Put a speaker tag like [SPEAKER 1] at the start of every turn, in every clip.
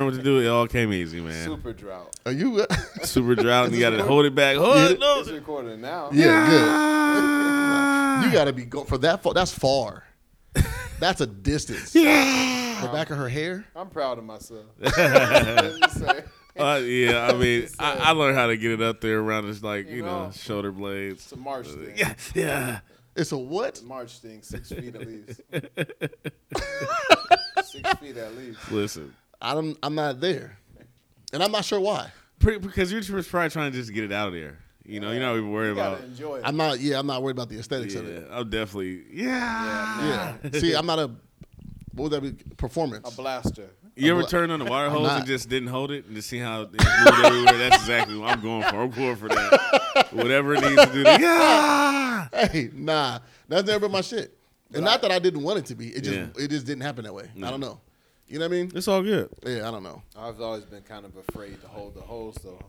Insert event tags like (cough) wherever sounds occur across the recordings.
[SPEAKER 1] know what to do. It all came easy, man. Super,
[SPEAKER 2] Super drought.
[SPEAKER 3] Are you? (laughs) yeah,
[SPEAKER 1] drought, and you got (laughs) to hold it back. Hold it, (laughs)
[SPEAKER 2] It's
[SPEAKER 1] no.
[SPEAKER 2] recording now.
[SPEAKER 3] good. You got to be go for that. Far, that's far. That's a distance.
[SPEAKER 1] Yeah.
[SPEAKER 3] The back of her hair.
[SPEAKER 2] I'm proud of myself. Let me say.
[SPEAKER 1] Uh, yeah, I mean, I, I learned how to get it up there around his like uh, you,
[SPEAKER 2] You
[SPEAKER 1] know,
[SPEAKER 2] know.
[SPEAKER 1] shoulder blades.
[SPEAKER 2] It's a march thing.
[SPEAKER 1] Yeah, yeah.
[SPEAKER 3] It's a what?
[SPEAKER 2] March thing, six feet at least. six feet at least.
[SPEAKER 1] Listen,
[SPEAKER 3] I'm I'm not there, and I'm not sure why.
[SPEAKER 1] pretty, because you're just probably trying to just get it out of there. You know, you're not even worried
[SPEAKER 2] You
[SPEAKER 1] about.
[SPEAKER 2] gotta enjoy it.
[SPEAKER 3] I'm not. Yeah, I'm not worried about the aesthetics of
[SPEAKER 1] Yeah,
[SPEAKER 3] it.
[SPEAKER 1] I'm definitely. Yeah. (laughs)
[SPEAKER 3] Yeah. See, I'm not a. What would that be? Performance.
[SPEAKER 2] A blaster.
[SPEAKER 1] You
[SPEAKER 3] I'm
[SPEAKER 1] ever
[SPEAKER 3] li-
[SPEAKER 1] turned (laughs) on the wire hose
[SPEAKER 3] not.
[SPEAKER 1] and just didn't hold it and just see how it moved everywhere? That's exactly what I'm going for. I'm going for (laughs) that. Whatever it needs to do. (laughs) To, yeah.
[SPEAKER 3] (laughs) hey, nah, that's never been my shit. And not that I didn't want it to be. It just
[SPEAKER 1] Yeah.
[SPEAKER 3] it just didn't happen that way. I don't know. You know what I mean?
[SPEAKER 1] It's all good.
[SPEAKER 3] Yeah, I don't know.
[SPEAKER 2] I've always been kind of afraid to hold the hose though.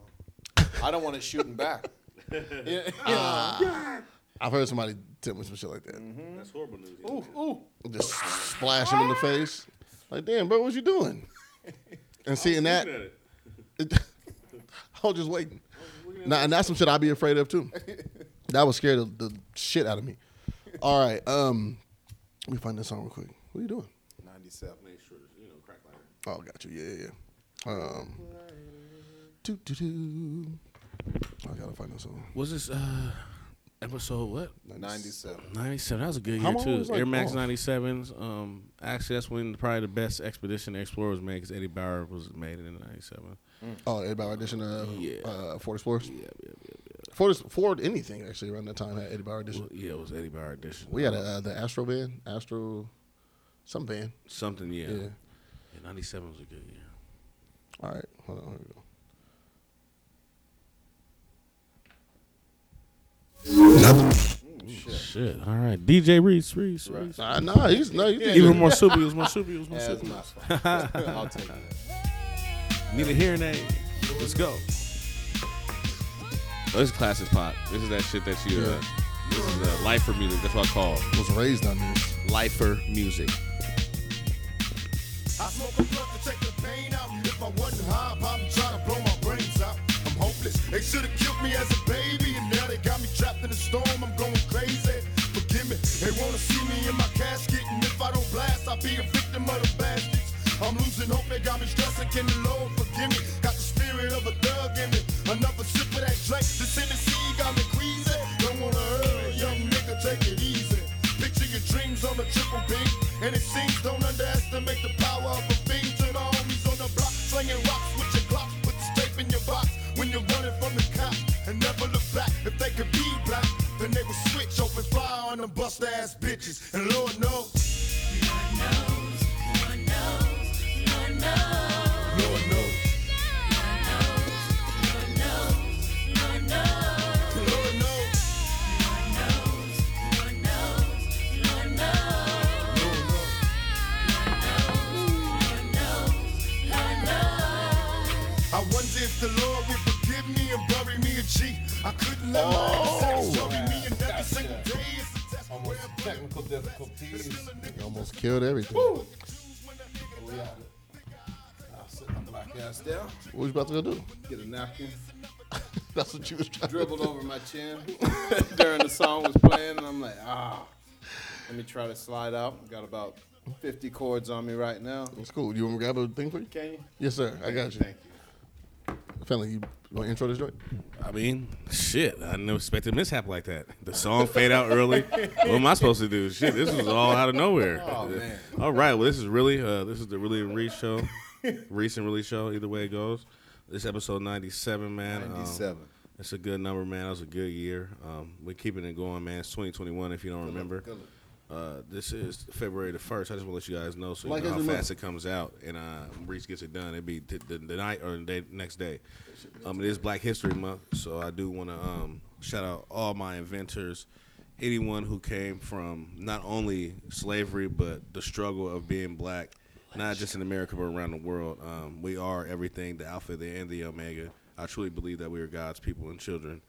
[SPEAKER 2] I don't want to shoot him back. Yeah.
[SPEAKER 3] I've heard somebody tell me some shit like that.
[SPEAKER 1] That's horrible news.
[SPEAKER 2] Ooh, ooh.
[SPEAKER 3] Just splash him in the face. Like, damn, bro, what you doing? And seeing that, it, (laughs) I was just waiting. Nah, and that's some shit I'd be afraid of too. That would scare the, the shit out of me. All right, um, let me find this song real quick. What are you doing?
[SPEAKER 2] 97.
[SPEAKER 3] Oh, got you. Yeah, yeah, yeah. Um, doo, doo, doo. I gotta find this song.
[SPEAKER 1] Was this uh, episode what?
[SPEAKER 2] 97.
[SPEAKER 1] 97. That was a good
[SPEAKER 3] How
[SPEAKER 1] year,
[SPEAKER 3] long
[SPEAKER 1] too.
[SPEAKER 3] was, like,
[SPEAKER 1] Air Max
[SPEAKER 3] off?
[SPEAKER 1] 97s. Um, actually, that's when probably the best Expedition Explorer was made because Eddie Bauer was made in 97.
[SPEAKER 3] Oh, everybody audition uh,
[SPEAKER 1] Yeah.
[SPEAKER 3] uh Ford Explorers.
[SPEAKER 1] Yeah, yeah, yeah.
[SPEAKER 3] Ford Ford anything actually around that time had Eddie Bauer edition.
[SPEAKER 1] Well, yeah, it was Eddie Bauer edition.
[SPEAKER 3] We had a, uh, the Astro band, Astro, some band.
[SPEAKER 1] Something, yeah.
[SPEAKER 3] Yeah.
[SPEAKER 1] Yeah, 97 was a good year.
[SPEAKER 3] All right, hold on, here we go.
[SPEAKER 1] Shit. All right. DJ Reese, Reese, Reese.
[SPEAKER 3] Nah, nah, he's no, he's
[SPEAKER 1] Even more soupy. It was more soupy. It was more
[SPEAKER 2] Yeah, that's
[SPEAKER 1] soupy.
[SPEAKER 2] my fault. (laughs) I'll take it.
[SPEAKER 1] Need a hearing aid. Let's go. Oh, this is classic pop. This is that shit that you. Uh, this is uh, lifer music. That's what I call it.
[SPEAKER 3] was raised on this.
[SPEAKER 1] lifer music.
[SPEAKER 4] I smoke a blunt to take the pain out. If I wasn't high, I'd probably try to blow my brains out. I'm hopeless. They should have killed me as a baby, and now they got me trapped in a storm. I'm going crazy. Forgive me. They wanna see me in my casket, and if I don't blast, I'll be a victim of the bastards. I'm losing hope. They got me stressing. Can the Lord forgive me? Got the spirit of a thug in me. Another sip of that drink. This Hennessy got me queasy. Don't wanna hurry, young nigga. Take it easy. Picture your dreams on a triple B. And it seems don't underestimate the power of a fiend. To the homies on the block, slinging rocks with your clock. Put the tape in your box when you're running from the cops. And never look back. If they could be black, then they would switch open fire on them bust ass bitches. And Lord knows, Lord knows. Lord knows. I wonder if the Lord will forgive me and bury me a G. I couldn't let my
[SPEAKER 2] Oh.
[SPEAKER 4] sex bury me and every single day is a test. Where I put it.
[SPEAKER 2] Technical difficulties.
[SPEAKER 3] Almost killed everything.
[SPEAKER 2] We out. I'll sit my black ass down,
[SPEAKER 3] What was you about to go do?
[SPEAKER 2] get a napkin,
[SPEAKER 3] That's what you was trying. to
[SPEAKER 2] dribbled over my chin (laughs) during the song was playing, and I'm like, ah, let me try to slide out. Got about 50 chords on me right now.
[SPEAKER 3] It's cool. You want me to grab a thing for you?
[SPEAKER 2] Can you?
[SPEAKER 3] Yes, sir. I got you.
[SPEAKER 2] Thank you.
[SPEAKER 3] Family, you want to intro this joint?
[SPEAKER 1] I mean, shit. I never expected a mishap like that. The song fade out early. What am I supposed to do? Shit, this was all out of nowhere.
[SPEAKER 2] Oh, man.
[SPEAKER 1] All right. Well, this is really. Uh, this is the really and Reese show. Recent release show. Either way it goes. This episode 97, man. Um,
[SPEAKER 2] 97.
[SPEAKER 1] It's a good number, man. That was a good year. Um, we're keeping it going, man. It's 2021, if you don't remember.
[SPEAKER 2] good luck.
[SPEAKER 1] Uh, this is February the 1st. I just want to let you guys know so you
[SPEAKER 3] Like
[SPEAKER 1] know how
[SPEAKER 3] every month.
[SPEAKER 1] fast it comes out. And uh, Reese gets it done. It'd be t- the, the night or the day, next day. Um, it is Black History Month, so I do want to um, shout out all my inventors, anyone who came from not only slavery, but the struggle of being black, not just in America, but around the world. Um, we are everything the Alpha, the and the Omega. I truly believe that we are God's people and children.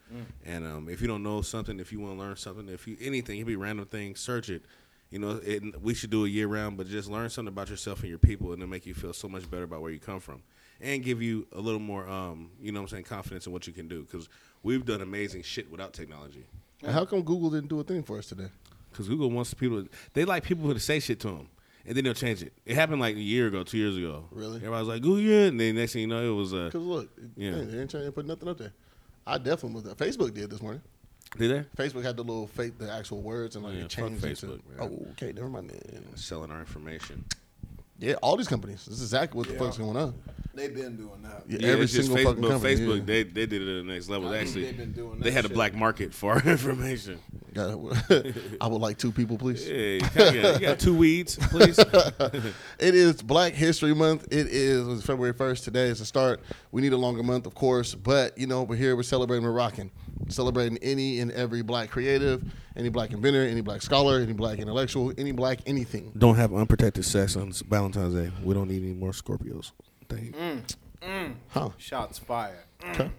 [SPEAKER 1] And um, if you don't know something, if you want to learn something, if you anything, it be random thing, search it You know, it, we should do it year round, but just learn something about yourself and your people, and it'll make you feel so much better about where you come from, and give you a little more, um, you know, what I'm saying, confidence in what you can do. Because we've done amazing shit without technology.
[SPEAKER 3] And How come Google didn't do a thing for us today?
[SPEAKER 1] Because Google wants people, they like people to say shit to them, and then they'll change it. It happened like a year ago, two years ago.
[SPEAKER 3] Really?
[SPEAKER 1] Everybody was like, Google, yeah. And then next thing you know, it was uh,
[SPEAKER 3] Because look,
[SPEAKER 1] Yeah.
[SPEAKER 3] yeah. they didn't try to put nothing up there. I definitely was there. Facebook did this morning.
[SPEAKER 1] did they?
[SPEAKER 3] Facebook had the little fake, the actual words, and like
[SPEAKER 1] Yeah,
[SPEAKER 3] it
[SPEAKER 1] fuck
[SPEAKER 3] changed it to-
[SPEAKER 1] Facebook, man.
[SPEAKER 3] oh, okay, never mind. Then.
[SPEAKER 1] Selling our information.
[SPEAKER 3] Yeah, all these companies. This is exactly what the fuck's going on.
[SPEAKER 2] They've been doing that.
[SPEAKER 3] Yeah,
[SPEAKER 1] Yeah,
[SPEAKER 3] every
[SPEAKER 1] it's just
[SPEAKER 3] single
[SPEAKER 1] Facebook,
[SPEAKER 3] fucking
[SPEAKER 1] but
[SPEAKER 3] company.
[SPEAKER 1] Facebook,
[SPEAKER 3] yeah. (laughs)
[SPEAKER 1] they they did it at the next level.
[SPEAKER 2] I
[SPEAKER 1] They
[SPEAKER 2] think
[SPEAKER 1] actually,
[SPEAKER 2] they've been doing
[SPEAKER 1] they
[SPEAKER 2] that
[SPEAKER 1] had a
[SPEAKER 2] shit.
[SPEAKER 1] black market for (laughs) our information.
[SPEAKER 3] God, (laughs) I would like two people, please.
[SPEAKER 1] Hey, come here. you got two weeds, please.
[SPEAKER 3] It is Black History Month. It is it was February 1st. Today is the start. We need a longer month, of course, but you know, we're here, we're celebrating, we're rocking. Celebrating any and every black creative, any black inventor, any black scholar, any black intellectual, any black anything.
[SPEAKER 1] (laughs) Don't have unprotected sex on Valentine's Day. We don't need any more Scorpios. Thank you.
[SPEAKER 3] Mm. Huh?
[SPEAKER 2] Shots fired.
[SPEAKER 3] Okay.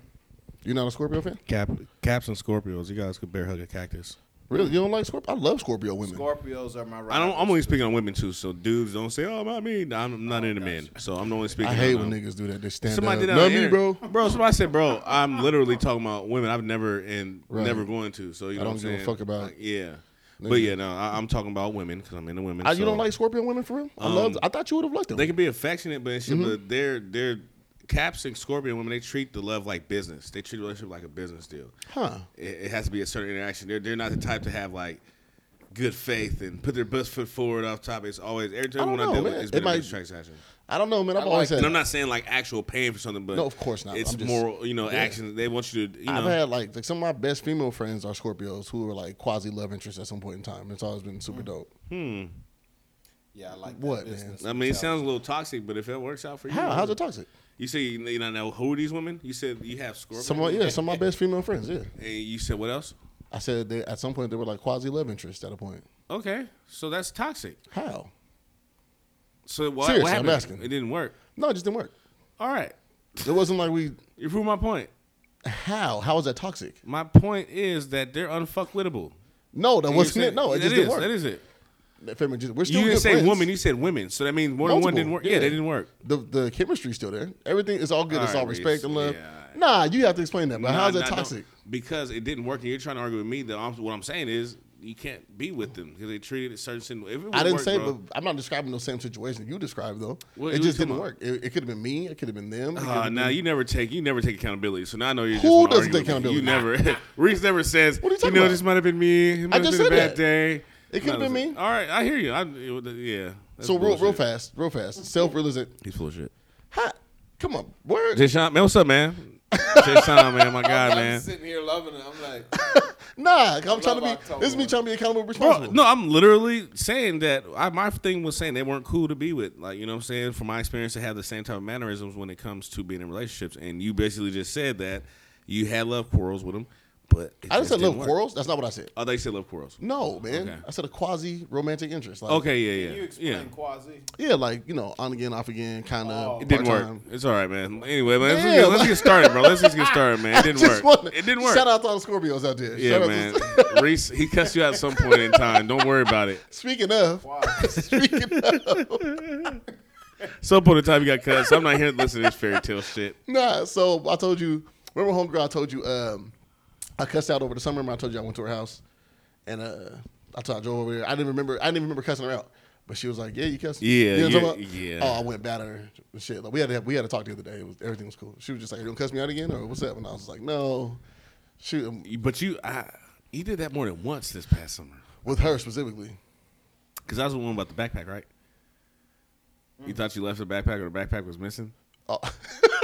[SPEAKER 3] You're not a Scorpio fan?
[SPEAKER 1] Cap, caps and Scorpios. You guys could bear hug a cactus.
[SPEAKER 3] Really? You don't like Scorpio? I love Scorpio women.
[SPEAKER 2] Scorpios are my rivals.
[SPEAKER 1] I don't. I'm only speaking on women too. So dudes, don't say, "Oh, about me." I'm not into men. So I'm only speaking.
[SPEAKER 3] I hate
[SPEAKER 1] on,
[SPEAKER 3] when
[SPEAKER 1] um,
[SPEAKER 3] niggas do that. They stand
[SPEAKER 1] Somebody did
[SPEAKER 3] up.
[SPEAKER 1] that.
[SPEAKER 3] Not
[SPEAKER 1] on
[SPEAKER 3] me,
[SPEAKER 1] the
[SPEAKER 3] bro.
[SPEAKER 1] internet. Bro, somebody said, "Bro, I'm literally talking about women I've never and
[SPEAKER 3] Right.
[SPEAKER 1] never going to." So you know
[SPEAKER 3] I
[SPEAKER 1] what I'm
[SPEAKER 3] don't give a
[SPEAKER 1] saying?
[SPEAKER 3] fuck about-
[SPEAKER 1] Like, yeah. But yeah, no, I, I'm talking about women because I'm into women.
[SPEAKER 3] I, Ah, you
[SPEAKER 1] so-
[SPEAKER 3] don't like Scorpio women for real? I
[SPEAKER 1] Um,
[SPEAKER 3] love. I thought you would have liked them.
[SPEAKER 1] They can be affectionate, but, and shit,
[SPEAKER 3] Mm-hmm.
[SPEAKER 1] but they're they're caps and scorpion women. They treat the love like business. They treat the relationship like a business deal.
[SPEAKER 3] Huh.
[SPEAKER 1] It, it has to be a certain interaction. They're they're not the type to have like good faith and put their best foot forward off top. It's always every time
[SPEAKER 3] don't
[SPEAKER 1] when I
[SPEAKER 3] know,
[SPEAKER 1] deal with
[SPEAKER 3] man.
[SPEAKER 1] it, it's
[SPEAKER 3] It
[SPEAKER 1] been a
[SPEAKER 3] might-
[SPEAKER 1] business transaction.
[SPEAKER 3] I don't know, man. I've always
[SPEAKER 2] like-
[SPEAKER 3] said.
[SPEAKER 1] And I'm not saying like actual paying for something, but
[SPEAKER 3] No, of course not.
[SPEAKER 1] It's
[SPEAKER 3] I'm just-
[SPEAKER 1] moral, you know, actions. They want you to, you know,
[SPEAKER 3] I've had like like some of my best female friends are Scorpios who are like quasi love interests at some point in time. It's always been
[SPEAKER 1] Mm.
[SPEAKER 3] super dope.
[SPEAKER 2] Yeah, I like
[SPEAKER 3] What,
[SPEAKER 2] what business.
[SPEAKER 1] I mean, it sounds a little toxic, but if it works out for you,
[SPEAKER 3] How? How's it toxic?
[SPEAKER 1] You say you, you don't know who these women? You said you have scorpion.
[SPEAKER 3] Some of my, yeah, some of my best female friends. Yeah,
[SPEAKER 1] And you said what else?
[SPEAKER 3] I said they, at some point they were like quasi love interests at a point.
[SPEAKER 1] Okay, so that's toxic.
[SPEAKER 3] How?
[SPEAKER 1] So why,
[SPEAKER 3] Seriously,
[SPEAKER 1] what
[SPEAKER 3] I'm
[SPEAKER 1] happened?
[SPEAKER 3] asking.
[SPEAKER 1] It didn't work.
[SPEAKER 3] No, it just didn't work.
[SPEAKER 1] All right,
[SPEAKER 3] It wasn't like we.
[SPEAKER 1] you prove my point.
[SPEAKER 3] How? How is that toxic?
[SPEAKER 1] My point is that they're unfuckwittable.
[SPEAKER 3] No, that wasn't
[SPEAKER 1] You
[SPEAKER 3] it. No, it
[SPEAKER 1] that
[SPEAKER 3] just
[SPEAKER 1] is,
[SPEAKER 3] didn't work.
[SPEAKER 1] That is it.
[SPEAKER 3] That family just- we're still
[SPEAKER 1] you didn't
[SPEAKER 3] good
[SPEAKER 1] say
[SPEAKER 3] friends.
[SPEAKER 1] woman. You said women. So that means more than one
[SPEAKER 3] Multiple,
[SPEAKER 1] didn't work. Yeah. they didn't work.
[SPEAKER 3] The the chemistry's still there. Everything is all good. it's
[SPEAKER 1] All
[SPEAKER 3] all
[SPEAKER 1] right,
[SPEAKER 3] respect and
[SPEAKER 1] Reese.
[SPEAKER 3] love.
[SPEAKER 1] Yeah, all right.
[SPEAKER 3] Nah, you have to explain that. But
[SPEAKER 1] Nah,
[SPEAKER 3] how is
[SPEAKER 1] nah,
[SPEAKER 3] that
[SPEAKER 1] don't.
[SPEAKER 3] toxic?
[SPEAKER 1] Because it didn't work, and you're trying to argue with me. That I'm, what I'm saying is you can't be with them because they treated it certain. sin- If it
[SPEAKER 3] I
[SPEAKER 1] would've
[SPEAKER 3] didn't
[SPEAKER 1] worked,
[SPEAKER 3] say,
[SPEAKER 1] bro,
[SPEAKER 3] but I'm not describing the same situation you described though.
[SPEAKER 1] What-
[SPEAKER 3] it
[SPEAKER 1] what
[SPEAKER 3] just
[SPEAKER 1] you
[SPEAKER 3] didn't
[SPEAKER 1] talking
[SPEAKER 3] work. It, it could have been me. It could have been them. it coulda
[SPEAKER 1] Ah,
[SPEAKER 3] been-
[SPEAKER 1] now you never take you never take accountability. So now I know you.
[SPEAKER 3] Who
[SPEAKER 1] just wanna
[SPEAKER 3] doesn't
[SPEAKER 1] argue
[SPEAKER 3] take
[SPEAKER 1] with me.
[SPEAKER 3] accountability?
[SPEAKER 1] You never. (laughs) Reese never says.
[SPEAKER 3] What are you talking
[SPEAKER 1] know,
[SPEAKER 3] about?
[SPEAKER 1] this might have been me. It must
[SPEAKER 3] just
[SPEAKER 1] have been a
[SPEAKER 3] said
[SPEAKER 1] bad
[SPEAKER 3] that.
[SPEAKER 1] day.
[SPEAKER 3] It could've
[SPEAKER 1] Nah,
[SPEAKER 3] been
[SPEAKER 1] listen.
[SPEAKER 3] me.
[SPEAKER 1] All right, I hear you. I, it, yeah. that's
[SPEAKER 3] so real, real
[SPEAKER 1] bullshit.
[SPEAKER 3] fast, real fast. Self realization.
[SPEAKER 1] He's full of shit.
[SPEAKER 3] Come on, word.
[SPEAKER 1] Deshaun, man, what's up,
[SPEAKER 3] (laughs)
[SPEAKER 1] man? Deshaun, man, my
[SPEAKER 2] I'm
[SPEAKER 1] God, man.
[SPEAKER 2] sitting here loving it. I'm like,
[SPEAKER 1] (laughs)
[SPEAKER 3] Nah, I'm trying to be.
[SPEAKER 2] October.
[SPEAKER 3] This is me trying to be accountable, and
[SPEAKER 1] Bro,
[SPEAKER 3] responsible.
[SPEAKER 1] no, I'm literally saying that. I, my thing was saying they weren't cool to be with. Like, you know what I'm saying? From my experience, they have the same type of mannerisms when it comes to being in relationships. And you basically just said that you had love quarrels with them, but it
[SPEAKER 3] I didn't say
[SPEAKER 1] didn't
[SPEAKER 3] love
[SPEAKER 1] work.
[SPEAKER 3] quarrels. That's not what I said.
[SPEAKER 1] Oh, they said love quarrels.
[SPEAKER 3] No, man.
[SPEAKER 1] Okay.
[SPEAKER 3] I said a quasi romantic interest. Like,
[SPEAKER 1] Okay, yeah, yeah.
[SPEAKER 2] can you explain
[SPEAKER 1] yeah.
[SPEAKER 2] quasi?
[SPEAKER 3] Yeah, like you know, on again, off again, kind of.
[SPEAKER 2] Oh.
[SPEAKER 1] It didn't work. It's all right, man. Anyway, man, let's,
[SPEAKER 3] Damn.
[SPEAKER 1] get, let's get started, bro. Let's just get started,
[SPEAKER 3] (laughs)
[SPEAKER 1] man. It didn't work. it didn't work.
[SPEAKER 3] Shout out to all the Scorpios out there.
[SPEAKER 1] Yeah,
[SPEAKER 3] Shout out to-
[SPEAKER 1] man. Reese, he cussed you out at some point in time. Don't worry about it.
[SPEAKER 3] Speaking of,
[SPEAKER 2] Quasi.
[SPEAKER 3] speaking of,
[SPEAKER 1] Some point in time, you got cussed. I'm not here to listen to this fairy tale shit.
[SPEAKER 3] (laughs) nah. So I told you, remember homegirl? I told you, um, I cussed out over the summer. Remember I told you I went to her house, and uh, I told I drove over there. I didn't remember. I didn't even remember cussing her out. But she was like, "Yeah, you cussed." me."
[SPEAKER 1] Yeah,
[SPEAKER 3] you know
[SPEAKER 1] yeah,
[SPEAKER 3] what I'm talking
[SPEAKER 1] yeah.
[SPEAKER 3] about? Oh, I went bad at her. and Shit, like we had to have, we had to talk the other day. It was everything was cool. She was just like, "You gonna cuss me out again, or what's up?" And I was like, "No." Shoot, um,
[SPEAKER 1] But you, I, you did that more than once this past summer.
[SPEAKER 3] with her specifically.
[SPEAKER 1] Because I was the one about the backpack, right? You thought you left the backpack or the backpack was missing?
[SPEAKER 3] Oh.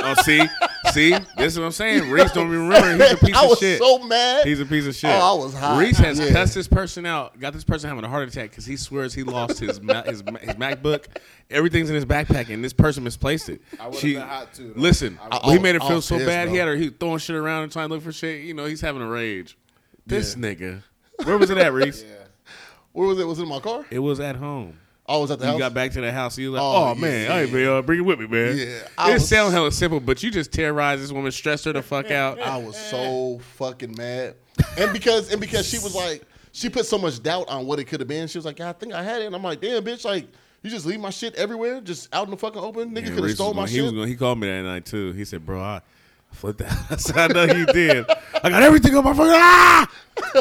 [SPEAKER 1] Oh, see? see? This is what I'm
[SPEAKER 3] (laughs)
[SPEAKER 1] saying. Reese don't even remember. He's a piece
[SPEAKER 3] I
[SPEAKER 1] of
[SPEAKER 3] was
[SPEAKER 1] shit.
[SPEAKER 3] so (laughs) mad.
[SPEAKER 1] He's a piece of shit.
[SPEAKER 3] Oh, I was hot.
[SPEAKER 1] Reese has
[SPEAKER 3] Yeah.
[SPEAKER 1] cussed this person out, got this person having a heart attack because he swears he lost his, ma- his ma- his MacBook. Everything's in his backpack, and this person misplaced it.
[SPEAKER 2] I would've
[SPEAKER 1] She-
[SPEAKER 2] been hot, too, though.
[SPEAKER 1] Listen,
[SPEAKER 2] I
[SPEAKER 1] he
[SPEAKER 3] was-
[SPEAKER 1] made her
[SPEAKER 3] I
[SPEAKER 1] feel
[SPEAKER 3] was
[SPEAKER 1] so
[SPEAKER 3] pissed,
[SPEAKER 1] bad. He
[SPEAKER 3] bro.
[SPEAKER 1] had her he was throwing shit around and trying to look for shit. You know, he's having a rage. This
[SPEAKER 3] Yeah.
[SPEAKER 1] nigga. Where was it at, Reese?
[SPEAKER 3] (laughs)
[SPEAKER 2] Yeah.
[SPEAKER 3] Where was it? Was it in my car?
[SPEAKER 1] It was at home.
[SPEAKER 3] Oh, it was at the
[SPEAKER 1] You
[SPEAKER 3] house.
[SPEAKER 1] got back to the house. You like, oh,
[SPEAKER 3] Oh,
[SPEAKER 1] man,
[SPEAKER 3] yeah.
[SPEAKER 1] all right, man, uh, bring it with me, man.
[SPEAKER 3] Yeah, I
[SPEAKER 1] it
[SPEAKER 3] was-
[SPEAKER 1] sounds hella simple, but you just terrorized this woman,
[SPEAKER 3] (laughs)
[SPEAKER 1] stressed her the fuck out.
[SPEAKER 3] I was so fucking mad, and because and because she was like, she put so much doubt on what it could have been. She was like, "Yeah, I think I had it. And I'm like, damn, bitch, like you just leave my shit everywhere, just out in the fucking open. Nigga
[SPEAKER 1] And
[SPEAKER 3] could have
[SPEAKER 1] Reese
[SPEAKER 3] stole
[SPEAKER 1] was
[SPEAKER 3] my
[SPEAKER 1] gonna- he
[SPEAKER 3] shit.
[SPEAKER 1] was gonna- he called me that night too. He said, "Bro, I flipped out." (laughs) I said, "I know you did. I got everything on my fucking ah."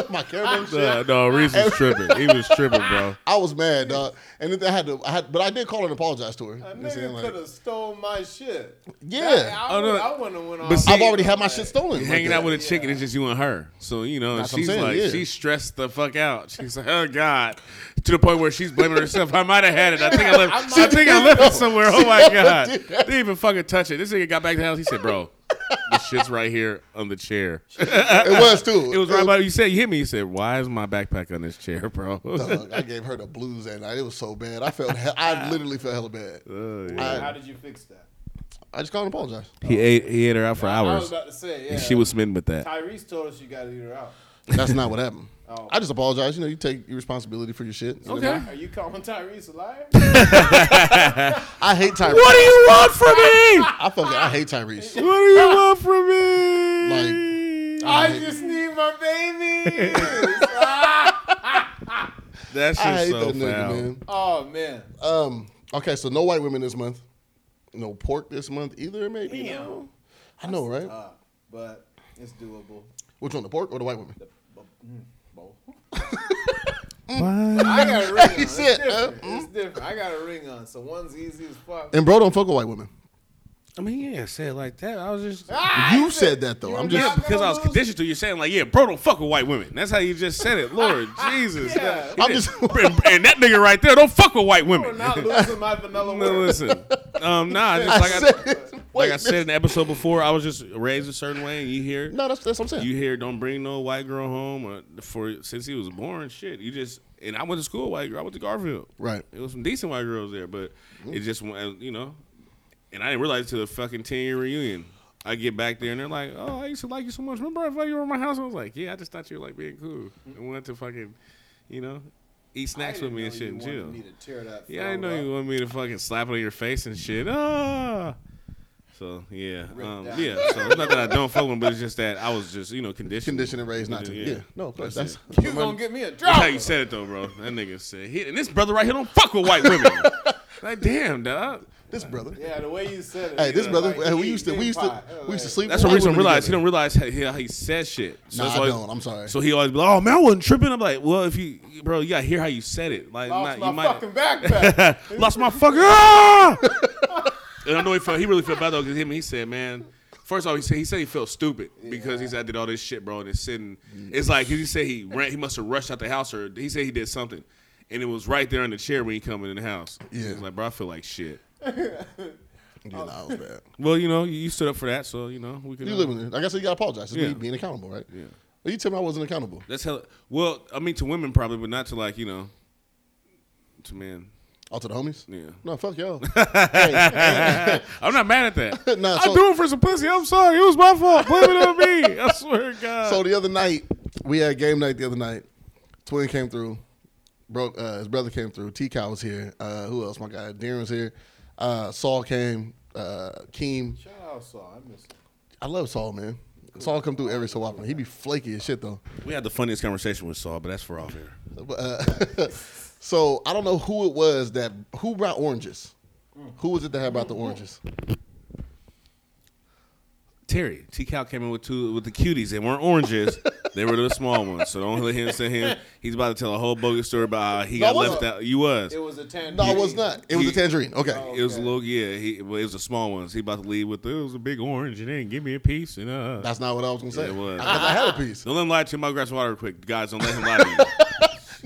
[SPEAKER 3] my caravan shit.
[SPEAKER 1] No, no, Reese was tripping. He was tripping, bro.
[SPEAKER 3] I was mad, dog. And then I had to, I had, but I did call her and apologize to her.
[SPEAKER 2] That
[SPEAKER 3] You know what I'm saying?
[SPEAKER 2] nigga
[SPEAKER 3] Like,
[SPEAKER 2] could have stole my shit.
[SPEAKER 3] Yeah.
[SPEAKER 2] That- I,
[SPEAKER 1] Oh, no.
[SPEAKER 2] would- I wouldn't have went
[SPEAKER 1] But
[SPEAKER 2] on.
[SPEAKER 1] see-
[SPEAKER 3] I've already had my shit stolen.
[SPEAKER 1] You're
[SPEAKER 3] like
[SPEAKER 1] hanging
[SPEAKER 3] that.
[SPEAKER 1] out with a chick and it's just you and her. So you know,
[SPEAKER 3] That's what I'm
[SPEAKER 1] she's
[SPEAKER 3] saying,
[SPEAKER 1] like,
[SPEAKER 3] yeah.
[SPEAKER 1] she's stressed the fuck out. She's like, oh god, to the point where she's blaming herself. I might have had it. I think I left. I think I left it
[SPEAKER 3] (laughs)
[SPEAKER 1] somewhere. Oh my god, didn't even fucking touch it. This nigga got back to the house. He said, bro, the shit's right here on the chair.
[SPEAKER 3] (laughs) It was too.
[SPEAKER 1] (laughs) It was right by you. Said you hit me. You said, why is my backpack on this chair, bro?
[SPEAKER 3] Dog, I gave her the blues that night. It was so bad. I felt, he- I literally felt hella
[SPEAKER 1] (laughs)
[SPEAKER 3] bad.
[SPEAKER 1] Uh.
[SPEAKER 2] How did you fix that?
[SPEAKER 3] I just called and apologized.
[SPEAKER 1] he ate. He ate her out for
[SPEAKER 2] I was
[SPEAKER 1] hours.
[SPEAKER 2] about to say, yeah.
[SPEAKER 1] And she was smitten with that.
[SPEAKER 2] Tyrese told us you got to eat her out.
[SPEAKER 3] That's not what happened.
[SPEAKER 2] Oh.
[SPEAKER 3] I just apologized. You know, you take your responsibility for your shit. You know what I mean?
[SPEAKER 2] Are you calling Tyrese
[SPEAKER 1] (laughs)
[SPEAKER 2] a liar?
[SPEAKER 3] I hate
[SPEAKER 1] (laughs)
[SPEAKER 3] Tyrese.
[SPEAKER 1] What do you want from me?
[SPEAKER 3] I fucking, I hate Tyrese.
[SPEAKER 1] What do you want from me?
[SPEAKER 3] Like,
[SPEAKER 2] I
[SPEAKER 3] hate-
[SPEAKER 2] just need my baby.
[SPEAKER 1] (laughs) That's
[SPEAKER 3] I
[SPEAKER 1] just
[SPEAKER 3] hate
[SPEAKER 1] so
[SPEAKER 3] that nigga,
[SPEAKER 1] foul.
[SPEAKER 3] man.
[SPEAKER 2] oh man,
[SPEAKER 1] Uh,
[SPEAKER 3] Um, okay, so no white women this month. No pork this month either, maybe. you
[SPEAKER 2] Damn.
[SPEAKER 3] know? I know, right?
[SPEAKER 2] uh, but it's doable.
[SPEAKER 3] Which one, the pork or the white women?
[SPEAKER 2] Both.
[SPEAKER 1] Why?
[SPEAKER 2] I
[SPEAKER 3] (laughs)
[SPEAKER 2] got a ring on. It's
[SPEAKER 3] said,
[SPEAKER 2] different.
[SPEAKER 3] uh,
[SPEAKER 2] it's different. I got a ring on, so one's easy as fuck.
[SPEAKER 3] And bro, don't fuck with white women.
[SPEAKER 1] I mean, yeah, say it like that. I was just
[SPEAKER 2] Ah,
[SPEAKER 3] you said that though. I'm
[SPEAKER 2] You're
[SPEAKER 3] just
[SPEAKER 2] not-
[SPEAKER 1] because I was
[SPEAKER 2] lose.
[SPEAKER 1] conditioned to you saying like, yeah, bro, don't fuck with white women. That's how you just said it,
[SPEAKER 3] (laughs)
[SPEAKER 1] Lord Jesus.
[SPEAKER 2] Yeah.
[SPEAKER 1] He
[SPEAKER 3] I'm
[SPEAKER 1] did-
[SPEAKER 3] just-
[SPEAKER 1] (laughs)
[SPEAKER 3] Oh,
[SPEAKER 1] and, and that nigga right there, don't fuck with white
[SPEAKER 2] We're
[SPEAKER 1] women.
[SPEAKER 2] not losing my vanilla
[SPEAKER 1] No,
[SPEAKER 2] word.
[SPEAKER 1] listen, um, nah, just
[SPEAKER 3] (laughs) I
[SPEAKER 1] like I,
[SPEAKER 3] said-
[SPEAKER 1] like I said in the episode before, I was just raised a certain way, and you hear,
[SPEAKER 3] No, that's that's what I'm saying.
[SPEAKER 1] you hear, don't bring no white girl home or for since he was born, shit. You just and I went to school with white girl. I went to Garfield.
[SPEAKER 3] Right.
[SPEAKER 1] It was some decent white girls there, but it just went, you know. And I didn't realize till the fucking ten year reunion. I get back there and they're like, "Oh, I used to like you so much. Remember I thought you were in my house?" I was like, "Yeah, I just thought you were like being cool and wanted to fucking, you know, eat snacks with me and shit and chill."
[SPEAKER 2] Me to tear that
[SPEAKER 1] Yeah, I
[SPEAKER 2] phone
[SPEAKER 1] know
[SPEAKER 2] up.
[SPEAKER 1] you want me to fucking slap it on your face and shit.
[SPEAKER 2] Mm-hmm.
[SPEAKER 1] Ah. So yeah, um,
[SPEAKER 2] that.
[SPEAKER 1] yeah. So it's not that I don't fuck with him, but it's just that I was just you know conditioned,
[SPEAKER 3] Conditioned and raised not to. Yeah. No, of course. That's, (laughs)
[SPEAKER 2] You gonna get me a
[SPEAKER 1] That's how
[SPEAKER 2] drop?
[SPEAKER 1] you said it though, bro. That nigga said, he, and this brother right here don't fuck with white
[SPEAKER 3] (laughs)
[SPEAKER 1] women. like, damn, dog.
[SPEAKER 3] this brother.
[SPEAKER 2] Yeah, the way you said it.
[SPEAKER 3] Hey, this
[SPEAKER 2] yeah,
[SPEAKER 3] brother.
[SPEAKER 2] like,
[SPEAKER 3] hey, we
[SPEAKER 2] eat
[SPEAKER 3] used to
[SPEAKER 2] big
[SPEAKER 3] we used
[SPEAKER 2] pie.
[SPEAKER 3] to we used to sleep.
[SPEAKER 1] That's what
[SPEAKER 3] with white
[SPEAKER 1] Reese don't
[SPEAKER 3] women
[SPEAKER 1] realize. He
[SPEAKER 3] together.
[SPEAKER 1] don't realize how he, how he says shit. So
[SPEAKER 3] Nah,
[SPEAKER 1] that's
[SPEAKER 3] I
[SPEAKER 1] why-
[SPEAKER 3] don't. I'm sorry.
[SPEAKER 1] So he always be like, "Oh man, I wasn't tripping." I'm like, "Well, if you, bro, you gotta hear how you said it. Like,
[SPEAKER 2] Lost
[SPEAKER 1] not, you
[SPEAKER 2] my
[SPEAKER 1] might
[SPEAKER 2] fucking
[SPEAKER 3] (laughs)
[SPEAKER 1] (laughs)
[SPEAKER 2] backpack.
[SPEAKER 1] lost my fucking. Ah! and I know he felt he really felt bad though because him he said, man. First off, he said he said he felt stupid because he said I did all this shit, bro, and it's sitting. It's like he said he ran. He must have rushed out the house, or he said he did something, and it was right there in the chair when he coming in the house.
[SPEAKER 3] Yeah.
[SPEAKER 1] He's like, bro, I feel like shit.
[SPEAKER 3] Yeah, nah, it was bad.
[SPEAKER 1] Well, you know, you, you stood up for that, so you know we can.
[SPEAKER 3] You
[SPEAKER 1] uh,
[SPEAKER 3] live in there. Like I said, you gotta apologize. It's
[SPEAKER 1] Yeah.
[SPEAKER 3] me being accountable, right? Yeah. Well, you tell me I wasn't accountable.
[SPEAKER 1] That's hell. Well, I mean, to women probably, but not to like you know, to
[SPEAKER 3] (laughs)
[SPEAKER 1] men.
[SPEAKER 3] All Oh, to the homies.
[SPEAKER 1] Yeah.
[SPEAKER 3] No, fuck
[SPEAKER 1] (laughs)
[SPEAKER 3] y'all. hey,
[SPEAKER 1] I'm not mad at that.
[SPEAKER 3] (laughs) Nah,
[SPEAKER 1] I
[SPEAKER 3] so-
[SPEAKER 1] do it for some pussy. I'm sorry. It was my fault. Blame it on me. I swear to God.
[SPEAKER 3] so the other night we had game night. The other night, Twin came through. Broke uh, his brother came through. T Cow was here. Uh, who else? My guy Darren's here. Uh, Saul came. Uh, Keem.
[SPEAKER 2] Shout out, Saul. I missed.
[SPEAKER 3] I love Saul, man. Saul come through every so often. He be flaky as shit though.
[SPEAKER 1] We had the funniest conversation with Saul, but that's for off here.
[SPEAKER 3] But, uh, so I don't know who it was that who brought oranges. Who was it that had brought the oranges?
[SPEAKER 1] Terry T. Cal came in with two with the cuties. They weren't (laughs) oranges. they were the small ones. So don't let him send him. He's about to tell a whole bogus story about how he
[SPEAKER 3] No, I
[SPEAKER 1] got
[SPEAKER 3] wasn't.
[SPEAKER 1] left out. You was.
[SPEAKER 2] It was a tangerine.
[SPEAKER 3] No, it was not. It was a
[SPEAKER 1] He- Oh,
[SPEAKER 3] tangerine. Okay.
[SPEAKER 1] It was a little yeah. He well, it was the small ones. He about to leave with it was a big orange and then give me a piece and uh.
[SPEAKER 3] That's not what I was gonna say.
[SPEAKER 1] It was.
[SPEAKER 3] 'Cause I had a piece. (laughs)
[SPEAKER 1] don't let him lie to you. My grass water real quick, guys. Don't let him lie to you.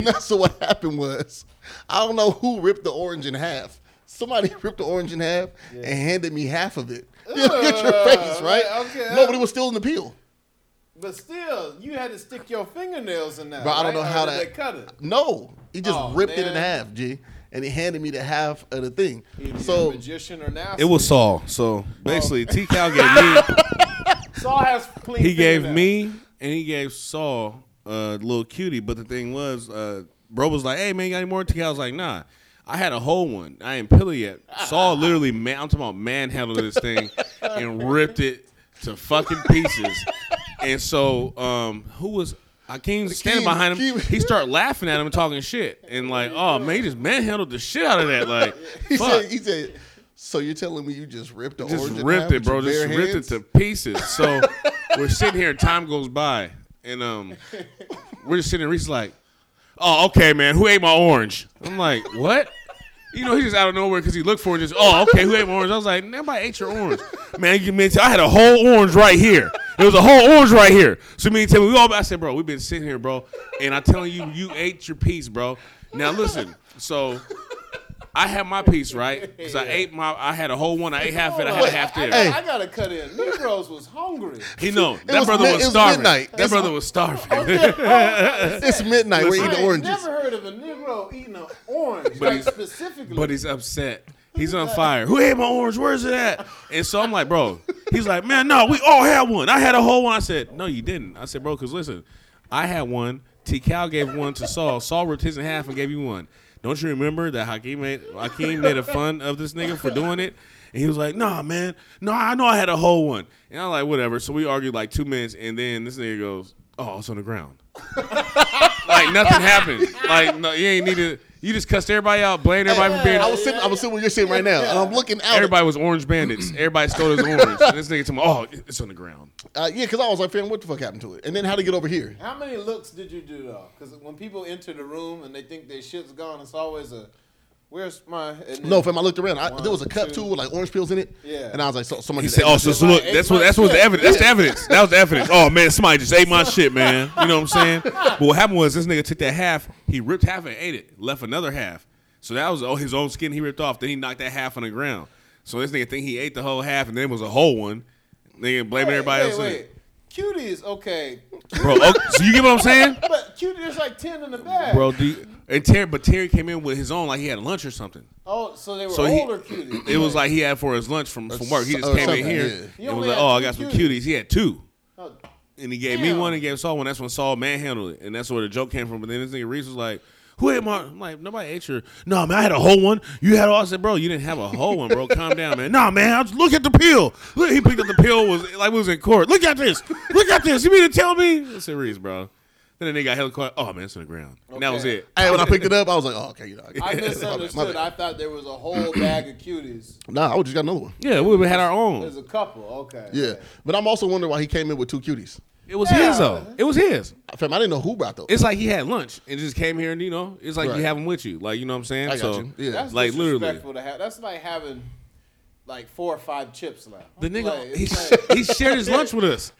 [SPEAKER 3] No, so what happened was, I don't know who ripped the orange in half. Somebody (laughs) ripped the orange in half and handed me half of it. (laughs) Look at
[SPEAKER 1] Uh,
[SPEAKER 3] your face, right?
[SPEAKER 2] okay.
[SPEAKER 3] no, but it was still in the peel.
[SPEAKER 2] But still, you had to stick your fingernails in that.
[SPEAKER 3] Bro, I
[SPEAKER 2] right?
[SPEAKER 3] don't know
[SPEAKER 2] Or
[SPEAKER 3] how
[SPEAKER 2] did
[SPEAKER 3] that-
[SPEAKER 2] they cut
[SPEAKER 3] (laughs)
[SPEAKER 2] it.
[SPEAKER 3] No, he just
[SPEAKER 2] Oh,
[SPEAKER 3] ripped it in
[SPEAKER 2] man.
[SPEAKER 3] half, G, and he handed me the half of the thing.
[SPEAKER 2] Either so
[SPEAKER 3] so (laughs)
[SPEAKER 2] magician or now
[SPEAKER 1] It was Saul. So basically, T. Cal gave me.
[SPEAKER 2] Saul has clean.
[SPEAKER 1] he gave
[SPEAKER 2] fingernails.
[SPEAKER 1] me and he gave Saul a little cutie. But the thing was, uh, bro was like, "Hey man, you got any more?" I was like, "Nah." I had a whole one. I ain't peel it yet.
[SPEAKER 3] (laughs)
[SPEAKER 1] Saul literally, man, I'm talking about manhandled this thing and ripped it to fucking pieces. And so, um, who was Akeem standing
[SPEAKER 3] Akeem-
[SPEAKER 1] behind him.
[SPEAKER 3] Akeem-
[SPEAKER 1] He start laughing at him and talking shit. And like, oh man, he just manhandled the shit out of that. Like,
[SPEAKER 3] (laughs) He
[SPEAKER 1] fuck.
[SPEAKER 3] said, he said, so you're telling me you just ripped the
[SPEAKER 1] just
[SPEAKER 3] orange in half
[SPEAKER 1] ripped it,
[SPEAKER 3] with
[SPEAKER 1] bro.
[SPEAKER 3] your
[SPEAKER 1] Just
[SPEAKER 3] bare
[SPEAKER 1] ripped
[SPEAKER 3] hands?
[SPEAKER 1] it to pieces.
[SPEAKER 3] (laughs)
[SPEAKER 1] So we're sitting here, time goes by, and um, we're just sitting. there, Reese's like, "Oh, okay, man. Who ate my orange?" I'm like, "What?" You know, he just out of nowhere because he looked for it. Just, "Oh, okay, who ate my orange?" I was like, "Nobody ate your orange, man. You mean to- I had a whole orange right here." It was a whole orange right here. So me and Tim, we all. I said, bro, we've been sitting here, bro, and I'm telling you, you ate your piece, bro. Now listen, so I had my piece right because I ate my. I had a whole one. I ate half of it. I had a half
[SPEAKER 2] I,
[SPEAKER 1] there.
[SPEAKER 2] I, I gotta cut in. Negroes was
[SPEAKER 3] (laughs)
[SPEAKER 2] hungry.
[SPEAKER 1] He know that
[SPEAKER 3] was
[SPEAKER 1] brother
[SPEAKER 3] mid- it
[SPEAKER 1] was
[SPEAKER 3] was
[SPEAKER 1] starving.
[SPEAKER 3] midnight.
[SPEAKER 1] That
[SPEAKER 3] It's-
[SPEAKER 1] brother was starving.
[SPEAKER 3] It's midnight. We're
[SPEAKER 1] Listen.
[SPEAKER 3] eating
[SPEAKER 2] I ain't
[SPEAKER 3] oranges.
[SPEAKER 2] never heard of a Negro eating an orange,
[SPEAKER 1] But
[SPEAKER 2] like
[SPEAKER 1] he's-
[SPEAKER 2] specifically.
[SPEAKER 1] but he's upset. He's on fire. Who ate my orange? Where's it at? And so I'm like, bro. He's like, man, no, we all had one. I had a whole one. I said, no, you didn't. I said, bro, because listen, I had one. T. Cal gave one to Saul. Saul ripped his in half and gave you one. Don't you remember that Hakeem made Hakeem made a fun of this nigga for doing it? And he was like, nah, man. No, I know I had a whole one. And I'm like, whatever. So we argued like two minutes, and then this nigga goes, oh, it's on the ground. like nothing happened. Like no, you ain't need to. You just cussed everybody out, blamed everybody for being.
[SPEAKER 3] I was sitting. I was sitting where you're sitting right now, and I'm
[SPEAKER 2] (laughs)
[SPEAKER 3] looking out.
[SPEAKER 1] everybody was orange
[SPEAKER 2] (clears throat)
[SPEAKER 1] bandits. everybody stole his orange. And this nigga told me, "Oh, it's on the ground."
[SPEAKER 3] Uh, yeah, because I was like, "Fam, what the fuck happened to it?" And then how to get over here?
[SPEAKER 2] How many looks did you do though? Because when people enter the room and they think their shit's gone, it's always a, "Where's my?" and then-
[SPEAKER 3] No, fam, I looked around. I,
[SPEAKER 2] One,
[SPEAKER 3] there was a cup
[SPEAKER 2] two.
[SPEAKER 3] too with like orange peels in it.
[SPEAKER 2] Yeah.
[SPEAKER 3] And I was like, so, "Someone
[SPEAKER 1] He
[SPEAKER 3] just
[SPEAKER 1] said,
[SPEAKER 3] ate
[SPEAKER 1] "Oh,
[SPEAKER 3] my
[SPEAKER 1] so,
[SPEAKER 3] shit."
[SPEAKER 1] so look, that's what that's what the evidence. That's the evidence. That was the evidence. Oh man, somebody just ate my shit, man. You know what I'm saying? But what happened was this nigga took that half, he ripped half and ate it, left another half. So that was all his own skin he ripped off. Then he knocked that half on the ground. So this nigga think he ate the whole half, and then it was a whole one. Nigga blaming everybody
[SPEAKER 2] wait,
[SPEAKER 1] else. in
[SPEAKER 2] wait.
[SPEAKER 1] it.
[SPEAKER 2] Cuties, okay,
[SPEAKER 1] Bro, okay, so you get what I'm
[SPEAKER 2] (laughs)
[SPEAKER 1] saying?
[SPEAKER 2] but cutie, there's like ten in the bag.
[SPEAKER 1] Bro, do you- and Terry, but Terry came in with his own, like he had lunch or something.
[SPEAKER 2] oh, so they were
[SPEAKER 1] So he-
[SPEAKER 2] older cuties.
[SPEAKER 1] It was like he had for his lunch from, from work. He just
[SPEAKER 3] or
[SPEAKER 1] came in
[SPEAKER 3] something, yeah.
[SPEAKER 1] here
[SPEAKER 2] He
[SPEAKER 1] and was
[SPEAKER 2] only
[SPEAKER 1] like,
[SPEAKER 2] had
[SPEAKER 1] "Oh, I
[SPEAKER 2] two
[SPEAKER 1] got some
[SPEAKER 2] cuties."
[SPEAKER 1] cuties." He had two,
[SPEAKER 2] Oh,
[SPEAKER 1] (laughs) and he gave
[SPEAKER 2] Damn.
[SPEAKER 1] me one and gave Saul one. That's when Saul manhandled it, and that's where the joke came from. But then this nigga Reese was like, "Who ate my?" I'm like, "Nobody ate your." No, man, I had a whole one. You had all. I said, "Bro, you didn't have a whole one, bro. Calm down, man." No, man, I was, look at the pill. Look, he picked up the pill. Was like we was in court. Look at this. Look at this. You mean to tell me? I said, Reese, bro. Then the nigga got held quiet. Oh man, it's on the ground. And that was
[SPEAKER 2] Okay.
[SPEAKER 1] it.
[SPEAKER 3] (laughs) Hey, when I picked it up, I was like, "Oh, okay, you know."
[SPEAKER 2] I
[SPEAKER 3] okay. My bad,
[SPEAKER 2] misunderstood.
[SPEAKER 3] my
[SPEAKER 2] I thought there was a whole bag of cuties.
[SPEAKER 3] bad. Nah, I just got another one.
[SPEAKER 1] Yeah, we had our own.
[SPEAKER 2] There's a couple. Okay.
[SPEAKER 3] Yeah, but I'm also wondering why he came in with two cuties.
[SPEAKER 1] It was
[SPEAKER 2] Yeah.
[SPEAKER 1] his though. It was his.
[SPEAKER 3] Fam, I didn't know who brought those.
[SPEAKER 1] It's like he had lunch and just came here and you know, it's like
[SPEAKER 3] Right.
[SPEAKER 1] you have him with you. Like you know what I'm saying?
[SPEAKER 3] I got
[SPEAKER 1] so
[SPEAKER 3] you. Yeah.
[SPEAKER 2] That's
[SPEAKER 1] like literally.
[SPEAKER 2] disrespectful to have. That's like having like four or five chips left.
[SPEAKER 1] The nigga
[SPEAKER 2] Like,
[SPEAKER 1] he,
[SPEAKER 2] it's
[SPEAKER 1] sh- he shared his lunch with us.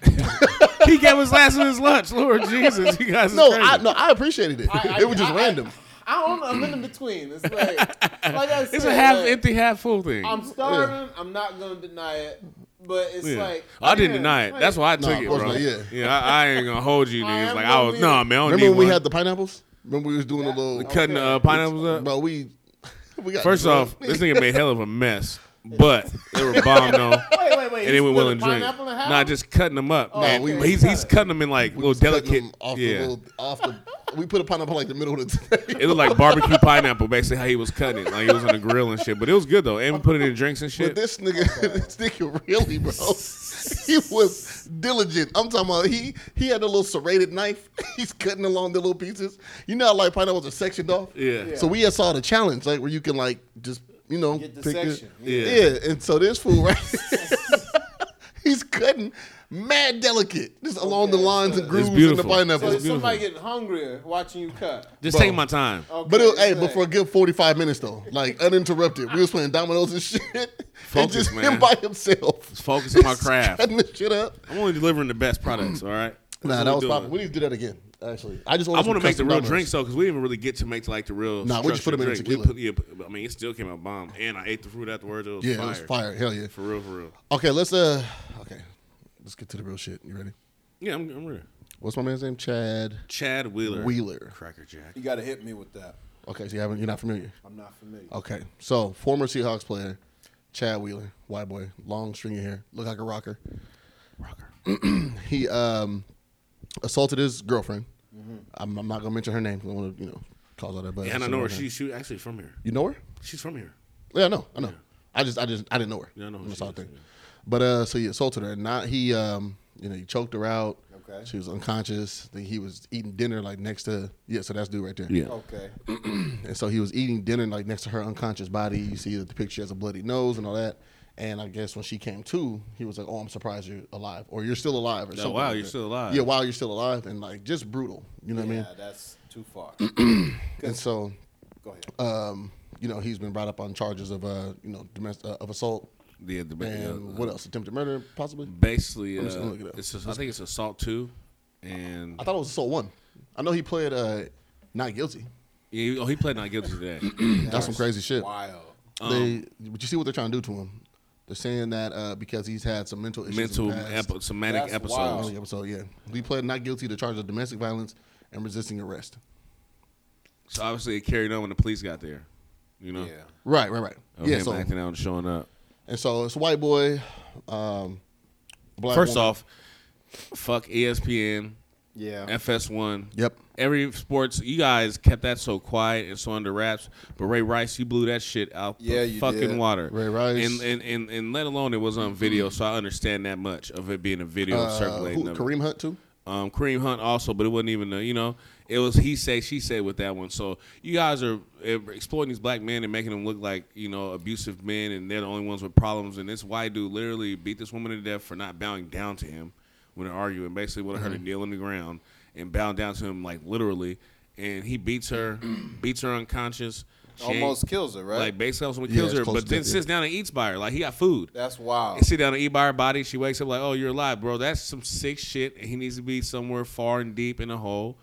[SPEAKER 1] he gave us last of his lunch. Lord Jesus, you guys is
[SPEAKER 3] no,
[SPEAKER 1] crazy.
[SPEAKER 3] I no, I appreciated it.
[SPEAKER 2] I- I-
[SPEAKER 3] it was just
[SPEAKER 2] I- I-
[SPEAKER 3] random.
[SPEAKER 2] I, don't know. I'm in the between.
[SPEAKER 3] (laughs)
[SPEAKER 2] It's like, like I said,
[SPEAKER 1] It's a half
[SPEAKER 2] like,
[SPEAKER 1] empty, half full thing.
[SPEAKER 2] I'm starving. I'm not gonna deny it, but it's
[SPEAKER 1] Yeah. Oh,
[SPEAKER 2] like
[SPEAKER 1] I didn't
[SPEAKER 2] man,
[SPEAKER 1] deny it.
[SPEAKER 2] like,
[SPEAKER 1] That's why I took
[SPEAKER 3] Nah,
[SPEAKER 1] it,
[SPEAKER 3] of course
[SPEAKER 1] bro.
[SPEAKER 3] not, yeah.
[SPEAKER 1] yeah, I, I ain't gonna hold you,
[SPEAKER 2] I
[SPEAKER 1] niggas.
[SPEAKER 2] am
[SPEAKER 1] Like
[SPEAKER 2] gonna
[SPEAKER 1] I was,
[SPEAKER 2] be-
[SPEAKER 1] no, nah, man. I don't
[SPEAKER 3] Remember
[SPEAKER 1] need
[SPEAKER 3] when we
[SPEAKER 1] one.
[SPEAKER 3] had the pineapples? Remember we was doing a little
[SPEAKER 1] cutting
[SPEAKER 2] Okay.
[SPEAKER 1] uh, pineapples up?
[SPEAKER 3] Bro, we (laughs) we got
[SPEAKER 1] First
[SPEAKER 3] drunk.
[SPEAKER 1] off, this nigga made hell of a mess, but they were bomb though.
[SPEAKER 2] Wait, wait, wait.
[SPEAKER 1] (laughs) and they
[SPEAKER 2] you
[SPEAKER 1] went
[SPEAKER 2] split
[SPEAKER 1] well and
[SPEAKER 2] a
[SPEAKER 1] drink.
[SPEAKER 2] pineapple in half?
[SPEAKER 1] Nah, just cutting them up.
[SPEAKER 2] Oh,
[SPEAKER 1] man.
[SPEAKER 3] okay.
[SPEAKER 1] But he's he's cutting them in like little
[SPEAKER 3] was cutting
[SPEAKER 1] delicate.
[SPEAKER 3] them off
[SPEAKER 1] yeah,
[SPEAKER 3] the little off the. We put a pineapple like the middle of the (laughs) table.
[SPEAKER 1] it looked like barbecue pineapple. Basically, how he was cutting it, like he was on the grill and shit. But it was good though, and we put it in drinks and
[SPEAKER 3] But
[SPEAKER 1] shit.
[SPEAKER 3] this nigga, (laughs) this nigga really, bro, (laughs) he was diligent. I'm talking about he he had a little serrated knife. (laughs) He's cutting along the little pieces. You know, how, like pineapples are sectioned off.
[SPEAKER 1] Yeah. Yeah.
[SPEAKER 3] So we had saw the challenge, like where you can like just you know
[SPEAKER 2] Get the
[SPEAKER 3] it.
[SPEAKER 2] section.
[SPEAKER 1] Yeah.
[SPEAKER 3] Yeah. And so this fool right, (laughs) he's cutting mad delicate, just along the
[SPEAKER 2] Okay,
[SPEAKER 3] lines
[SPEAKER 2] so-
[SPEAKER 3] and grooves in the
[SPEAKER 1] beautiful.
[SPEAKER 2] so
[SPEAKER 3] pineapples.
[SPEAKER 2] it's somebody getting hungrier watching you cut.
[SPEAKER 1] Just
[SPEAKER 3] bro.
[SPEAKER 1] taking my time.
[SPEAKER 2] Okay,
[SPEAKER 3] But it, hey,
[SPEAKER 2] it's
[SPEAKER 3] but for a
[SPEAKER 2] like-
[SPEAKER 3] good forty five minutes though, like uninterrupted, we was playing dominoes and (laughs) shit. and
[SPEAKER 1] Focus,
[SPEAKER 3] just him
[SPEAKER 1] man.
[SPEAKER 3] by himself.
[SPEAKER 1] Focus on my craft.
[SPEAKER 3] (laughs) Cutting the shit up.
[SPEAKER 1] I'm only delivering the best products. All right. That's what
[SPEAKER 3] Nah, that
[SPEAKER 1] we
[SPEAKER 3] was
[SPEAKER 1] doing.
[SPEAKER 3] popping. We need to do that again. Actually, I just
[SPEAKER 1] I
[SPEAKER 3] want.
[SPEAKER 1] want to make the real drinks though, because we didn't even really get to make like the real.
[SPEAKER 3] Nah, we just put
[SPEAKER 1] structured
[SPEAKER 3] 'em in
[SPEAKER 1] drink. We
[SPEAKER 3] tequila.
[SPEAKER 1] put- yeah, but- I mean, it still came out bomb, and I ate the fruit afterwards. It was
[SPEAKER 3] Yeah,
[SPEAKER 1] fire.
[SPEAKER 3] it was fire. Hell yeah.
[SPEAKER 1] For real, for real.
[SPEAKER 3] Okay, let's uh. Okay, let's get to the real shit. You ready?
[SPEAKER 1] Yeah, I'm, I'm real.
[SPEAKER 3] What's my man's name? Chad.
[SPEAKER 1] Chad Wheeler.
[SPEAKER 3] Wheeler.
[SPEAKER 1] Cracker Jack.
[SPEAKER 2] you gotta hit me with that.
[SPEAKER 3] Okay, so you haven't. You're not familiar.
[SPEAKER 2] I'm not familiar.
[SPEAKER 3] Okay, so former Seahawks player, Chad Wheeler, white boy, long string of hair, look like a rocker.
[SPEAKER 1] Rocker.
[SPEAKER 3] (clears throat) He um assaulted his girlfriend. I'm, I'm not gonna mention her name. 'cause I want to you know cause all that. But
[SPEAKER 1] Mm-hmm. Yeah, and I know her. She she actually from here.
[SPEAKER 3] You know her?
[SPEAKER 1] She's from here.
[SPEAKER 3] Yeah, I know. I know. I just, I just, I didn't know her.
[SPEAKER 1] Yeah, I know who
[SPEAKER 3] That's
[SPEAKER 1] she
[SPEAKER 3] all I
[SPEAKER 1] is,
[SPEAKER 3] think.
[SPEAKER 1] yeah.
[SPEAKER 3] But uh, so he assaulted her. Not he, um, you know, he choked her out.
[SPEAKER 2] Okay.
[SPEAKER 3] She was unconscious. Then he was eating dinner like next to yeah. So that's dude right there.
[SPEAKER 1] Yeah.
[SPEAKER 2] Okay.
[SPEAKER 3] And so he was eating dinner like next to her unconscious body. You see the picture she has a bloody nose and all that. And I guess when she came to, he was like, "Oh, I'm surprised you're alive, or you're still alive, or something."
[SPEAKER 1] wow,
[SPEAKER 3] like
[SPEAKER 1] you're
[SPEAKER 3] that.
[SPEAKER 1] still alive.
[SPEAKER 3] Yeah, wow, you're still alive, and like just brutal. You know what (clears throat) I
[SPEAKER 2] Yeah,
[SPEAKER 3] mean?
[SPEAKER 2] that's too
[SPEAKER 3] (clears throat)
[SPEAKER 2] far.
[SPEAKER 3] And so
[SPEAKER 2] Go ahead.
[SPEAKER 3] um, you know, he's been brought up on charges of uh, you know, domestic uh, of assault
[SPEAKER 1] The, the,
[SPEAKER 3] and
[SPEAKER 1] uh,
[SPEAKER 3] what else? Attempted murder, possibly.
[SPEAKER 1] Basically, uh,
[SPEAKER 3] I'm just gonna look it up.
[SPEAKER 1] it's a, I think it's assault two, and
[SPEAKER 3] I thought it was assault one. I know he played uh,
[SPEAKER 1] (clears throat)
[SPEAKER 3] not guilty.
[SPEAKER 1] yeah, he- oh, he played not guilty
[SPEAKER 3] (clears throat)
[SPEAKER 1] today.
[SPEAKER 3] That's some crazy shit.
[SPEAKER 2] Wild.
[SPEAKER 3] They,
[SPEAKER 1] Um,
[SPEAKER 3] but you see what they're trying to do to him? They're saying that uh, because he's had some mental issues. in the
[SPEAKER 1] Mental,
[SPEAKER 3] past.
[SPEAKER 1] epi- somatic
[SPEAKER 2] That's
[SPEAKER 1] episodes.
[SPEAKER 2] wild.
[SPEAKER 3] Oh, yeah, so yeah, he pled not guilty to charge of domestic violence and resisting arrest.
[SPEAKER 1] So obviously, it carried on when the police got there. You know,
[SPEAKER 2] Yeah.
[SPEAKER 3] Right, right, right.
[SPEAKER 1] Of
[SPEAKER 3] yeah,
[SPEAKER 1] him
[SPEAKER 3] so
[SPEAKER 1] acting out and showing up.
[SPEAKER 3] and so it's a white boy. Um, black
[SPEAKER 1] First
[SPEAKER 3] woman.
[SPEAKER 1] off, fuck E ESPN,
[SPEAKER 2] Yeah.
[SPEAKER 1] FS1.
[SPEAKER 3] Yep.
[SPEAKER 1] Every sports, you guys kept that so quiet and so under wraps. But Ray Rice, you blew that shit out
[SPEAKER 2] Yeah,
[SPEAKER 1] the
[SPEAKER 2] you
[SPEAKER 1] fucking
[SPEAKER 2] did.
[SPEAKER 1] water.
[SPEAKER 3] Ray Rice.
[SPEAKER 1] and, and and and let alone it was on video, so I understand that much of it being a video
[SPEAKER 3] uh,
[SPEAKER 1] circulating.
[SPEAKER 3] who,
[SPEAKER 1] of it.
[SPEAKER 3] Kareem Hunt too.
[SPEAKER 1] Um, Kareem Hunt also, but it wasn't even a, you know it was he say she said with that one. So you guys are eh, exploiting these black men and making them look like you know abusive men, and they're the only ones with problems. And this white dude literally beat this woman to death for not bowing down to him when they're arguing. Basically, wanted
[SPEAKER 3] Mm-hmm.
[SPEAKER 1] her to kneel on the ground and bow down to him like literally, and he beats
[SPEAKER 3] (clears throat)
[SPEAKER 1] her, beats her unconscious. She ain't-
[SPEAKER 2] Almost kills her, right?
[SPEAKER 1] Like basically almost
[SPEAKER 3] Yeah,
[SPEAKER 1] kills
[SPEAKER 3] it's
[SPEAKER 1] her,
[SPEAKER 3] close
[SPEAKER 1] but
[SPEAKER 3] to
[SPEAKER 1] then
[SPEAKER 3] death, yeah.
[SPEAKER 1] sits down and eats by her. Like he got food.
[SPEAKER 2] that's wild.
[SPEAKER 1] And sit down and eat by her body. She wakes up like, oh, you're alive, bro. That's some sick shit. And he needs to be somewhere far and deep in a hole.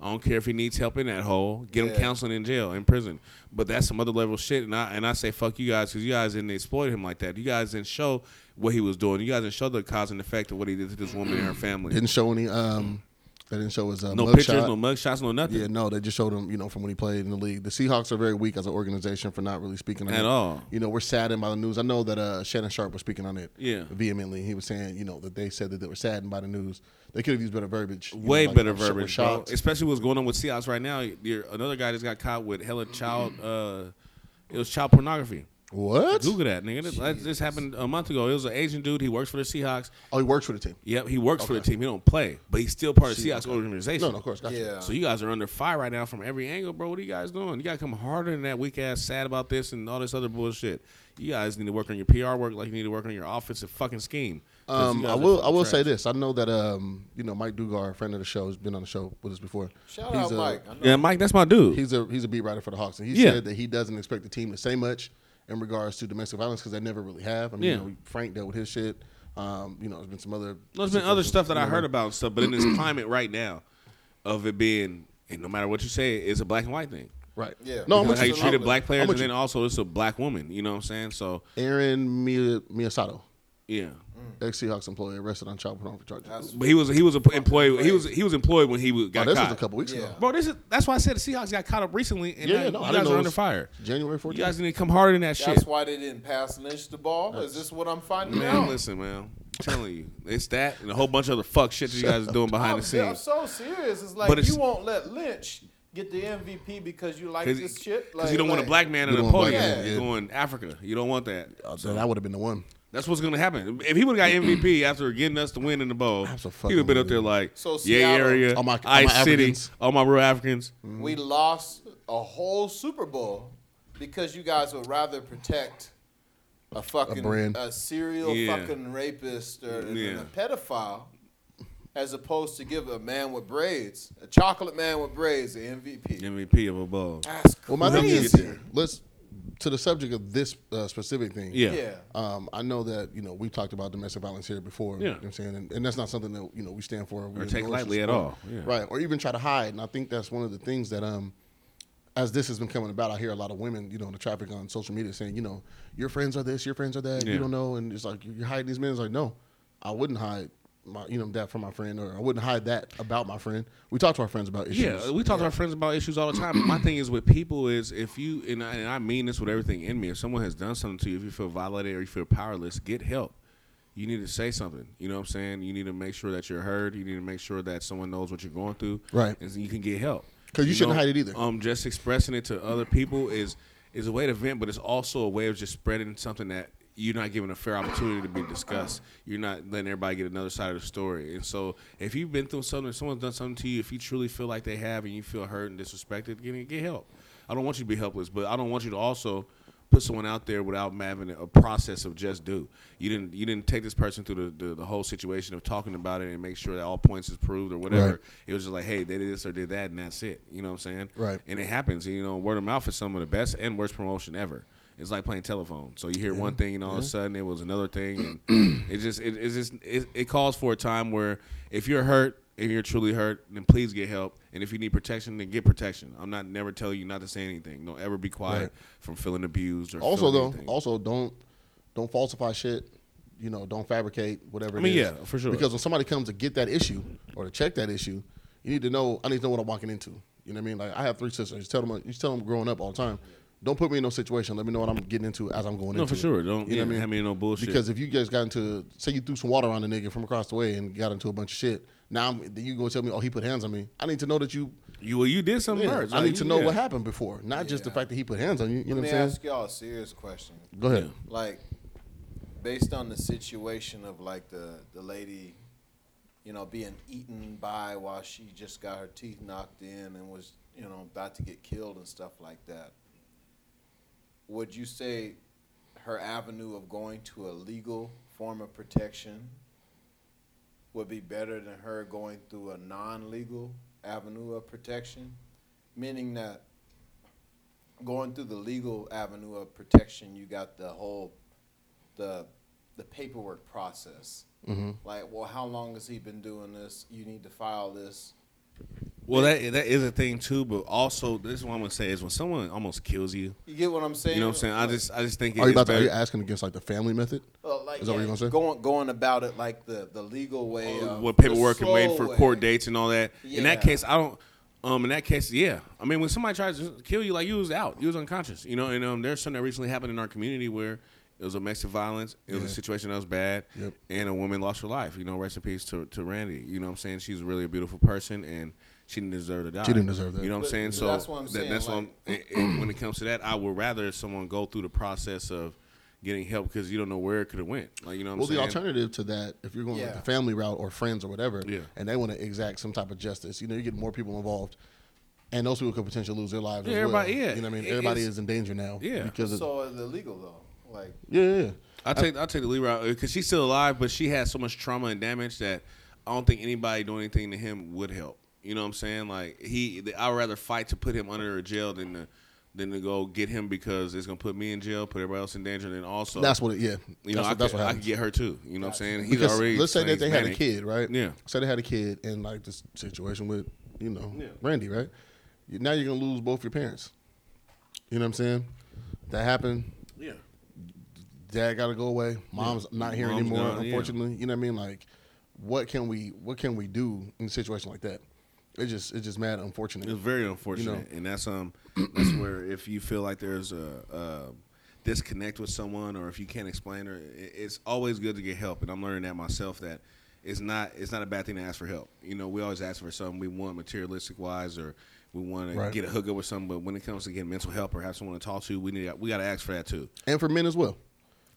[SPEAKER 1] I don't care if he needs help in that hole. Get him
[SPEAKER 2] Yeah.
[SPEAKER 1] counseling in jail, in prison. But that's some other level shit. And I and I say fuck you guys because you guys didn't exploit him like that. You guys didn't show what he was doing. You guys didn't show the cause and effect of what he did to this woman and her family.
[SPEAKER 3] Didn't show any. Um, they didn't show his uh,
[SPEAKER 1] No
[SPEAKER 3] mug
[SPEAKER 1] pictures,
[SPEAKER 3] shot.
[SPEAKER 1] no mug shots, no nothing.
[SPEAKER 3] Yeah, no, they just showed him, you know, from when he played in the league. The Seahawks are very weak as an organization for not really speaking on
[SPEAKER 1] At
[SPEAKER 3] it.
[SPEAKER 1] all.
[SPEAKER 3] You know, we're saddened by the news. I know that uh, Shannon Sharp was speaking on it
[SPEAKER 1] Yeah.
[SPEAKER 3] vehemently. He was saying, you know, that they said that they were saddened by the news. They could have used better verbiage. you know,
[SPEAKER 1] Way
[SPEAKER 3] like, uh,
[SPEAKER 1] better
[SPEAKER 3] we're sh- we're
[SPEAKER 1] verbiage, bro.
[SPEAKER 3] shocked.
[SPEAKER 1] Especially what's going on with Seahawks right now. You're, another guy just got caught with hella child. Uh, it was child pornography.
[SPEAKER 3] What?
[SPEAKER 1] Google that, nigga. This, that- this happened a month ago. It was an Asian dude. He works for the Seahawks.
[SPEAKER 3] Oh, he works for the team.
[SPEAKER 1] Yep, he works for the team. He don't play, but he's still part of the Seahawks organization.
[SPEAKER 3] No, no, of course. Gotcha.
[SPEAKER 2] yeah.
[SPEAKER 1] So you guys are under fire right now from every angle, bro. What are you guys doing? You gotta come harder than that. Weak ass, sad about this and all this other bullshit. You guys need to work on your PR work, like you need to work on your offensive fucking scheme. 'Cause you
[SPEAKER 3] Um,
[SPEAKER 1] guys
[SPEAKER 3] I
[SPEAKER 1] are
[SPEAKER 3] will. I
[SPEAKER 1] fucking
[SPEAKER 3] will
[SPEAKER 1] trash.
[SPEAKER 3] say this. I know that um, you know Mike Dugar, a friend of the show, has been on the show with us before.
[SPEAKER 2] Shout
[SPEAKER 3] He's uh,
[SPEAKER 2] out
[SPEAKER 3] a-
[SPEAKER 2] Mike. I know
[SPEAKER 1] Yeah, Mike, that's my dude.
[SPEAKER 3] He's a he's a beat writer for the Hawks, and he
[SPEAKER 1] Yeah.
[SPEAKER 3] said that he doesn't expect the team to say much in regards to domestic violence because they never really have. I mean,
[SPEAKER 1] Yeah.
[SPEAKER 3] you know, Frank dealt with his shit. Um, you know, there's been some other.
[SPEAKER 1] There's been other stuff that I heard about and stuff, but in this climate right now, of it being and no matter what you say, it's a black and white thing.
[SPEAKER 3] Right.
[SPEAKER 2] Yeah.
[SPEAKER 3] No, I'm
[SPEAKER 1] Because
[SPEAKER 3] with
[SPEAKER 1] how you
[SPEAKER 3] you.
[SPEAKER 1] treated
[SPEAKER 3] I'm
[SPEAKER 1] black players,
[SPEAKER 3] with
[SPEAKER 1] and then
[SPEAKER 3] you.
[SPEAKER 1] also it's a black woman. You know what I'm saying? So
[SPEAKER 3] Aaron Mi- Miyasato,
[SPEAKER 1] yeah,
[SPEAKER 3] ex Seahawks employee, arrested on child pornography charges.
[SPEAKER 1] but he was he was a employee. He was he was employed when he was,
[SPEAKER 3] Oh,
[SPEAKER 1] got
[SPEAKER 3] this
[SPEAKER 1] caught.
[SPEAKER 3] was a couple weeks
[SPEAKER 2] Yeah.
[SPEAKER 3] ago.
[SPEAKER 1] Bro, this is that's why I said the Seahawks got caught up recently, and
[SPEAKER 3] Yeah,
[SPEAKER 1] now
[SPEAKER 3] yeah, no, I
[SPEAKER 1] you guys
[SPEAKER 3] didn't know
[SPEAKER 1] are
[SPEAKER 3] it
[SPEAKER 1] under
[SPEAKER 3] was
[SPEAKER 1] fire.
[SPEAKER 3] January 14th.
[SPEAKER 1] You guys need to come harder than that
[SPEAKER 2] That's
[SPEAKER 1] shit.
[SPEAKER 2] why they didn't pass Lynch the ball. Is this what I'm finding
[SPEAKER 1] Man,
[SPEAKER 2] out?
[SPEAKER 1] listen, man, I'm telling you, it's that and a whole bunch of other fuck shit that you guys are doing behind
[SPEAKER 2] I'm,
[SPEAKER 1] the
[SPEAKER 3] (laughs)
[SPEAKER 2] I'm
[SPEAKER 1] scenes.
[SPEAKER 2] so serious. It's like
[SPEAKER 1] But it's-
[SPEAKER 2] you won't let Lynch get the MVP because you like this
[SPEAKER 1] Because
[SPEAKER 2] shit. Like
[SPEAKER 1] you don't want a
[SPEAKER 2] like-
[SPEAKER 1] black man
[SPEAKER 3] You
[SPEAKER 1] in a
[SPEAKER 3] don't want a
[SPEAKER 1] podium
[SPEAKER 3] black
[SPEAKER 2] man,
[SPEAKER 3] yeah.
[SPEAKER 1] going Africa. You don't want that.
[SPEAKER 3] Oh, then that would have been the one.
[SPEAKER 1] That's what's gonna happen. If he would
[SPEAKER 3] (clears throat)
[SPEAKER 1] have got MVP after getting us the win in the bowl, he
[SPEAKER 3] Absolutely.
[SPEAKER 1] would have been up there like,
[SPEAKER 2] So
[SPEAKER 1] yeah,
[SPEAKER 2] Seattle-
[SPEAKER 1] area,
[SPEAKER 3] All my- all my
[SPEAKER 1] Ice City,
[SPEAKER 3] Africans. Mm-hmm.
[SPEAKER 1] all my real Africans.
[SPEAKER 2] We lost a whole Super Bowl because you guys would rather protect a fucking
[SPEAKER 3] brand.
[SPEAKER 2] a, serial
[SPEAKER 1] Yeah.
[SPEAKER 2] fucking rapist or and
[SPEAKER 1] Yeah.
[SPEAKER 2] a pedophile as opposed to give a man with braids, a chocolate man with braids, the MVP.
[SPEAKER 1] MVP of a bowl.
[SPEAKER 2] That's
[SPEAKER 3] Well, my thing
[SPEAKER 2] crazy.
[SPEAKER 3] is, let's to the subject of this uh, specific thing.
[SPEAKER 1] Yeah.
[SPEAKER 2] yeah.
[SPEAKER 3] Um, I know that you know we've talked about domestic violence here before. You know
[SPEAKER 1] Yeah.
[SPEAKER 3] what I'm saying, and, and that's not something that you know we stand for we
[SPEAKER 1] Or take
[SPEAKER 3] endorse
[SPEAKER 1] lightly at
[SPEAKER 3] support.
[SPEAKER 1] all. Yeah.
[SPEAKER 3] right? Or even try to hide. And I think that's one of the things that um, as this has been coming about, I hear a lot of women, you know, in the traffic on social media saying, you know, your friends are this, your friends are that, you
[SPEAKER 1] Yeah.
[SPEAKER 3] don't know, and it's like you're hiding these men. It's like no, I wouldn't hide. My, you know that from my friend, or I wouldn't hide that about my friend. We talk to our friends about issues.
[SPEAKER 1] Yeah, we talk to our friends about issues all the time. My thing is with people is if you and I, and I mean this with everything in me. If someone has done something to you, if you feel violated or you feel powerless, get help. You need to say something. You know what I'm saying? You need to make sure that you're heard. You need to make sure that someone knows what you're going through.
[SPEAKER 3] Right.
[SPEAKER 1] And so you can get help.
[SPEAKER 3] 'Cause you shouldn't
[SPEAKER 1] know,
[SPEAKER 3] hide it either.
[SPEAKER 1] Um, just expressing it to other people is is a way to vent, but it's also a way of just spreading something that you're not given a fair opportunity to be discussed. You're not letting everybody get another side of the story. And so, if you've been through something, if someone's done something to you, if you truly feel like they have, and you feel hurt and disrespected, get, get help. I don't want you to be helpless, but I don't want you to also put someone out there without having a process of just do. You didn't you didn't take this person through the, the, the whole situation of talking about it and make sure that all points is proved or whatever.
[SPEAKER 3] Right.
[SPEAKER 1] It was just like, hey, they did this or did that, and that's it. You know what I'm saying?
[SPEAKER 3] Right.
[SPEAKER 1] And it happens. You know, word of mouth is some of the best and worst promotion ever. It's like playing telephone. So you hear one thing, and all of a sudden it was another thing,
[SPEAKER 3] (clears throat)
[SPEAKER 1] and it just it, it's just it, it calls for a time where if you're hurt. and you're truly hurt, then please get help. And if you need protection, then get protection. I'm not never telling you not to say anything. Don't ever be quiet
[SPEAKER 3] Right.
[SPEAKER 1] from feeling abused or
[SPEAKER 3] Also
[SPEAKER 1] feeling
[SPEAKER 3] though,
[SPEAKER 1] anything.
[SPEAKER 3] also don't don't falsify shit. You know, don't fabricate whatever.
[SPEAKER 1] I mean,
[SPEAKER 3] it is.
[SPEAKER 1] yeah, for sure.
[SPEAKER 3] Because when somebody comes to get that issue or to check that issue, you need to know. I need to know what I'm walking into. You know what I mean? Like I have three sisters. You tell them, you tell them growing up all the time. Don't put me in no situation. Let me know what I'm getting into as I'm going into.
[SPEAKER 1] No, for
[SPEAKER 3] it."
[SPEAKER 1] sure. Don't
[SPEAKER 3] you
[SPEAKER 1] yeah,
[SPEAKER 3] know what I mean?
[SPEAKER 1] have me in no bullshit.
[SPEAKER 3] Because if you guys got into, say you threw some water on a nigga from across the way and got into a bunch of shit, now I'm, then you go tell me, oh, he put hands on me. I need to know that you.
[SPEAKER 1] you well, you did something
[SPEAKER 3] yeah,
[SPEAKER 1] first.
[SPEAKER 3] I
[SPEAKER 1] Like,
[SPEAKER 3] need to
[SPEAKER 1] you-
[SPEAKER 3] know
[SPEAKER 1] yeah.
[SPEAKER 3] what happened before, not just the fact that he put hands on you. You
[SPEAKER 2] Let
[SPEAKER 3] know what
[SPEAKER 2] me
[SPEAKER 3] I'm saying?
[SPEAKER 2] ask y'all a serious question.
[SPEAKER 3] go ahead.
[SPEAKER 2] Like, based on the situation of like the the lady, you know, being eaten by while she just got her teeth knocked in and was you know about to get killed and stuff like that. Would you say her avenue of going to a legal form of protection would be better than her going through a non-legal avenue of protection, meaning that going through the legal avenue of protection, you got the whole the the paperwork process.
[SPEAKER 1] Mm-hmm.
[SPEAKER 2] Like, well, how long has he been doing this? You need to file this.
[SPEAKER 1] Well, that that is a thing too. But also, this is what I'm gonna say is when someone almost kills you,
[SPEAKER 2] You get what I'm saying?
[SPEAKER 1] you know what I'm saying. I just I just think
[SPEAKER 3] Are you
[SPEAKER 1] it's
[SPEAKER 3] about to, are
[SPEAKER 1] better.
[SPEAKER 3] you asking against like the family method?
[SPEAKER 2] Uh, like,
[SPEAKER 3] Is that what you're gonna say?
[SPEAKER 2] Going going about it like the the legal way.
[SPEAKER 3] uh,
[SPEAKER 2] of-
[SPEAKER 1] with Uh, paperwork
[SPEAKER 2] the
[SPEAKER 1] and waiting for
[SPEAKER 2] slow
[SPEAKER 1] court
[SPEAKER 2] way.
[SPEAKER 1] dates and all that. In that
[SPEAKER 2] Yeah.
[SPEAKER 1] case, I don't. Um, in that case, yeah. I mean, when somebody tries to kill you, like you was out, you was unconscious, you know. And um, there's something that recently happened in our community where it was domestic violence. It was a situation that was bad,
[SPEAKER 3] Yep.
[SPEAKER 1] and a woman lost her life. You know, rest in peace to, to Randy. You know, what I'm saying she's really a beautiful person, and she didn't deserve to die.
[SPEAKER 3] didn't deserve that.
[SPEAKER 1] You know what I'm saying?
[SPEAKER 2] But
[SPEAKER 1] So
[SPEAKER 2] that's what I'm
[SPEAKER 1] that-
[SPEAKER 2] saying,
[SPEAKER 1] That's what
[SPEAKER 2] like-
[SPEAKER 1] I'm and, and when it comes to that, I would rather someone go through the process of getting help because you don't know where it could have went. Like you know, what
[SPEAKER 3] Well,
[SPEAKER 1] I'm
[SPEAKER 3] the
[SPEAKER 1] saying?
[SPEAKER 3] alternative to that, if you're going like
[SPEAKER 2] Yeah.
[SPEAKER 3] the family route or friends or whatever,
[SPEAKER 1] Yeah.
[SPEAKER 3] and they want to exact some type of justice, you know, you get more people involved, and those people could potentially lose their lives.
[SPEAKER 1] Yeah,
[SPEAKER 3] as well.
[SPEAKER 1] everybody- yeah.
[SPEAKER 3] you know what I mean.
[SPEAKER 1] It-
[SPEAKER 3] Everybody
[SPEAKER 1] it's-
[SPEAKER 3] is in danger now.
[SPEAKER 1] Yeah.
[SPEAKER 3] because of,
[SPEAKER 2] So is illegal though. Like
[SPEAKER 3] yeah, yeah, yeah.
[SPEAKER 1] I take I take the lead route because she's still alive, but she has so much trauma and damage that I don't think anybody doing anything to him would help. You know what I'm saying? Like he, I would rather fight to put him under a jail than to than to go get him because it's gonna put me in jail, put everybody else in danger, and then also
[SPEAKER 3] That's what. It, yeah,
[SPEAKER 1] you know
[SPEAKER 3] that's,
[SPEAKER 1] I,
[SPEAKER 3] what, that's
[SPEAKER 1] could,
[SPEAKER 3] what
[SPEAKER 1] I
[SPEAKER 3] happens.
[SPEAKER 1] could get her too. You know what I'm saying? He's
[SPEAKER 3] Because
[SPEAKER 1] already
[SPEAKER 3] let's say
[SPEAKER 1] saying
[SPEAKER 3] that they
[SPEAKER 1] he's
[SPEAKER 3] had a
[SPEAKER 1] manic.
[SPEAKER 3] kid, right?
[SPEAKER 1] Yeah.
[SPEAKER 3] Say they had a kid, and like this situation with you know Randy, right? You- Now you're gonna lose both your parents. You know what I'm saying? That happened.
[SPEAKER 1] Yeah.
[SPEAKER 3] dad got to go away. Mom's not here
[SPEAKER 1] Mom's
[SPEAKER 3] anymore,
[SPEAKER 1] gone, yeah.
[SPEAKER 3] unfortunately. You know what I mean? Like, what can we what can we do in a situation like that? It just it's just mad unfortunate.
[SPEAKER 1] It's very unfortunate, and that's um, that's (clears throat) where if you feel like there's a, a disconnect with someone, or if you can't explain, or it- it's always good to get help. And I'm learning that myself that it's not it's not a bad thing to ask for help. You know, we always ask for something we want materialistic wise, or we want to
[SPEAKER 3] Right.
[SPEAKER 1] get a hookup or something. But when it comes to getting mental help or have someone to talk to, we need we got to ask for that too.
[SPEAKER 3] and for men as well.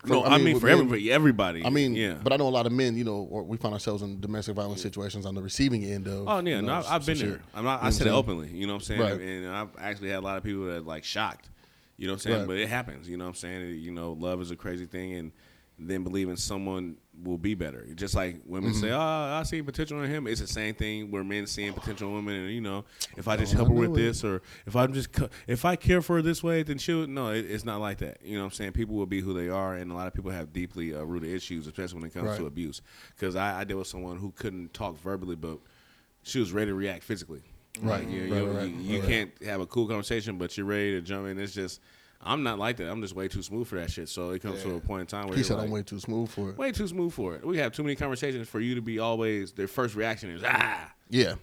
[SPEAKER 3] For-
[SPEAKER 1] no, I mean,
[SPEAKER 3] with
[SPEAKER 1] for
[SPEAKER 3] men-
[SPEAKER 1] everybody, everybody.
[SPEAKER 3] I mean,
[SPEAKER 1] yeah,
[SPEAKER 3] but I know a lot of men. You know, or we find ourselves in domestic violence situations on the receiving end of.
[SPEAKER 1] Oh yeah,
[SPEAKER 3] you know,
[SPEAKER 1] no, I've- I've
[SPEAKER 3] some
[SPEAKER 1] been
[SPEAKER 3] shit.
[SPEAKER 1] there. I'm not,
[SPEAKER 3] You know
[SPEAKER 1] I
[SPEAKER 3] what
[SPEAKER 1] said it
[SPEAKER 3] saying?
[SPEAKER 1] openly. You know what I'm saying?
[SPEAKER 3] Right.
[SPEAKER 1] And I've actually had a lot of people that like shocked. You know what I'm saying?
[SPEAKER 3] Right.
[SPEAKER 1] But it happens. You know what I'm saying? You know, love is a crazy thing, and then believing someone will be better. Just like women
[SPEAKER 3] Mm-hmm.
[SPEAKER 1] say, "Oh, I see potential in him." It's the same thing where men seeing potential in women, and you know, if
[SPEAKER 3] Oh,
[SPEAKER 1] I just help her with this, or if I'm just cu- if I care for her this way, then she'll. No, it, it's not like that. You know what I'm saying? People will be who they are, and a lot of people have deeply uh, rooted issues, especially when it comes
[SPEAKER 3] Right.
[SPEAKER 1] to abuse. Because I, I deal with someone who couldn't talk verbally, but she was ready to react physically.
[SPEAKER 3] Right,
[SPEAKER 1] Like, You,
[SPEAKER 3] right,
[SPEAKER 1] you,
[SPEAKER 3] right,
[SPEAKER 1] you- you can't have a cool conversation, but you're ready to jump in. It's just, I'm not like that. I'm just way too smooth for that shit. So it comes to a point in time where
[SPEAKER 3] He
[SPEAKER 1] you're
[SPEAKER 3] said
[SPEAKER 1] like,
[SPEAKER 3] I'm way too smooth for it.
[SPEAKER 1] way too smooth for it. We have too many conversations for you to be always, their first reaction is, ah.
[SPEAKER 3] Yeah,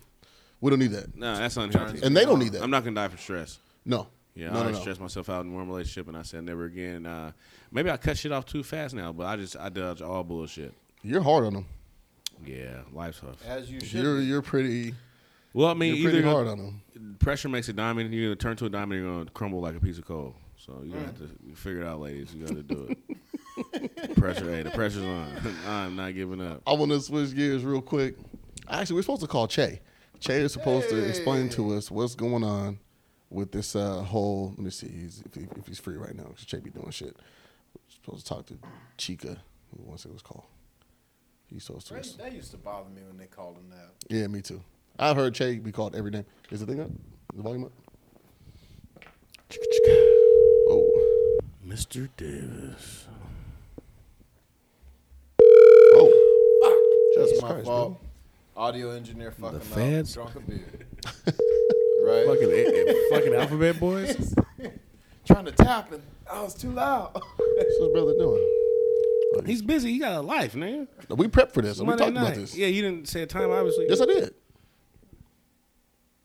[SPEAKER 3] we don't need that,
[SPEAKER 1] No, that's unhealthy.
[SPEAKER 3] and they don't need that.
[SPEAKER 1] I'm not going to die from stress.
[SPEAKER 3] no.
[SPEAKER 1] Yeah, I
[SPEAKER 3] no, no,
[SPEAKER 1] always
[SPEAKER 3] no.
[SPEAKER 1] stress myself out in one relationship, and I said never again. Uh, maybe I cut shit off too fast now, but I just, I dodge all bullshit.
[SPEAKER 3] You're hard on them.
[SPEAKER 1] Yeah, life's tough.
[SPEAKER 2] as you should.
[SPEAKER 3] You're you're pretty.
[SPEAKER 1] Well, I mean,
[SPEAKER 3] You're pretty
[SPEAKER 1] either
[SPEAKER 3] hard on them.
[SPEAKER 1] pressure makes a diamond. You're gonna turn to a diamond. You're gonna crumble like a piece of coal. So you're gonna have to figure it (laughs) out, ladies. You gotta do it. Pressure, hey, the pressure's on. (laughs) I'm not giving up.
[SPEAKER 3] I want to switch gears real quick. Actually, we're supposed to call Che. Che is supposed to explain to us what's going on with this uh, whole. Let me see he's, if, he, if he's free right now because Che be doing shit. We're supposed to talk to Chica. Who wants it was called? He's supposed to.
[SPEAKER 2] That, that used to bother me when they called him that.
[SPEAKER 3] Yeah, me too. I've heard Che be called every name. Is the thing up? Is the volume up? Oh,
[SPEAKER 1] Mr. Davis.
[SPEAKER 3] oh,
[SPEAKER 2] That's
[SPEAKER 3] Jesus
[SPEAKER 2] my
[SPEAKER 3] Christ,
[SPEAKER 2] fault. Audio engineer fucking
[SPEAKER 1] feds?
[SPEAKER 2] up, drunk
[SPEAKER 1] (laughs)
[SPEAKER 2] a beer. right?
[SPEAKER 1] Fucking, eh, eh, fucking alphabet boys.
[SPEAKER 2] (laughs) Trying to tap and I was too loud. (laughs)
[SPEAKER 3] what's his brother doing?
[SPEAKER 1] He's busy. He got a life, man.
[SPEAKER 3] We prepped for this. and we
[SPEAKER 1] Monday
[SPEAKER 3] talked about
[SPEAKER 1] night.
[SPEAKER 3] this.
[SPEAKER 1] Yeah, you didn't say a time, obviously.
[SPEAKER 3] Yes, I did.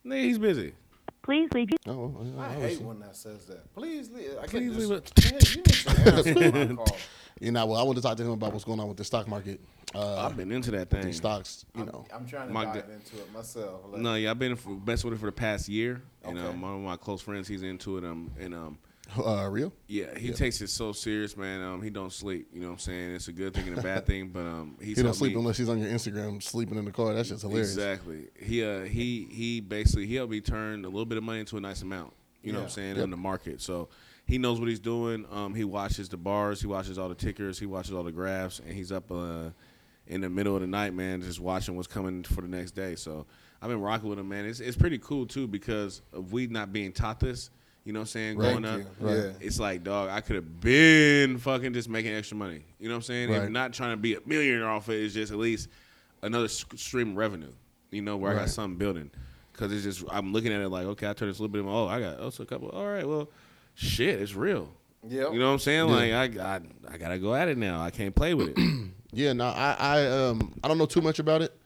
[SPEAKER 1] Nigga, he's busy.
[SPEAKER 4] Please leave your
[SPEAKER 3] Oh, well, I- I
[SPEAKER 2] I
[SPEAKER 3] was-
[SPEAKER 2] hate when that says that. Please leave. I
[SPEAKER 1] Please
[SPEAKER 2] Please
[SPEAKER 1] leave
[SPEAKER 2] leave (laughs)
[SPEAKER 1] it.
[SPEAKER 2] Man, you need to
[SPEAKER 1] (laughs)
[SPEAKER 2] answer when I call.
[SPEAKER 3] You know, well, I want to talk to him about what's going on with the stock market. Uh,
[SPEAKER 1] I've been into that thing.
[SPEAKER 3] these stocks, you know.
[SPEAKER 2] I'm trying to
[SPEAKER 1] My
[SPEAKER 2] dive
[SPEAKER 1] d-
[SPEAKER 2] into it myself. Like,
[SPEAKER 1] No, yeah, I've been for, best with it for the past year. And
[SPEAKER 2] Okay.
[SPEAKER 1] um, one of my close friends, he's into it. Um, and um,
[SPEAKER 3] Uh, real?
[SPEAKER 1] yeah, he takes it so serious, man. Um, he don't sleep. You know what I'm saying? It's a good thing and a
[SPEAKER 3] (laughs)
[SPEAKER 1] bad thing, but um, he's
[SPEAKER 3] He don't
[SPEAKER 1] helped
[SPEAKER 3] sleep
[SPEAKER 1] me-
[SPEAKER 3] unless he's on your Instagram sleeping in the car. That's just hilarious.
[SPEAKER 1] Exactly. He uh he he basically he helped me turn a little bit of money into a nice amount. You know what I'm
[SPEAKER 2] Yeah.
[SPEAKER 1] saying
[SPEAKER 3] Yep.
[SPEAKER 1] in the market. So he knows what he's doing. Um, he watches the bars. He watches all the tickers. He watches all the graphs, and he's up uh in the middle of the night, man, just watching what's coming for the next day. So I've been rocking with him, man. It's it's pretty cool too because of we not being taught this. You know what I'm saying?
[SPEAKER 2] Thank
[SPEAKER 1] Growing up,
[SPEAKER 2] you. Right. Yeah.
[SPEAKER 1] it's like, dog, I could have been fucking just making extra money. You know what I'm saying? If
[SPEAKER 3] Right.
[SPEAKER 1] not trying to be a millionaire off it, it's just at least another sc- stream of revenue. You know, where I
[SPEAKER 3] Right.
[SPEAKER 1] got something building. Because it's just, I'm looking at it like, okay, I turned this little bit of, oh, I got, oh, so a couple, all right, well, shit, it's real.
[SPEAKER 2] Yep.
[SPEAKER 1] You know what I'm saying? Like, I, I, I got to go at it now. I can't play with it.
[SPEAKER 3] Yeah, no, I, I um I don't know too much about it.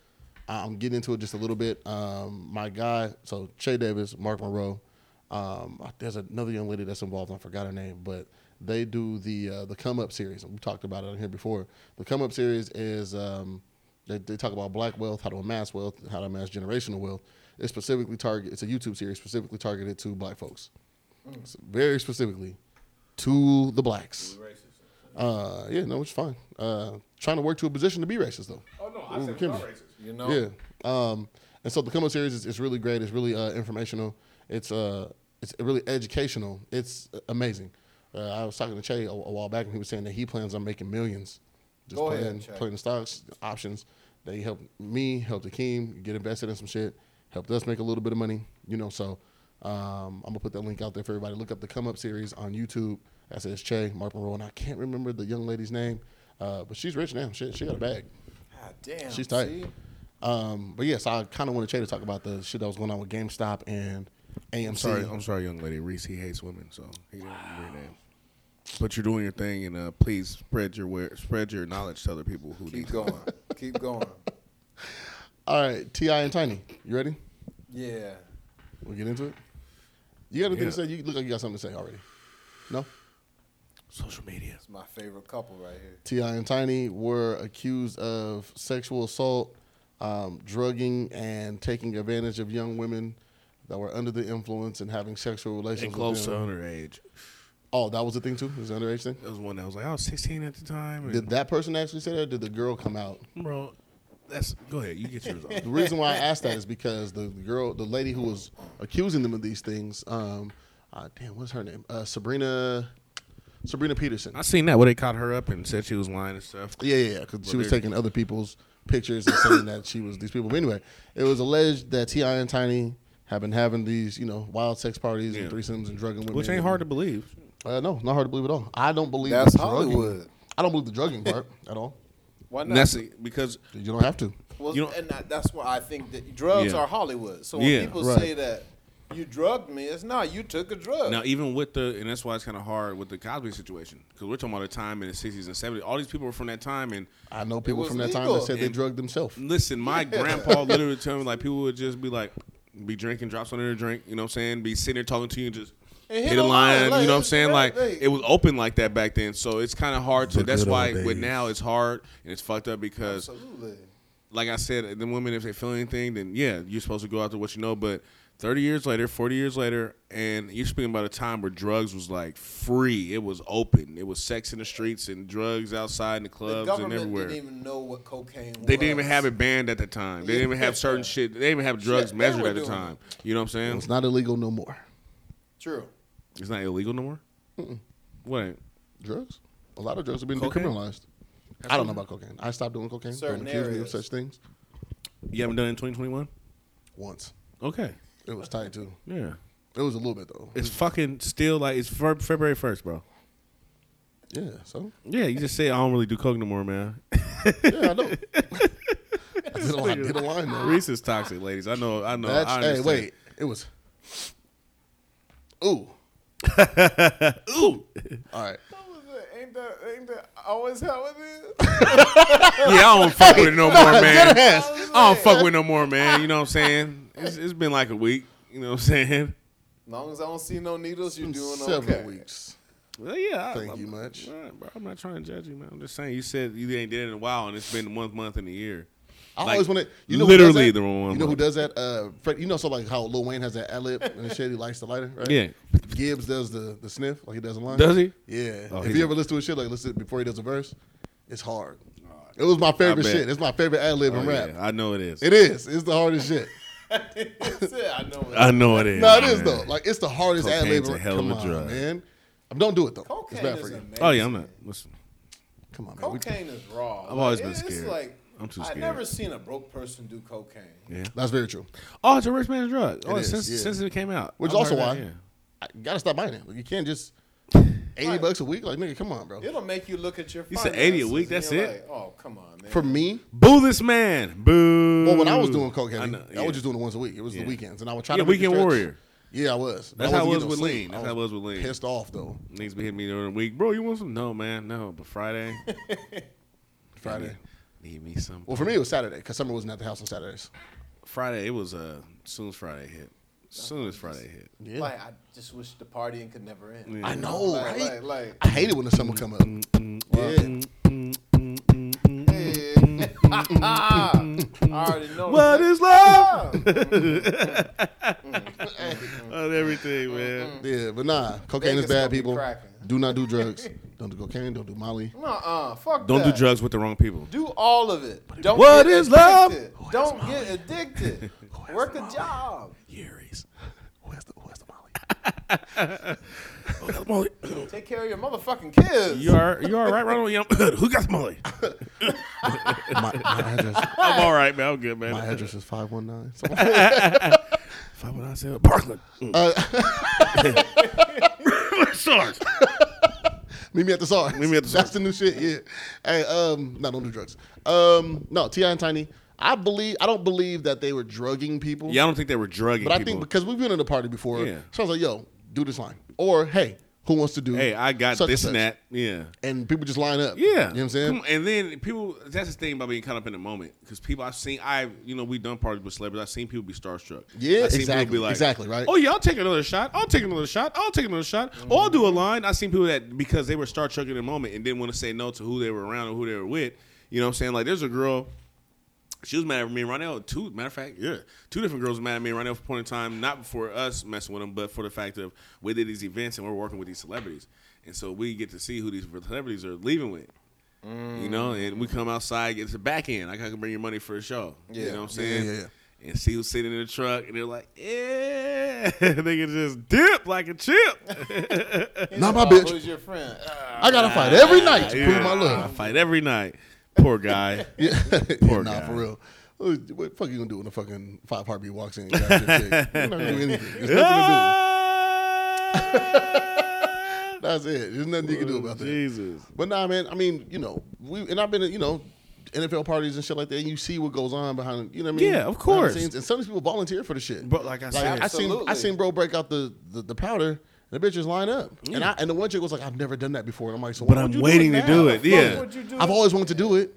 [SPEAKER 3] I- I'm getting into it just a little bit. Um, my guy, so Che Davis, Mark Monroe. Um, there's another young lady that's involved. I forgot her name, but they do the uh, the come up series. We talked about it on here before. The come up series is um, they, they talk about black wealth, how to amass wealth, how to amass generational wealth. It's specifically target. It's a YouTube series specifically targeted to black folks, It's very specifically to the blacks. Uh, yeah, no, it's fine. Uh, trying to work to a position to be racist though. Oh no, I said
[SPEAKER 2] You know?
[SPEAKER 3] Yeah. Um, and so the come up series is, is really great. It's really uh, informational. It's uh, it's really educational. It's amazing. Uh, I was talking to Che a, a while back, and he was saying that he plans on making millions just
[SPEAKER 2] Go ahead,
[SPEAKER 3] playing
[SPEAKER 2] Che.
[SPEAKER 3] playing the stocks options. They helped me, helped Akeem get invested in some shit, helped us make a little bit of money. You know, so um, I'm gonna put that link out there for everybody. Look up the Come Up series on YouTube. I says Che, Mark Monroe, and I can't remember the young lady's name, uh, but she's rich now. She, she got a bag.
[SPEAKER 2] God damn.
[SPEAKER 3] She's tight.
[SPEAKER 2] see?
[SPEAKER 3] Um, but yes, I kind of want to to talk about the shit that was going on with GameStop and AMC.
[SPEAKER 1] sorry, I'm sorry, young lady. Reese, he hates women, so he didn't remember your name. But you're doing your thing, and uh, please spread your wa- spread your knowledge to other people who need
[SPEAKER 2] Keep
[SPEAKER 1] to.
[SPEAKER 2] going. Keep going.
[SPEAKER 3] All right, Ti and Tiny, you ready?
[SPEAKER 2] Yeah.
[SPEAKER 3] We'll get into it. You got anything to
[SPEAKER 1] Yeah.
[SPEAKER 3] say? You look like you got something to say already. No.
[SPEAKER 1] Social media.
[SPEAKER 2] It's my favorite couple right here.
[SPEAKER 3] Ti and Tiny were accused of sexual assault, um, drugging, and taking advantage of young women that were under the influence and having sexual
[SPEAKER 1] And
[SPEAKER 3] relations
[SPEAKER 1] close
[SPEAKER 3] with
[SPEAKER 1] to
[SPEAKER 3] them.
[SPEAKER 1] underage.
[SPEAKER 3] Oh, that was the thing too. It was the underage thing.
[SPEAKER 1] There was one that was like, I was 16 at the time. and-
[SPEAKER 3] Did that person actually say that? Or did the girl come out
[SPEAKER 1] Bro, that's go ahead. You get yours off.
[SPEAKER 3] The reason why I asked that is because the girl, the lady who was accusing them of these things, um, uh, damn, what's her name? Uh, Sabrina, Sabrina
[SPEAKER 1] (laughs)
[SPEAKER 3] Peterson.
[SPEAKER 1] I seen that where they caught her up and said she was lying and stuff.
[SPEAKER 3] Yeah, yeah, yeah. 'cause she was
[SPEAKER 1] they're-
[SPEAKER 3] taking other people's pictures and saying that she was these people. But anyway, it was alleged that Ti and Tiny have been having these, you know, wild sex parties
[SPEAKER 1] Yeah.
[SPEAKER 3] and threesomes and drugging women.
[SPEAKER 1] Which ain't hard to believe.
[SPEAKER 3] Uh, no, not hard to believe at all. I don't believe
[SPEAKER 2] That's
[SPEAKER 3] the drugging-
[SPEAKER 2] Hollywood.
[SPEAKER 3] I don't believe the drugging part at all.
[SPEAKER 2] Why
[SPEAKER 1] And that's because
[SPEAKER 3] You don't have to.
[SPEAKER 2] Well,
[SPEAKER 1] You know-
[SPEAKER 2] and that, that's why I think that drugs
[SPEAKER 1] Yeah.
[SPEAKER 2] are Hollywood. So when
[SPEAKER 1] Yeah,
[SPEAKER 2] people
[SPEAKER 3] right.
[SPEAKER 2] say that you drugged me, it's not you took a drug.
[SPEAKER 1] now even with the and that's why it's kind of hard with the Cosby situation because we're talking about a time in the 60s and 70s. All these people were from that time and
[SPEAKER 3] I know people
[SPEAKER 2] was
[SPEAKER 3] from that time
[SPEAKER 2] legal.
[SPEAKER 3] that said they
[SPEAKER 1] And-
[SPEAKER 3] drugged themselves.
[SPEAKER 1] Listen, (laughs) my grandpa literally told me like people would just be like, be drinking, drop something to drink. You know what I'm saying? Be sitting there talking to you and just.
[SPEAKER 2] And
[SPEAKER 1] hit, a line,
[SPEAKER 2] like,
[SPEAKER 1] you know what I'm
[SPEAKER 2] it's
[SPEAKER 1] saying? Like
[SPEAKER 2] great, like-
[SPEAKER 1] it was open like that back then, so it's kind of hard to. that's
[SPEAKER 5] good
[SPEAKER 1] why
[SPEAKER 5] old
[SPEAKER 1] with
[SPEAKER 5] days.
[SPEAKER 1] now it's hard and it's fucked up because
[SPEAKER 2] Absolutely.
[SPEAKER 1] like I said, the women if they feel anything, then yeah, you're supposed to go after what you know. But 30 years later, 40 years later, and you're speaking about a time where drugs was like free. It was open. It was sex in the streets and drugs outside in the
[SPEAKER 2] The
[SPEAKER 1] clubs and
[SPEAKER 2] government
[SPEAKER 1] everywhere.
[SPEAKER 2] didn't even know what cocaine was.
[SPEAKER 1] They didn't even have it banned at the time. They didn't even have certain shit. They didn't even have drugs
[SPEAKER 2] they
[SPEAKER 1] measured
[SPEAKER 2] were
[SPEAKER 1] at the
[SPEAKER 2] doing
[SPEAKER 1] time. You know what I'm
[SPEAKER 3] It's
[SPEAKER 1] saying?
[SPEAKER 3] not illegal no more.
[SPEAKER 2] True. (laughs)
[SPEAKER 1] It's not illegal no more. Wait,
[SPEAKER 3] Drugs? A lot of drugs have been
[SPEAKER 1] Cocaine?
[SPEAKER 3] decriminalized. I don't know about cocaine. I stopped doing cocaine.
[SPEAKER 2] Certain
[SPEAKER 3] don't accuse me of
[SPEAKER 2] areas.
[SPEAKER 3] such things.
[SPEAKER 1] you haven't done it in 2021?
[SPEAKER 3] Once.
[SPEAKER 1] Okay,
[SPEAKER 3] It was tight too.
[SPEAKER 1] yeah.
[SPEAKER 3] It was a little bit though.
[SPEAKER 2] Mm.
[SPEAKER 1] It's fucking still like it's Feb- February 1st, bro.
[SPEAKER 3] Yeah, so
[SPEAKER 1] Yeah, you just say I don't really do coke no more, man.
[SPEAKER 3] yeah, I know. I (laughs) did a line, did a line though.
[SPEAKER 1] Reese is toxic, ladies. I know. I know.
[SPEAKER 3] That's,
[SPEAKER 1] I
[SPEAKER 3] hey,
[SPEAKER 1] understand.
[SPEAKER 3] wait. It was Ooh.
[SPEAKER 1] Ooh.
[SPEAKER 3] All right.
[SPEAKER 2] Ain't that, ain't that always how it is?
[SPEAKER 1] Yeah, I don't fuck with it no
[SPEAKER 3] (laughs)
[SPEAKER 1] more, man.
[SPEAKER 3] Dead ass.
[SPEAKER 1] I don't fuck with it no more, man. You know what I'm saying? It's, it's been like a week. You know what I'm saying?
[SPEAKER 2] long as I don't see no needles, you're doing
[SPEAKER 3] several
[SPEAKER 2] okay.
[SPEAKER 3] weeks.
[SPEAKER 1] Well, yeah. I-
[SPEAKER 3] Thank
[SPEAKER 1] I'm-
[SPEAKER 3] you much.
[SPEAKER 1] All right, bro, I'm not trying to judge you, man. I'm just saying you said you ain't did it in a while, and it's been one month in a year.
[SPEAKER 3] I
[SPEAKER 1] Like,
[SPEAKER 3] always want to. You know,
[SPEAKER 1] literally
[SPEAKER 3] who does that?
[SPEAKER 1] the wrong one.
[SPEAKER 3] You know who does that? Uh, Fred, you know, so like how Lil Wayne has that ad lib and shit. He likes the lighter, right?
[SPEAKER 1] Yeah.
[SPEAKER 3] Gibbs does the the sniff like he does in line.
[SPEAKER 1] Does he?
[SPEAKER 3] Yeah.
[SPEAKER 1] Oh,
[SPEAKER 3] if
[SPEAKER 1] he's
[SPEAKER 3] you
[SPEAKER 1] a-
[SPEAKER 3] ever listen to his shit, like listen before he does a verse, it's hard. It was my favorite
[SPEAKER 1] bet.
[SPEAKER 3] shit. It's my favorite ad lib
[SPEAKER 1] Oh,
[SPEAKER 3] in rap.
[SPEAKER 1] yeah, I know it is.
[SPEAKER 3] It is. It's the hardest shit.
[SPEAKER 2] Yeah,
[SPEAKER 1] (laughs)
[SPEAKER 2] I know.
[SPEAKER 1] I know it is.
[SPEAKER 3] No, it is
[SPEAKER 1] man.
[SPEAKER 3] though. Like it's the hardest ad lib.
[SPEAKER 1] Cocaine's a hell of
[SPEAKER 3] Come
[SPEAKER 1] a
[SPEAKER 3] on,
[SPEAKER 1] drug.
[SPEAKER 3] man. Um, don't do it though.
[SPEAKER 2] Cocaine
[SPEAKER 3] it's bad
[SPEAKER 2] is
[SPEAKER 3] for you.
[SPEAKER 2] amazing.
[SPEAKER 1] oh yeah, I'm not. Listen,
[SPEAKER 3] Come on, man. We-
[SPEAKER 2] Cocaine is raw.
[SPEAKER 1] I've always been
[SPEAKER 2] it's
[SPEAKER 1] scared.
[SPEAKER 2] Like,
[SPEAKER 1] I'm too
[SPEAKER 2] I've
[SPEAKER 1] scared.
[SPEAKER 2] never seen a broke person do cocaine.
[SPEAKER 3] that's very true.
[SPEAKER 1] oh, it's a rich man's drug. Oh,
[SPEAKER 3] It is,
[SPEAKER 1] since
[SPEAKER 3] yeah.
[SPEAKER 1] since it came out,
[SPEAKER 3] Which is
[SPEAKER 1] I've
[SPEAKER 3] also
[SPEAKER 1] heard
[SPEAKER 3] why
[SPEAKER 1] that, yeah.
[SPEAKER 3] I gotta stop buying it. Like, you
[SPEAKER 2] (laughs)
[SPEAKER 3] can't just eighty bucks a week. Like nigga, come on, bro.
[SPEAKER 2] It'll make you look at your.
[SPEAKER 1] You said 80 a
[SPEAKER 2] finances
[SPEAKER 1] week,
[SPEAKER 2] and
[SPEAKER 1] that's
[SPEAKER 2] you're
[SPEAKER 1] it?
[SPEAKER 2] Like, oh come on, man.
[SPEAKER 3] For me,
[SPEAKER 1] Boo this man. Boo.
[SPEAKER 3] Well, when I was doing coke heavy, I,
[SPEAKER 1] Mm. know, yeah.
[SPEAKER 3] was just doing it once a week. It was
[SPEAKER 1] Yeah.
[SPEAKER 3] the weekends, and I would try
[SPEAKER 1] Yeah,
[SPEAKER 3] to make it
[SPEAKER 1] weekend
[SPEAKER 3] stretch.
[SPEAKER 1] warrior.
[SPEAKER 3] Yeah, I was.
[SPEAKER 1] That's
[SPEAKER 3] I
[SPEAKER 1] how it was
[SPEAKER 3] wasn't
[SPEAKER 1] with
[SPEAKER 3] getting no
[SPEAKER 1] Lean.
[SPEAKER 3] sleep.
[SPEAKER 1] That's how it was with Lean.
[SPEAKER 3] Pissed off though.
[SPEAKER 1] Niggas be hitting me during the week, bro. You want some? No, man, no. But Friday,
[SPEAKER 3] Friday.
[SPEAKER 1] need me some.
[SPEAKER 3] Well, for me it was Saturday because summer wasn't at the house on Saturdays.
[SPEAKER 1] Friday, it was uh, soon as Friday hit. Soon as Friday hit.
[SPEAKER 3] Yeah,
[SPEAKER 2] Like I just wish the partying could never end.
[SPEAKER 3] I know,
[SPEAKER 2] Like,
[SPEAKER 3] right?
[SPEAKER 2] like, like,
[SPEAKER 3] I hate it when the summer come up.
[SPEAKER 1] Mm.
[SPEAKER 3] Yeah, (laughs)
[SPEAKER 2] hey. (laughs) I already know.
[SPEAKER 1] What
[SPEAKER 2] that. Oh,
[SPEAKER 1] is love? (laughs) On everything, man.
[SPEAKER 3] yeah, but nah, cocaine
[SPEAKER 2] Vegas
[SPEAKER 3] is
[SPEAKER 2] gonna
[SPEAKER 3] bad.
[SPEAKER 2] be
[SPEAKER 3] People
[SPEAKER 2] cracking.
[SPEAKER 3] do not do
[SPEAKER 1] (laughs)
[SPEAKER 3] drugs. don't do cocaine. Don't do Molly.
[SPEAKER 2] Nuh-uh, fuck
[SPEAKER 1] Don't do
[SPEAKER 2] that.
[SPEAKER 1] drugs with the wrong people.
[SPEAKER 2] Do all of it. Don't
[SPEAKER 1] What
[SPEAKER 2] get
[SPEAKER 1] is love?
[SPEAKER 2] addicted. Don't get
[SPEAKER 3] (laughs)
[SPEAKER 2] addicted. Work a job.
[SPEAKER 1] Yearys.
[SPEAKER 3] Where's the Where's the Molly?
[SPEAKER 1] (laughs)
[SPEAKER 2] Take care of your motherfucking kids.
[SPEAKER 1] You are you all right, Ronald? Yeah, I'm- Who got the Molly?
[SPEAKER 3] my, my address.
[SPEAKER 1] I'm all right, man. I'm good, man. (laughs)
[SPEAKER 3] My address is five one nine.
[SPEAKER 1] Five one nine seven Parkland. Uh, (laughs) Sorry.
[SPEAKER 3] (laughs) Meet me at the SAR.
[SPEAKER 1] Meet me at the
[SPEAKER 3] That's the new shit. Yeah. Hey, um, no, don't do drugs. Um, no, Ti and Tiny. I believe I don't believe that they were drugging people.
[SPEAKER 1] Yeah, I don't think they were drugging
[SPEAKER 3] But I
[SPEAKER 1] people.
[SPEAKER 3] think because we've been in a party before,
[SPEAKER 1] Yeah.
[SPEAKER 3] so I was like, "Yo, do this line," or "Hey, who wants to do?"
[SPEAKER 1] hey, I got
[SPEAKER 3] Mm-hmm. such
[SPEAKER 1] this and
[SPEAKER 3] such?"
[SPEAKER 1] that. Yeah.
[SPEAKER 3] and people just line up.
[SPEAKER 1] Yeah,
[SPEAKER 3] you know what I'm saying.
[SPEAKER 1] Come- and then people, that's the thing about being caught up in the moment because people I've seen, I you know we done parties with celebrities. I've seen people be starstruck.
[SPEAKER 3] Yeah,
[SPEAKER 1] I've seen
[SPEAKER 3] exactly, exactly, right.
[SPEAKER 1] Oh yeah, I'll take another shot. I'll take another shot. I'll take another shot. Or I'll do a line. I've seen people that because they were starstruck in the moment and didn't want to say no to who they were around or who they were with. You know what I'm saying? Like there's a girl. She was mad at me and Ronell. Two matter of fact, yeah, two different girls were mad at me and Ronell for a point in time, not for us messing with them, but for the fact of we did these events and we're working with these celebrities, and so we get to see who these celebrities are leaving with. You know,
[SPEAKER 3] Mm.
[SPEAKER 1] and we come outside, get to the back end. Like I can bring your money for a show. You
[SPEAKER 2] Yeah.
[SPEAKER 1] know what I'm saying?
[SPEAKER 3] Yeah, yeah,
[SPEAKER 1] And see who's sitting in the truck, and they're like, "Yeah," (laughs) they can just dip like a (laughs)
[SPEAKER 3] (laughs)
[SPEAKER 1] chip.
[SPEAKER 3] Not my
[SPEAKER 2] Oh,
[SPEAKER 3] bitch.
[SPEAKER 2] Who's your friend? Ah,
[SPEAKER 3] I gotta fight every night to prove
[SPEAKER 1] Yeah.
[SPEAKER 3] my
[SPEAKER 1] I
[SPEAKER 3] love.
[SPEAKER 1] fight every night. Poor
[SPEAKER 3] (laughs)
[SPEAKER 1] guy.
[SPEAKER 3] Yeah,
[SPEAKER 1] Poor
[SPEAKER 3] nah,
[SPEAKER 1] guy.
[SPEAKER 3] for real. What the fuck you gonna do when a fucking five heartbeat walks in? And grabs your dick? You're not gonna do anything. There's nothing to do.
[SPEAKER 1] (laughs) Ah!
[SPEAKER 3] That's it. There's nothing you can do about that.
[SPEAKER 1] Jesus.
[SPEAKER 3] But nah, man. I mean, you know, we and I've been, at, you know, NFL parties and shit like that. And you see what goes on behind, you know what I mean?
[SPEAKER 1] Yeah, of
[SPEAKER 3] Behind the
[SPEAKER 1] course.
[SPEAKER 3] scenes. And some of these people volunteer for the shit.
[SPEAKER 1] But like I said-
[SPEAKER 3] I, seen, I
[SPEAKER 2] Absolutely.
[SPEAKER 3] seen bro break out the the, the powder. And the bitches line up, and I and the one chick was like, "I've never done that before." And I'm like, "So,
[SPEAKER 1] But
[SPEAKER 3] why
[SPEAKER 1] I'm
[SPEAKER 3] would you
[SPEAKER 1] waiting to
[SPEAKER 3] do it
[SPEAKER 1] do
[SPEAKER 3] now?
[SPEAKER 1] it. Yeah.
[SPEAKER 2] Would you do
[SPEAKER 3] I've always wanted to do it.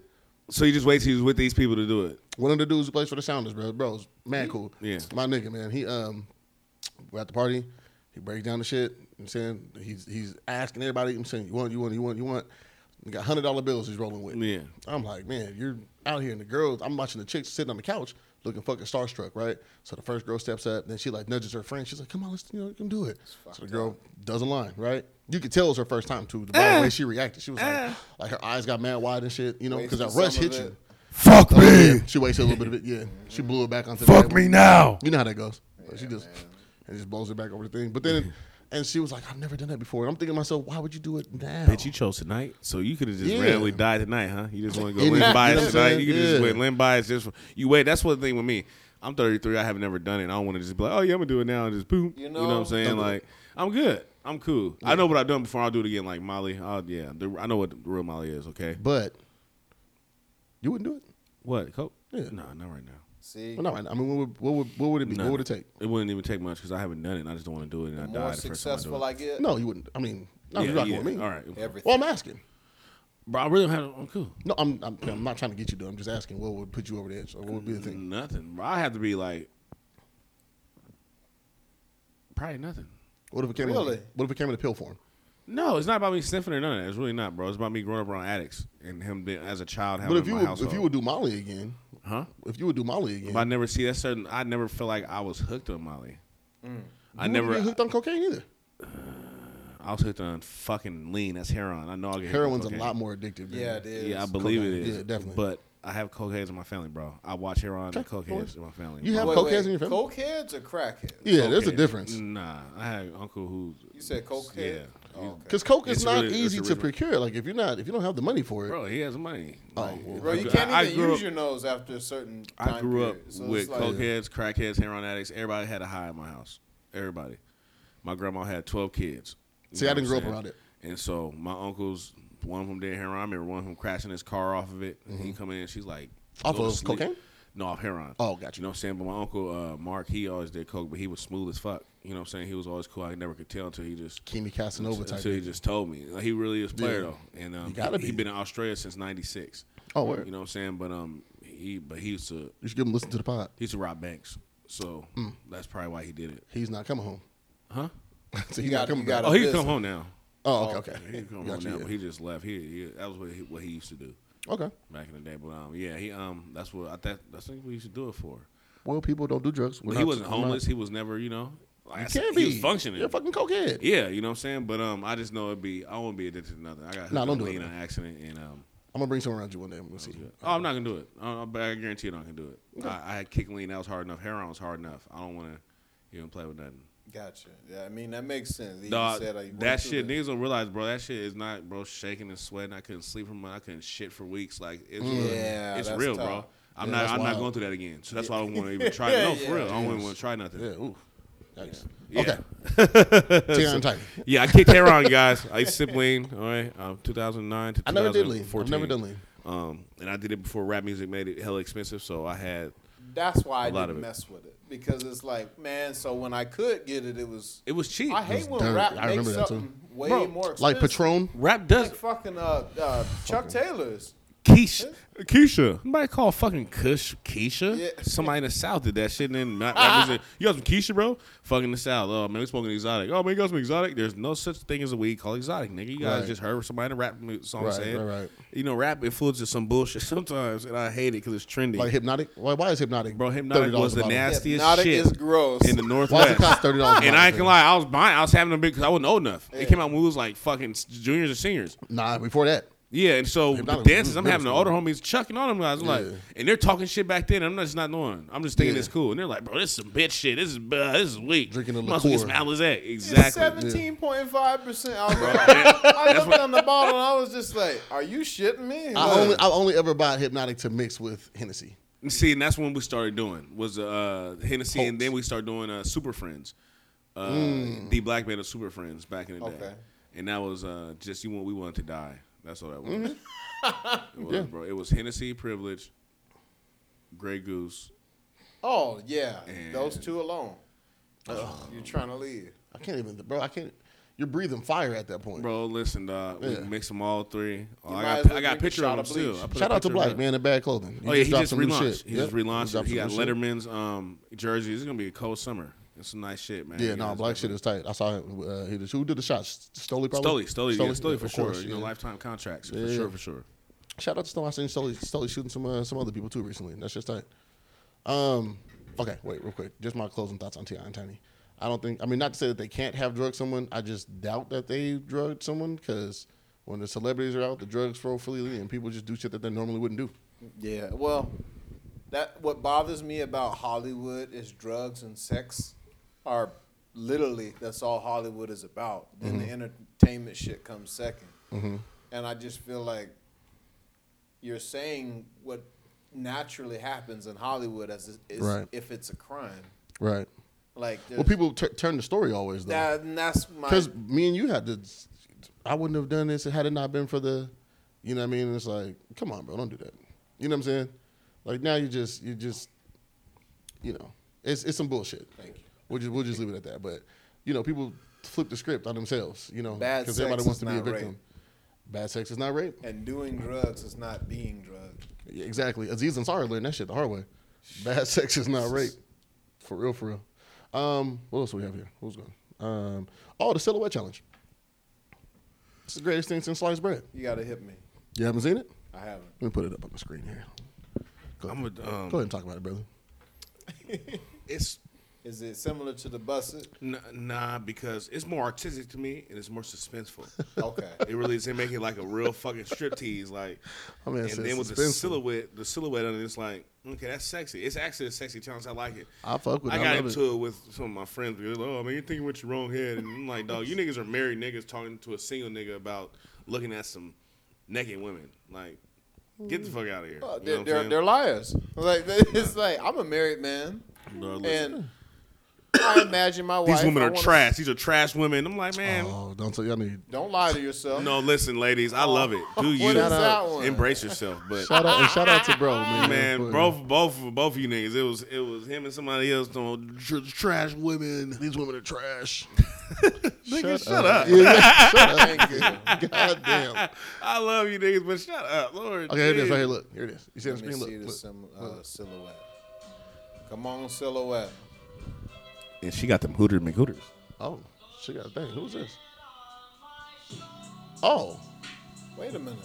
[SPEAKER 1] So you just wait till you're with these people to do it.
[SPEAKER 3] One of the dudes who plays for the Sounders, bro, bro's mad cool.
[SPEAKER 1] Yeah.
[SPEAKER 3] my nigga, man. He um, we're at the party. He breaks down the shit. You know what I'm saying he's he's asking everybody. you know what I'm saying you want, you want, you want, you want. He got hundred dollar bills he's rolling with.
[SPEAKER 1] Yeah.
[SPEAKER 3] I'm like, man, you're out here and the girls. I'm watching the chicks sitting on the couch looking fucking starstruck, right? So the first girl steps up, then she like nudges her friend. She's like, come on, let's you know, you can do it. So the girl doesn't line, right? You could tell it was her first time too. The bad way she reacted, she was like, like her eyes got mad wide and shit, you know, because that
[SPEAKER 2] Eh. Wasted
[SPEAKER 3] rush
[SPEAKER 2] some of
[SPEAKER 3] hit
[SPEAKER 2] it.
[SPEAKER 3] you.
[SPEAKER 4] Fuck me.
[SPEAKER 3] Yeah, she wasted a little bit of it. Yeah, she blew it back onto. the
[SPEAKER 4] Fuck
[SPEAKER 3] table.
[SPEAKER 4] me now.
[SPEAKER 3] You know how that goes. Like, she just and just blows it back over the thing. But then, and she was like, "I've never done that before." And I'm thinking to myself, "Why would you do it now?"
[SPEAKER 1] Bitch, you chose tonight, so you could have just
[SPEAKER 3] Yeah.
[SPEAKER 1] randomly died tonight, huh? You just want to go
[SPEAKER 3] You know
[SPEAKER 1] Lynn
[SPEAKER 3] what I'm
[SPEAKER 1] bias tonight.
[SPEAKER 3] saying?
[SPEAKER 1] You could just
[SPEAKER 3] Yeah.
[SPEAKER 1] wait Lynn bias just you wait. That's one thing with me. I'm 33. I have never done it. I don't want to just be like, oh yeah, I'm gonna do it now and just boom. You know, what
[SPEAKER 2] know,
[SPEAKER 1] I'm saying?
[SPEAKER 3] don't do
[SPEAKER 1] Like I'm good. I'm cool. I know what I've done before. I'll do it again. Like Molly. Oh yeah, the, I know what the real Molly is. Okay.
[SPEAKER 3] but you wouldn't do it.
[SPEAKER 1] What? Coke?
[SPEAKER 3] Yeah.
[SPEAKER 1] No, not right now.
[SPEAKER 2] See,
[SPEAKER 3] Well, no, I mean, what would what would, what would it be?
[SPEAKER 1] No.
[SPEAKER 3] What would it take?
[SPEAKER 1] It wouldn't even take much because I haven't done it. and I just don't want to do it, and I
[SPEAKER 2] the
[SPEAKER 1] die
[SPEAKER 2] more
[SPEAKER 1] the first time I do
[SPEAKER 2] successful
[SPEAKER 1] it.
[SPEAKER 2] I get,
[SPEAKER 3] No, you wouldn't. I mean, no, you're not
[SPEAKER 1] yeah, yeah.
[SPEAKER 3] with me.
[SPEAKER 1] All right,
[SPEAKER 2] everything.
[SPEAKER 3] Well, I'm asking.
[SPEAKER 1] bro. I really don't have. I'm cool.
[SPEAKER 3] No, I'm, I'm I'm not trying to get you to. I'm just asking what would put you over the edge or what would be the thing.
[SPEAKER 1] Nothing. Bro, I have to be like, probably nothing.
[SPEAKER 3] What if it came?
[SPEAKER 2] Really?
[SPEAKER 3] In, what if it came in a pill form?
[SPEAKER 1] No, it's not about me sniffing or none of that. It's really not, bro. It's about me growing up around addicts and him being, as a child having
[SPEAKER 3] But if
[SPEAKER 1] in
[SPEAKER 3] you
[SPEAKER 1] my
[SPEAKER 3] would,
[SPEAKER 1] household.
[SPEAKER 3] if you would do Molly again,
[SPEAKER 1] huh?
[SPEAKER 3] if you would do Molly
[SPEAKER 1] If I
[SPEAKER 3] again,
[SPEAKER 1] never see that certain, I never feel like I was hooked on Molly. I
[SPEAKER 3] you wouldn't
[SPEAKER 1] never.
[SPEAKER 3] get hooked on cocaine either.
[SPEAKER 1] I was hooked on fucking lean. That's heroin. I know I get hooked on
[SPEAKER 3] Heroin's
[SPEAKER 1] cocaine.
[SPEAKER 3] a lot more addictive. Than
[SPEAKER 2] yeah, it is.
[SPEAKER 1] Yeah, I believe
[SPEAKER 3] Cocaine.
[SPEAKER 1] it is.
[SPEAKER 3] Yeah, definitely.
[SPEAKER 1] But I have cocaine in my family, bro. I watch heroin and
[SPEAKER 3] Okay, of
[SPEAKER 1] cocaine
[SPEAKER 3] course.
[SPEAKER 1] in my family.
[SPEAKER 3] You have
[SPEAKER 2] Wait,
[SPEAKER 3] cokeheads
[SPEAKER 2] wait,
[SPEAKER 3] in your family.
[SPEAKER 2] Cokeheads or crackheads?
[SPEAKER 3] Yeah, there's a
[SPEAKER 1] Cocaine. Mm.
[SPEAKER 3] difference.
[SPEAKER 1] Nah, I had an uncle who.
[SPEAKER 2] You said cokehead.
[SPEAKER 1] Yeah.
[SPEAKER 2] Oh, okay.
[SPEAKER 3] Because coke is
[SPEAKER 1] It's
[SPEAKER 3] not
[SPEAKER 1] really- it's
[SPEAKER 3] easy
[SPEAKER 1] a
[SPEAKER 3] to
[SPEAKER 1] really-
[SPEAKER 3] procure. Like if you're not, if you don't have the money for it,
[SPEAKER 1] Bro, he has money.
[SPEAKER 3] Oh,
[SPEAKER 1] Like,
[SPEAKER 2] Bro, you can't even use your nose after a certain time
[SPEAKER 1] I grew up
[SPEAKER 2] period. So it's
[SPEAKER 1] with
[SPEAKER 2] like,
[SPEAKER 1] cokeheads, crackheads, heroin addicts. Everybody had a high in my house. Everybody. My grandma had twelve kids. You
[SPEAKER 3] See,
[SPEAKER 1] know
[SPEAKER 3] I didn't
[SPEAKER 1] what I'm
[SPEAKER 3] grow up
[SPEAKER 1] saying?
[SPEAKER 3] around it.
[SPEAKER 1] And so my uncles, one of them did heroin. I remember one of them crashing his car off of it. And he come in, she's like,
[SPEAKER 3] Mm-hmm. Off
[SPEAKER 1] go to
[SPEAKER 3] of
[SPEAKER 1] sleep.
[SPEAKER 3] cocaine?
[SPEAKER 1] No, off heroin.
[SPEAKER 3] Oh, gotcha.
[SPEAKER 1] You know what I'm saying? But my uncle uh, Mark, he always did coke, but he was smooth as fuck. You know what I'm saying? He was always cool. I never could tell until he just
[SPEAKER 3] Kimi Casanova type.
[SPEAKER 1] until he just told me. Like, he really is a player
[SPEAKER 3] Yeah.
[SPEAKER 1] though, and um,
[SPEAKER 3] You gotta
[SPEAKER 1] he,
[SPEAKER 3] be.
[SPEAKER 1] he been in Australia since '96.
[SPEAKER 3] Oh, word.
[SPEAKER 1] you know what I'm saying? But um, he but he used to
[SPEAKER 3] You should give him a listen to the pod.
[SPEAKER 1] he used to rob banks, so
[SPEAKER 3] Mm.
[SPEAKER 1] that's probably why he did it,
[SPEAKER 3] He's not coming home. (laughs)
[SPEAKER 1] huh?
[SPEAKER 3] so he's
[SPEAKER 2] You
[SPEAKER 3] not
[SPEAKER 2] gotta-
[SPEAKER 3] coming
[SPEAKER 2] you
[SPEAKER 3] back.
[SPEAKER 2] gotta-
[SPEAKER 1] Oh, he
[SPEAKER 2] listen.
[SPEAKER 1] come home now.
[SPEAKER 3] Oh, okay, okay.
[SPEAKER 1] He come home
[SPEAKER 3] Gotcha,
[SPEAKER 1] now,
[SPEAKER 3] yeah.
[SPEAKER 1] but he just left. He, he that was what he, what he used to do
[SPEAKER 3] Okay.
[SPEAKER 1] back in the day. But um, yeah, he um, that's what I thought. That's what we used to do it for.
[SPEAKER 3] Well, people don't do drugs.
[SPEAKER 1] But
[SPEAKER 3] We're
[SPEAKER 1] he
[SPEAKER 3] not-
[SPEAKER 1] wasn't
[SPEAKER 3] I'm not-
[SPEAKER 1] homeless. He was never, you know, like I
[SPEAKER 3] You
[SPEAKER 1] said,
[SPEAKER 3] can't
[SPEAKER 1] he
[SPEAKER 3] be
[SPEAKER 1] was functioning.
[SPEAKER 3] You're a fucking cokehead.
[SPEAKER 1] yeah, you know what I'm saying, but um, I just know it'd be I won't be addicted to nothing. I got hooked
[SPEAKER 3] Nah,
[SPEAKER 1] on
[SPEAKER 3] don't do it,
[SPEAKER 1] lean
[SPEAKER 3] man.
[SPEAKER 1] on accident, and um,
[SPEAKER 3] I'm gonna bring someone around you one day. I'm gonna see.
[SPEAKER 1] Oh, I'm not gonna do it. I, I, but I guarantee you, I'm not gonna do it. I, I had kick lean. That was hard enough. Heroin was hard enough. I don't want to even play with nothing.
[SPEAKER 2] Gotcha. Yeah, I mean that makes sense. You
[SPEAKER 1] Dog,
[SPEAKER 2] said, like,
[SPEAKER 1] that
[SPEAKER 2] went
[SPEAKER 1] shit,
[SPEAKER 2] through
[SPEAKER 1] niggas don't realize, bro. That shit is not, bro. Shaking and sweating. I couldn't sleep for months. I couldn't shit for weeks. Like it's, real.
[SPEAKER 2] Yeah,
[SPEAKER 1] it's
[SPEAKER 2] that's
[SPEAKER 1] real, bro.
[SPEAKER 2] tough.
[SPEAKER 1] I'm
[SPEAKER 3] Yeah,
[SPEAKER 1] not.
[SPEAKER 3] that's
[SPEAKER 1] I'm not
[SPEAKER 3] wild.
[SPEAKER 1] going through that again. So that's why I don't
[SPEAKER 3] (laughs)
[SPEAKER 1] want to even try. No,
[SPEAKER 2] Yeah,
[SPEAKER 1] for real. I don't
[SPEAKER 3] yeah.
[SPEAKER 1] want to try nothing.
[SPEAKER 3] Yeah. Ooh. Yikes.
[SPEAKER 1] Yeah.
[SPEAKER 3] Okay. Tear and tight.
[SPEAKER 1] (laughs) Yeah, I kicked heroin, guys. I used to sip lean. All right, um, 2009 to
[SPEAKER 3] I never did lean. I've
[SPEAKER 1] 2014.
[SPEAKER 3] never done lean.
[SPEAKER 1] Um, and I did it before rap music made it hella expensive. So I had
[SPEAKER 2] the- That's why I
[SPEAKER 1] lot
[SPEAKER 2] didn't
[SPEAKER 1] of it.
[SPEAKER 2] mess with it because it's like, man. So when I could get it, it was.
[SPEAKER 1] it was cheap.
[SPEAKER 2] I hate when
[SPEAKER 3] dirt.
[SPEAKER 2] rap
[SPEAKER 3] I
[SPEAKER 2] makes
[SPEAKER 3] remember that, too.
[SPEAKER 2] something way
[SPEAKER 1] Bro,
[SPEAKER 2] more expensive.
[SPEAKER 3] Like Patron.
[SPEAKER 1] rap does
[SPEAKER 2] Like fucking uh, uh Chuck Taylor's.
[SPEAKER 1] Keisha. Keisha. Somebody call fucking Kush Keisha.
[SPEAKER 2] Yeah.
[SPEAKER 1] Somebody in the South did that shit. And then my-
[SPEAKER 3] Ah.
[SPEAKER 1] my music, you got some Keisha, bro? Fucking the South. Oh, man, we smoking exotic. Oh, man, you got some exotic? There's no such thing as a weed called exotic, nigga. You guys
[SPEAKER 3] Right.
[SPEAKER 1] just heard somebody in a rap mu- song
[SPEAKER 3] Right,
[SPEAKER 1] saying.
[SPEAKER 3] right, right.
[SPEAKER 1] You know, rap influences some bullshit (laughs) sometimes, and I hate it because it's trendy.
[SPEAKER 3] Like hypnotic. Why? Why is hypnotic?
[SPEAKER 1] bro, Hypnotic
[SPEAKER 3] $30
[SPEAKER 1] was
[SPEAKER 3] a
[SPEAKER 1] the
[SPEAKER 3] bottle?
[SPEAKER 1] nastiest
[SPEAKER 2] Hypnotic
[SPEAKER 1] shit
[SPEAKER 2] is gross.
[SPEAKER 1] in the
[SPEAKER 3] Why is it
[SPEAKER 1] Northwest.
[SPEAKER 3] cost thirty dollars?
[SPEAKER 1] and I ain't gonna lie, I was buying, I was having a big because I wasn't old enough. It came out when we was like fucking s- juniors or seniors.
[SPEAKER 3] Nah, before that.
[SPEAKER 1] Yeah, and so the
[SPEAKER 3] Hypnotic
[SPEAKER 1] dances
[SPEAKER 3] was
[SPEAKER 1] I'm
[SPEAKER 3] middle
[SPEAKER 1] having the
[SPEAKER 3] school.
[SPEAKER 1] older homies chucking on them guys I'm like,
[SPEAKER 3] Yeah.
[SPEAKER 1] and they're talking shit back then. I'm not just not knowing. I'm just thinking
[SPEAKER 3] Yeah.
[SPEAKER 1] it's cool, and they're like, "Bro, this is some bitch shit. This is uh, this is weak."
[SPEAKER 3] Drinking a
[SPEAKER 1] Might as well get
[SPEAKER 3] liqueur.
[SPEAKER 1] some Alizé.
[SPEAKER 2] It's
[SPEAKER 1] exactly.
[SPEAKER 2] seventeen point five percent alcohol. I looked on the bottle and I was just like, "Are you shitting me?"
[SPEAKER 3] I only I only ever bought hypnotic to mix with Hennessy.
[SPEAKER 1] And See, and that's when we started doing was uh, Hennessy,
[SPEAKER 3] Colts.
[SPEAKER 1] and then we started doing uh, Super Friends, uh,
[SPEAKER 3] Mm.
[SPEAKER 1] the Black Band of Super Friends back in the day,
[SPEAKER 2] Okay.
[SPEAKER 1] and that was uh, just you want we wanted to die. That's all that was.
[SPEAKER 3] Mm-hmm.
[SPEAKER 1] it was, bro. It was Hennessy, Privilege, Grey Goose.
[SPEAKER 2] Oh yeah, those two alone. You're trying to leave.
[SPEAKER 3] I can't even, bro. I can't. You're breathing fire at that point.
[SPEAKER 1] Bro, listen, dog. We
[SPEAKER 3] Yeah.
[SPEAKER 1] mix them all three. Oh, I
[SPEAKER 2] You might
[SPEAKER 1] got,
[SPEAKER 2] as well
[SPEAKER 1] I got a
[SPEAKER 2] drink a
[SPEAKER 1] picture
[SPEAKER 2] shot
[SPEAKER 1] of them
[SPEAKER 2] of
[SPEAKER 1] still.
[SPEAKER 2] bleach.
[SPEAKER 1] I put a
[SPEAKER 3] Shout out to
[SPEAKER 1] picture of
[SPEAKER 3] Black
[SPEAKER 1] them.
[SPEAKER 3] man in bad clothing.
[SPEAKER 1] Oh yeah, he
[SPEAKER 3] dropped
[SPEAKER 1] just
[SPEAKER 3] some new
[SPEAKER 1] relaunched.
[SPEAKER 3] shit.
[SPEAKER 1] He
[SPEAKER 3] Yep,
[SPEAKER 1] just relaunched.
[SPEAKER 3] dropped
[SPEAKER 1] He
[SPEAKER 3] some
[SPEAKER 1] got
[SPEAKER 3] new shit.
[SPEAKER 1] Letterman's um jerseys. It's gonna be a cold summer. It's some nice shit, man.
[SPEAKER 3] Yeah,
[SPEAKER 1] You
[SPEAKER 3] no,
[SPEAKER 1] know, it's
[SPEAKER 3] black
[SPEAKER 1] definitely-
[SPEAKER 3] shit is tight. I saw him. Uh, he did, who did the shots? Stoli
[SPEAKER 1] Stoli,
[SPEAKER 3] probably.
[SPEAKER 1] Stoli, yeah, Stoli
[SPEAKER 3] yeah,
[SPEAKER 1] for sure.
[SPEAKER 3] course,
[SPEAKER 1] you know,
[SPEAKER 3] yeah.
[SPEAKER 1] lifetime contracts for
[SPEAKER 3] Yeah.
[SPEAKER 1] sure, for sure.
[SPEAKER 3] Shout out to Stoli. I seen Stoli, Stoli shooting some uh, some other people too recently. That's just tight. Um, okay, wait, real quick. Just my closing thoughts on Ti and Tiny. I don't think. I mean, not to say that they can't have drugged someone. I just doubt that they drugged someone because when the celebrities are out, the drugs flow freely, and people just do shit that they normally wouldn't do.
[SPEAKER 2] Yeah, well, that what bothers me about Hollywood is drugs and sex are literally that's all Hollywood is about. Then
[SPEAKER 3] Mm-hmm.
[SPEAKER 2] the entertainment shit comes 2nd and I just feel like you're saying what naturally happens in Hollywood as is, is
[SPEAKER 3] Right.
[SPEAKER 2] if it's a crime.
[SPEAKER 3] Right.
[SPEAKER 2] Like
[SPEAKER 3] Well,
[SPEAKER 2] there's-
[SPEAKER 3] people tur turn the story always though.
[SPEAKER 2] that, and that's my
[SPEAKER 3] Because me and you had to, I wouldn't have done this had it not been for the, you know what I mean? It's like, come on, bro, don't do that. You know what I'm saying? Like now you just, you just, you know, it's it's some bullshit. Thank you. We'll just we'll just leave it at that. But you know, people flip the script on themselves. You know,
[SPEAKER 2] Bad
[SPEAKER 3] because
[SPEAKER 2] sex
[SPEAKER 3] everybody wants
[SPEAKER 2] is
[SPEAKER 3] to be a
[SPEAKER 2] not
[SPEAKER 3] victim.
[SPEAKER 2] rape.
[SPEAKER 3] Bad sex is not rape.
[SPEAKER 2] and doing drugs is not being drugged.
[SPEAKER 3] Yeah, exactly. Aziz Ansari learned that shit the hard way. Bad sex is not rape. For real, for real. Um, what else do we have here? Who's going? Um, oh, the silhouette challenge. It's the greatest thing since sliced bread.
[SPEAKER 2] You gotta hit me.
[SPEAKER 3] You haven't seen it?
[SPEAKER 2] I haven't.
[SPEAKER 3] Let me put it up on the screen here. Go,
[SPEAKER 1] I'm a, um,
[SPEAKER 3] go ahead and talk about it, brother.
[SPEAKER 1] It's
[SPEAKER 2] Is it similar to the busset?
[SPEAKER 1] n- nah because it's more artistic to me and it's more suspenseful.
[SPEAKER 2] (laughs) Okay.
[SPEAKER 1] It really is. They make it like a real fucking striptease,
[SPEAKER 3] (laughs)
[SPEAKER 1] like.
[SPEAKER 3] My man
[SPEAKER 1] and
[SPEAKER 3] said
[SPEAKER 1] then with the
[SPEAKER 3] suspenseful.
[SPEAKER 1] silhouette, the silhouette on it's like, okay, that's sexy. It's actually a sexy challenge. I like it.
[SPEAKER 3] I fuck with
[SPEAKER 1] I
[SPEAKER 3] it. I
[SPEAKER 1] got
[SPEAKER 3] love
[SPEAKER 1] into it. with some of my friends. because, Oh man, you're thinking with your wrong head, and I'm like, dog, you niggas are married niggas talking to a single nigga about looking at some naked women. Like, get the fuck out of here.
[SPEAKER 2] Oh,
[SPEAKER 1] You know
[SPEAKER 2] they're,
[SPEAKER 1] what
[SPEAKER 2] they're,
[SPEAKER 1] I'm
[SPEAKER 2] they're
[SPEAKER 1] saying?
[SPEAKER 2] liars. Like (laughs) it's like I'm a married man,
[SPEAKER 1] Bro, listen.
[SPEAKER 2] and I imagine my wife.
[SPEAKER 1] These women
[SPEAKER 2] I
[SPEAKER 1] are
[SPEAKER 2] wanna-
[SPEAKER 1] trash. These are trash women. I'm like, man,
[SPEAKER 3] Oh, don't tell y'all need.
[SPEAKER 2] Don't lie to yourself.
[SPEAKER 1] no, listen, ladies, I love it. Do you
[SPEAKER 2] (laughs) What is that one?
[SPEAKER 1] embrace yourself? But
[SPEAKER 3] Shout out and shout out to bro,
[SPEAKER 1] (laughs)
[SPEAKER 3] man.
[SPEAKER 1] man,
[SPEAKER 3] For-
[SPEAKER 1] both both both of you niggas, it was it was him and somebody else. Doing,
[SPEAKER 3] Tr- trash women. These women are trash.
[SPEAKER 1] (laughs) nigga, shut up.
[SPEAKER 3] (laughs) Yeah,
[SPEAKER 2] (laughs) Thank (laughs) you. Let
[SPEAKER 3] God damn.
[SPEAKER 1] I love you niggas, but shut up, Lord.
[SPEAKER 3] Okay, here it is.
[SPEAKER 1] jeez.
[SPEAKER 3] Right here, look. Here it is. You see the
[SPEAKER 2] me
[SPEAKER 3] screen? Look.
[SPEAKER 2] see the
[SPEAKER 3] look.
[SPEAKER 2] sim- uh, silhouette. Come on, silhouette.
[SPEAKER 1] And she got them Hooter McHooters.
[SPEAKER 3] Oh, she got a thing. Who's this? Oh,
[SPEAKER 2] Wait a minute.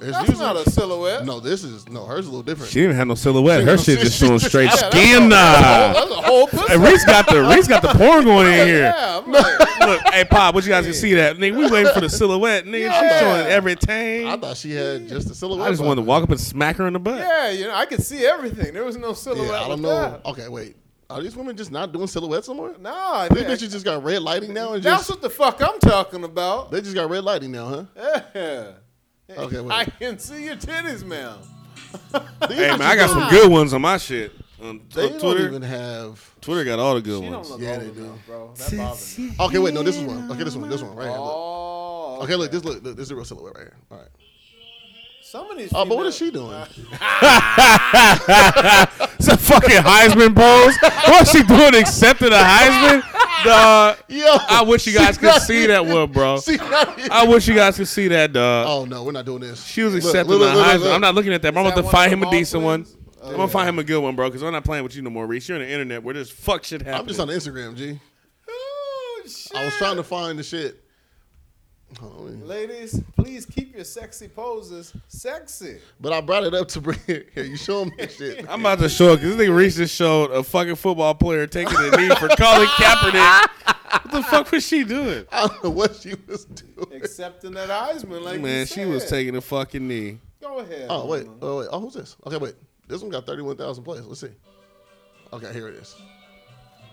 [SPEAKER 3] it's
[SPEAKER 2] That's
[SPEAKER 3] usually-
[SPEAKER 2] not a silhouette.
[SPEAKER 3] No, this is no. Hers is a little different.
[SPEAKER 1] She didn't have
[SPEAKER 3] (laughs)
[SPEAKER 1] no silhouette. Her shit just showing straight
[SPEAKER 2] Yeah, that's
[SPEAKER 1] skin.
[SPEAKER 2] a-
[SPEAKER 1] Nah.
[SPEAKER 2] That's a whole pussy.
[SPEAKER 1] And Reese got the Reese got the porn going in here.
[SPEAKER 2] Yeah, I'm like,
[SPEAKER 1] Look, hey Pop, what you guys can see that nigga? We waiting for the silhouette, nigga. She's
[SPEAKER 2] Yeah.
[SPEAKER 1] showing everything.
[SPEAKER 3] I
[SPEAKER 1] I,
[SPEAKER 3] thought she had just a silhouette.
[SPEAKER 1] just wanted to
[SPEAKER 3] but-
[SPEAKER 1] walk up and smack her in the butt.
[SPEAKER 2] yeah, you know, I could see everything. There was no silhouette.
[SPEAKER 3] Yeah, I
[SPEAKER 2] with
[SPEAKER 3] don't know.
[SPEAKER 2] that.
[SPEAKER 3] Okay, wait. Are these women just not doing silhouettes anymore?
[SPEAKER 2] No, I
[SPEAKER 3] These
[SPEAKER 2] think-
[SPEAKER 3] bitches just got red lighting now and
[SPEAKER 2] that's
[SPEAKER 3] just
[SPEAKER 2] what the fuck I'm talking about.
[SPEAKER 3] they just got red lighting now, huh?
[SPEAKER 2] (laughs) Yeah.
[SPEAKER 3] Okay, wait.
[SPEAKER 2] I can see your titties, man.
[SPEAKER 3] These
[SPEAKER 1] Hey man,
[SPEAKER 3] bitches
[SPEAKER 1] I got
[SPEAKER 3] don't-
[SPEAKER 1] some good ones on my shit. On t-
[SPEAKER 3] They
[SPEAKER 1] on
[SPEAKER 3] don't
[SPEAKER 1] Twitter,
[SPEAKER 3] even have.
[SPEAKER 1] Twitter got all the good
[SPEAKER 2] You don't
[SPEAKER 1] ones.
[SPEAKER 2] look
[SPEAKER 3] Yeah,
[SPEAKER 2] old
[SPEAKER 3] they
[SPEAKER 2] enough,
[SPEAKER 3] do.
[SPEAKER 2] bro. That bothers me.
[SPEAKER 3] Okay, wait, no, this is one. Okay, this one, this one, right here. Look.
[SPEAKER 2] Oh.
[SPEAKER 3] Okay, look, this look, look, this is a real silhouette right here. All right.
[SPEAKER 2] Some of these.
[SPEAKER 3] Oh, but what is she
[SPEAKER 2] females-
[SPEAKER 3] doing?
[SPEAKER 2] (laughs)
[SPEAKER 1] It's a fucking Heisman pose. What's she doing? Accepting a Heisman? Dog,
[SPEAKER 3] Yo,
[SPEAKER 1] I wish you guys
[SPEAKER 3] (laughs) she
[SPEAKER 1] could
[SPEAKER 3] not
[SPEAKER 1] see
[SPEAKER 3] even-
[SPEAKER 1] that one, bro.
[SPEAKER 3] she not even-
[SPEAKER 1] I wish you guys could see that, dog.
[SPEAKER 3] Oh no, we're not doing this.
[SPEAKER 1] She was
[SPEAKER 3] Look,
[SPEAKER 1] accepting
[SPEAKER 3] look,
[SPEAKER 1] the
[SPEAKER 3] look, look,
[SPEAKER 1] Heisman.
[SPEAKER 3] look.
[SPEAKER 1] I'm not looking at that. but I'm
[SPEAKER 2] Is
[SPEAKER 1] about
[SPEAKER 2] that
[SPEAKER 1] to
[SPEAKER 2] one of
[SPEAKER 1] find him a
[SPEAKER 2] them all
[SPEAKER 1] decent one.
[SPEAKER 2] twins?
[SPEAKER 1] I'm gonna find him a good one, bro. Because I'm not playing with you no more, Reese. You're on the internet where there's fuck shit happening.
[SPEAKER 3] I'm just on Instagram, G.
[SPEAKER 2] Oh shit.
[SPEAKER 3] I was trying to find the shit. Hold on, let me-
[SPEAKER 2] Ladies, please keep your sexy poses sexy.
[SPEAKER 3] But I brought it up to bring here. You show them this shit.
[SPEAKER 1] I'm about to show it because this nigga Reese just showed a fucking football player taking a knee for Colin Kaepernick. What the fuck was she doing?
[SPEAKER 3] I don't know what she was doing.
[SPEAKER 2] Accepting that Heisman, like you
[SPEAKER 1] Man, she was
[SPEAKER 2] said.
[SPEAKER 1] taking a fucking knee.
[SPEAKER 2] Go ahead.
[SPEAKER 3] Oh wait,
[SPEAKER 2] mama.
[SPEAKER 3] oh wait, oh who's this? Okay, wait. This one got thirty-one thousand plays. Let's see. Okay, here it is.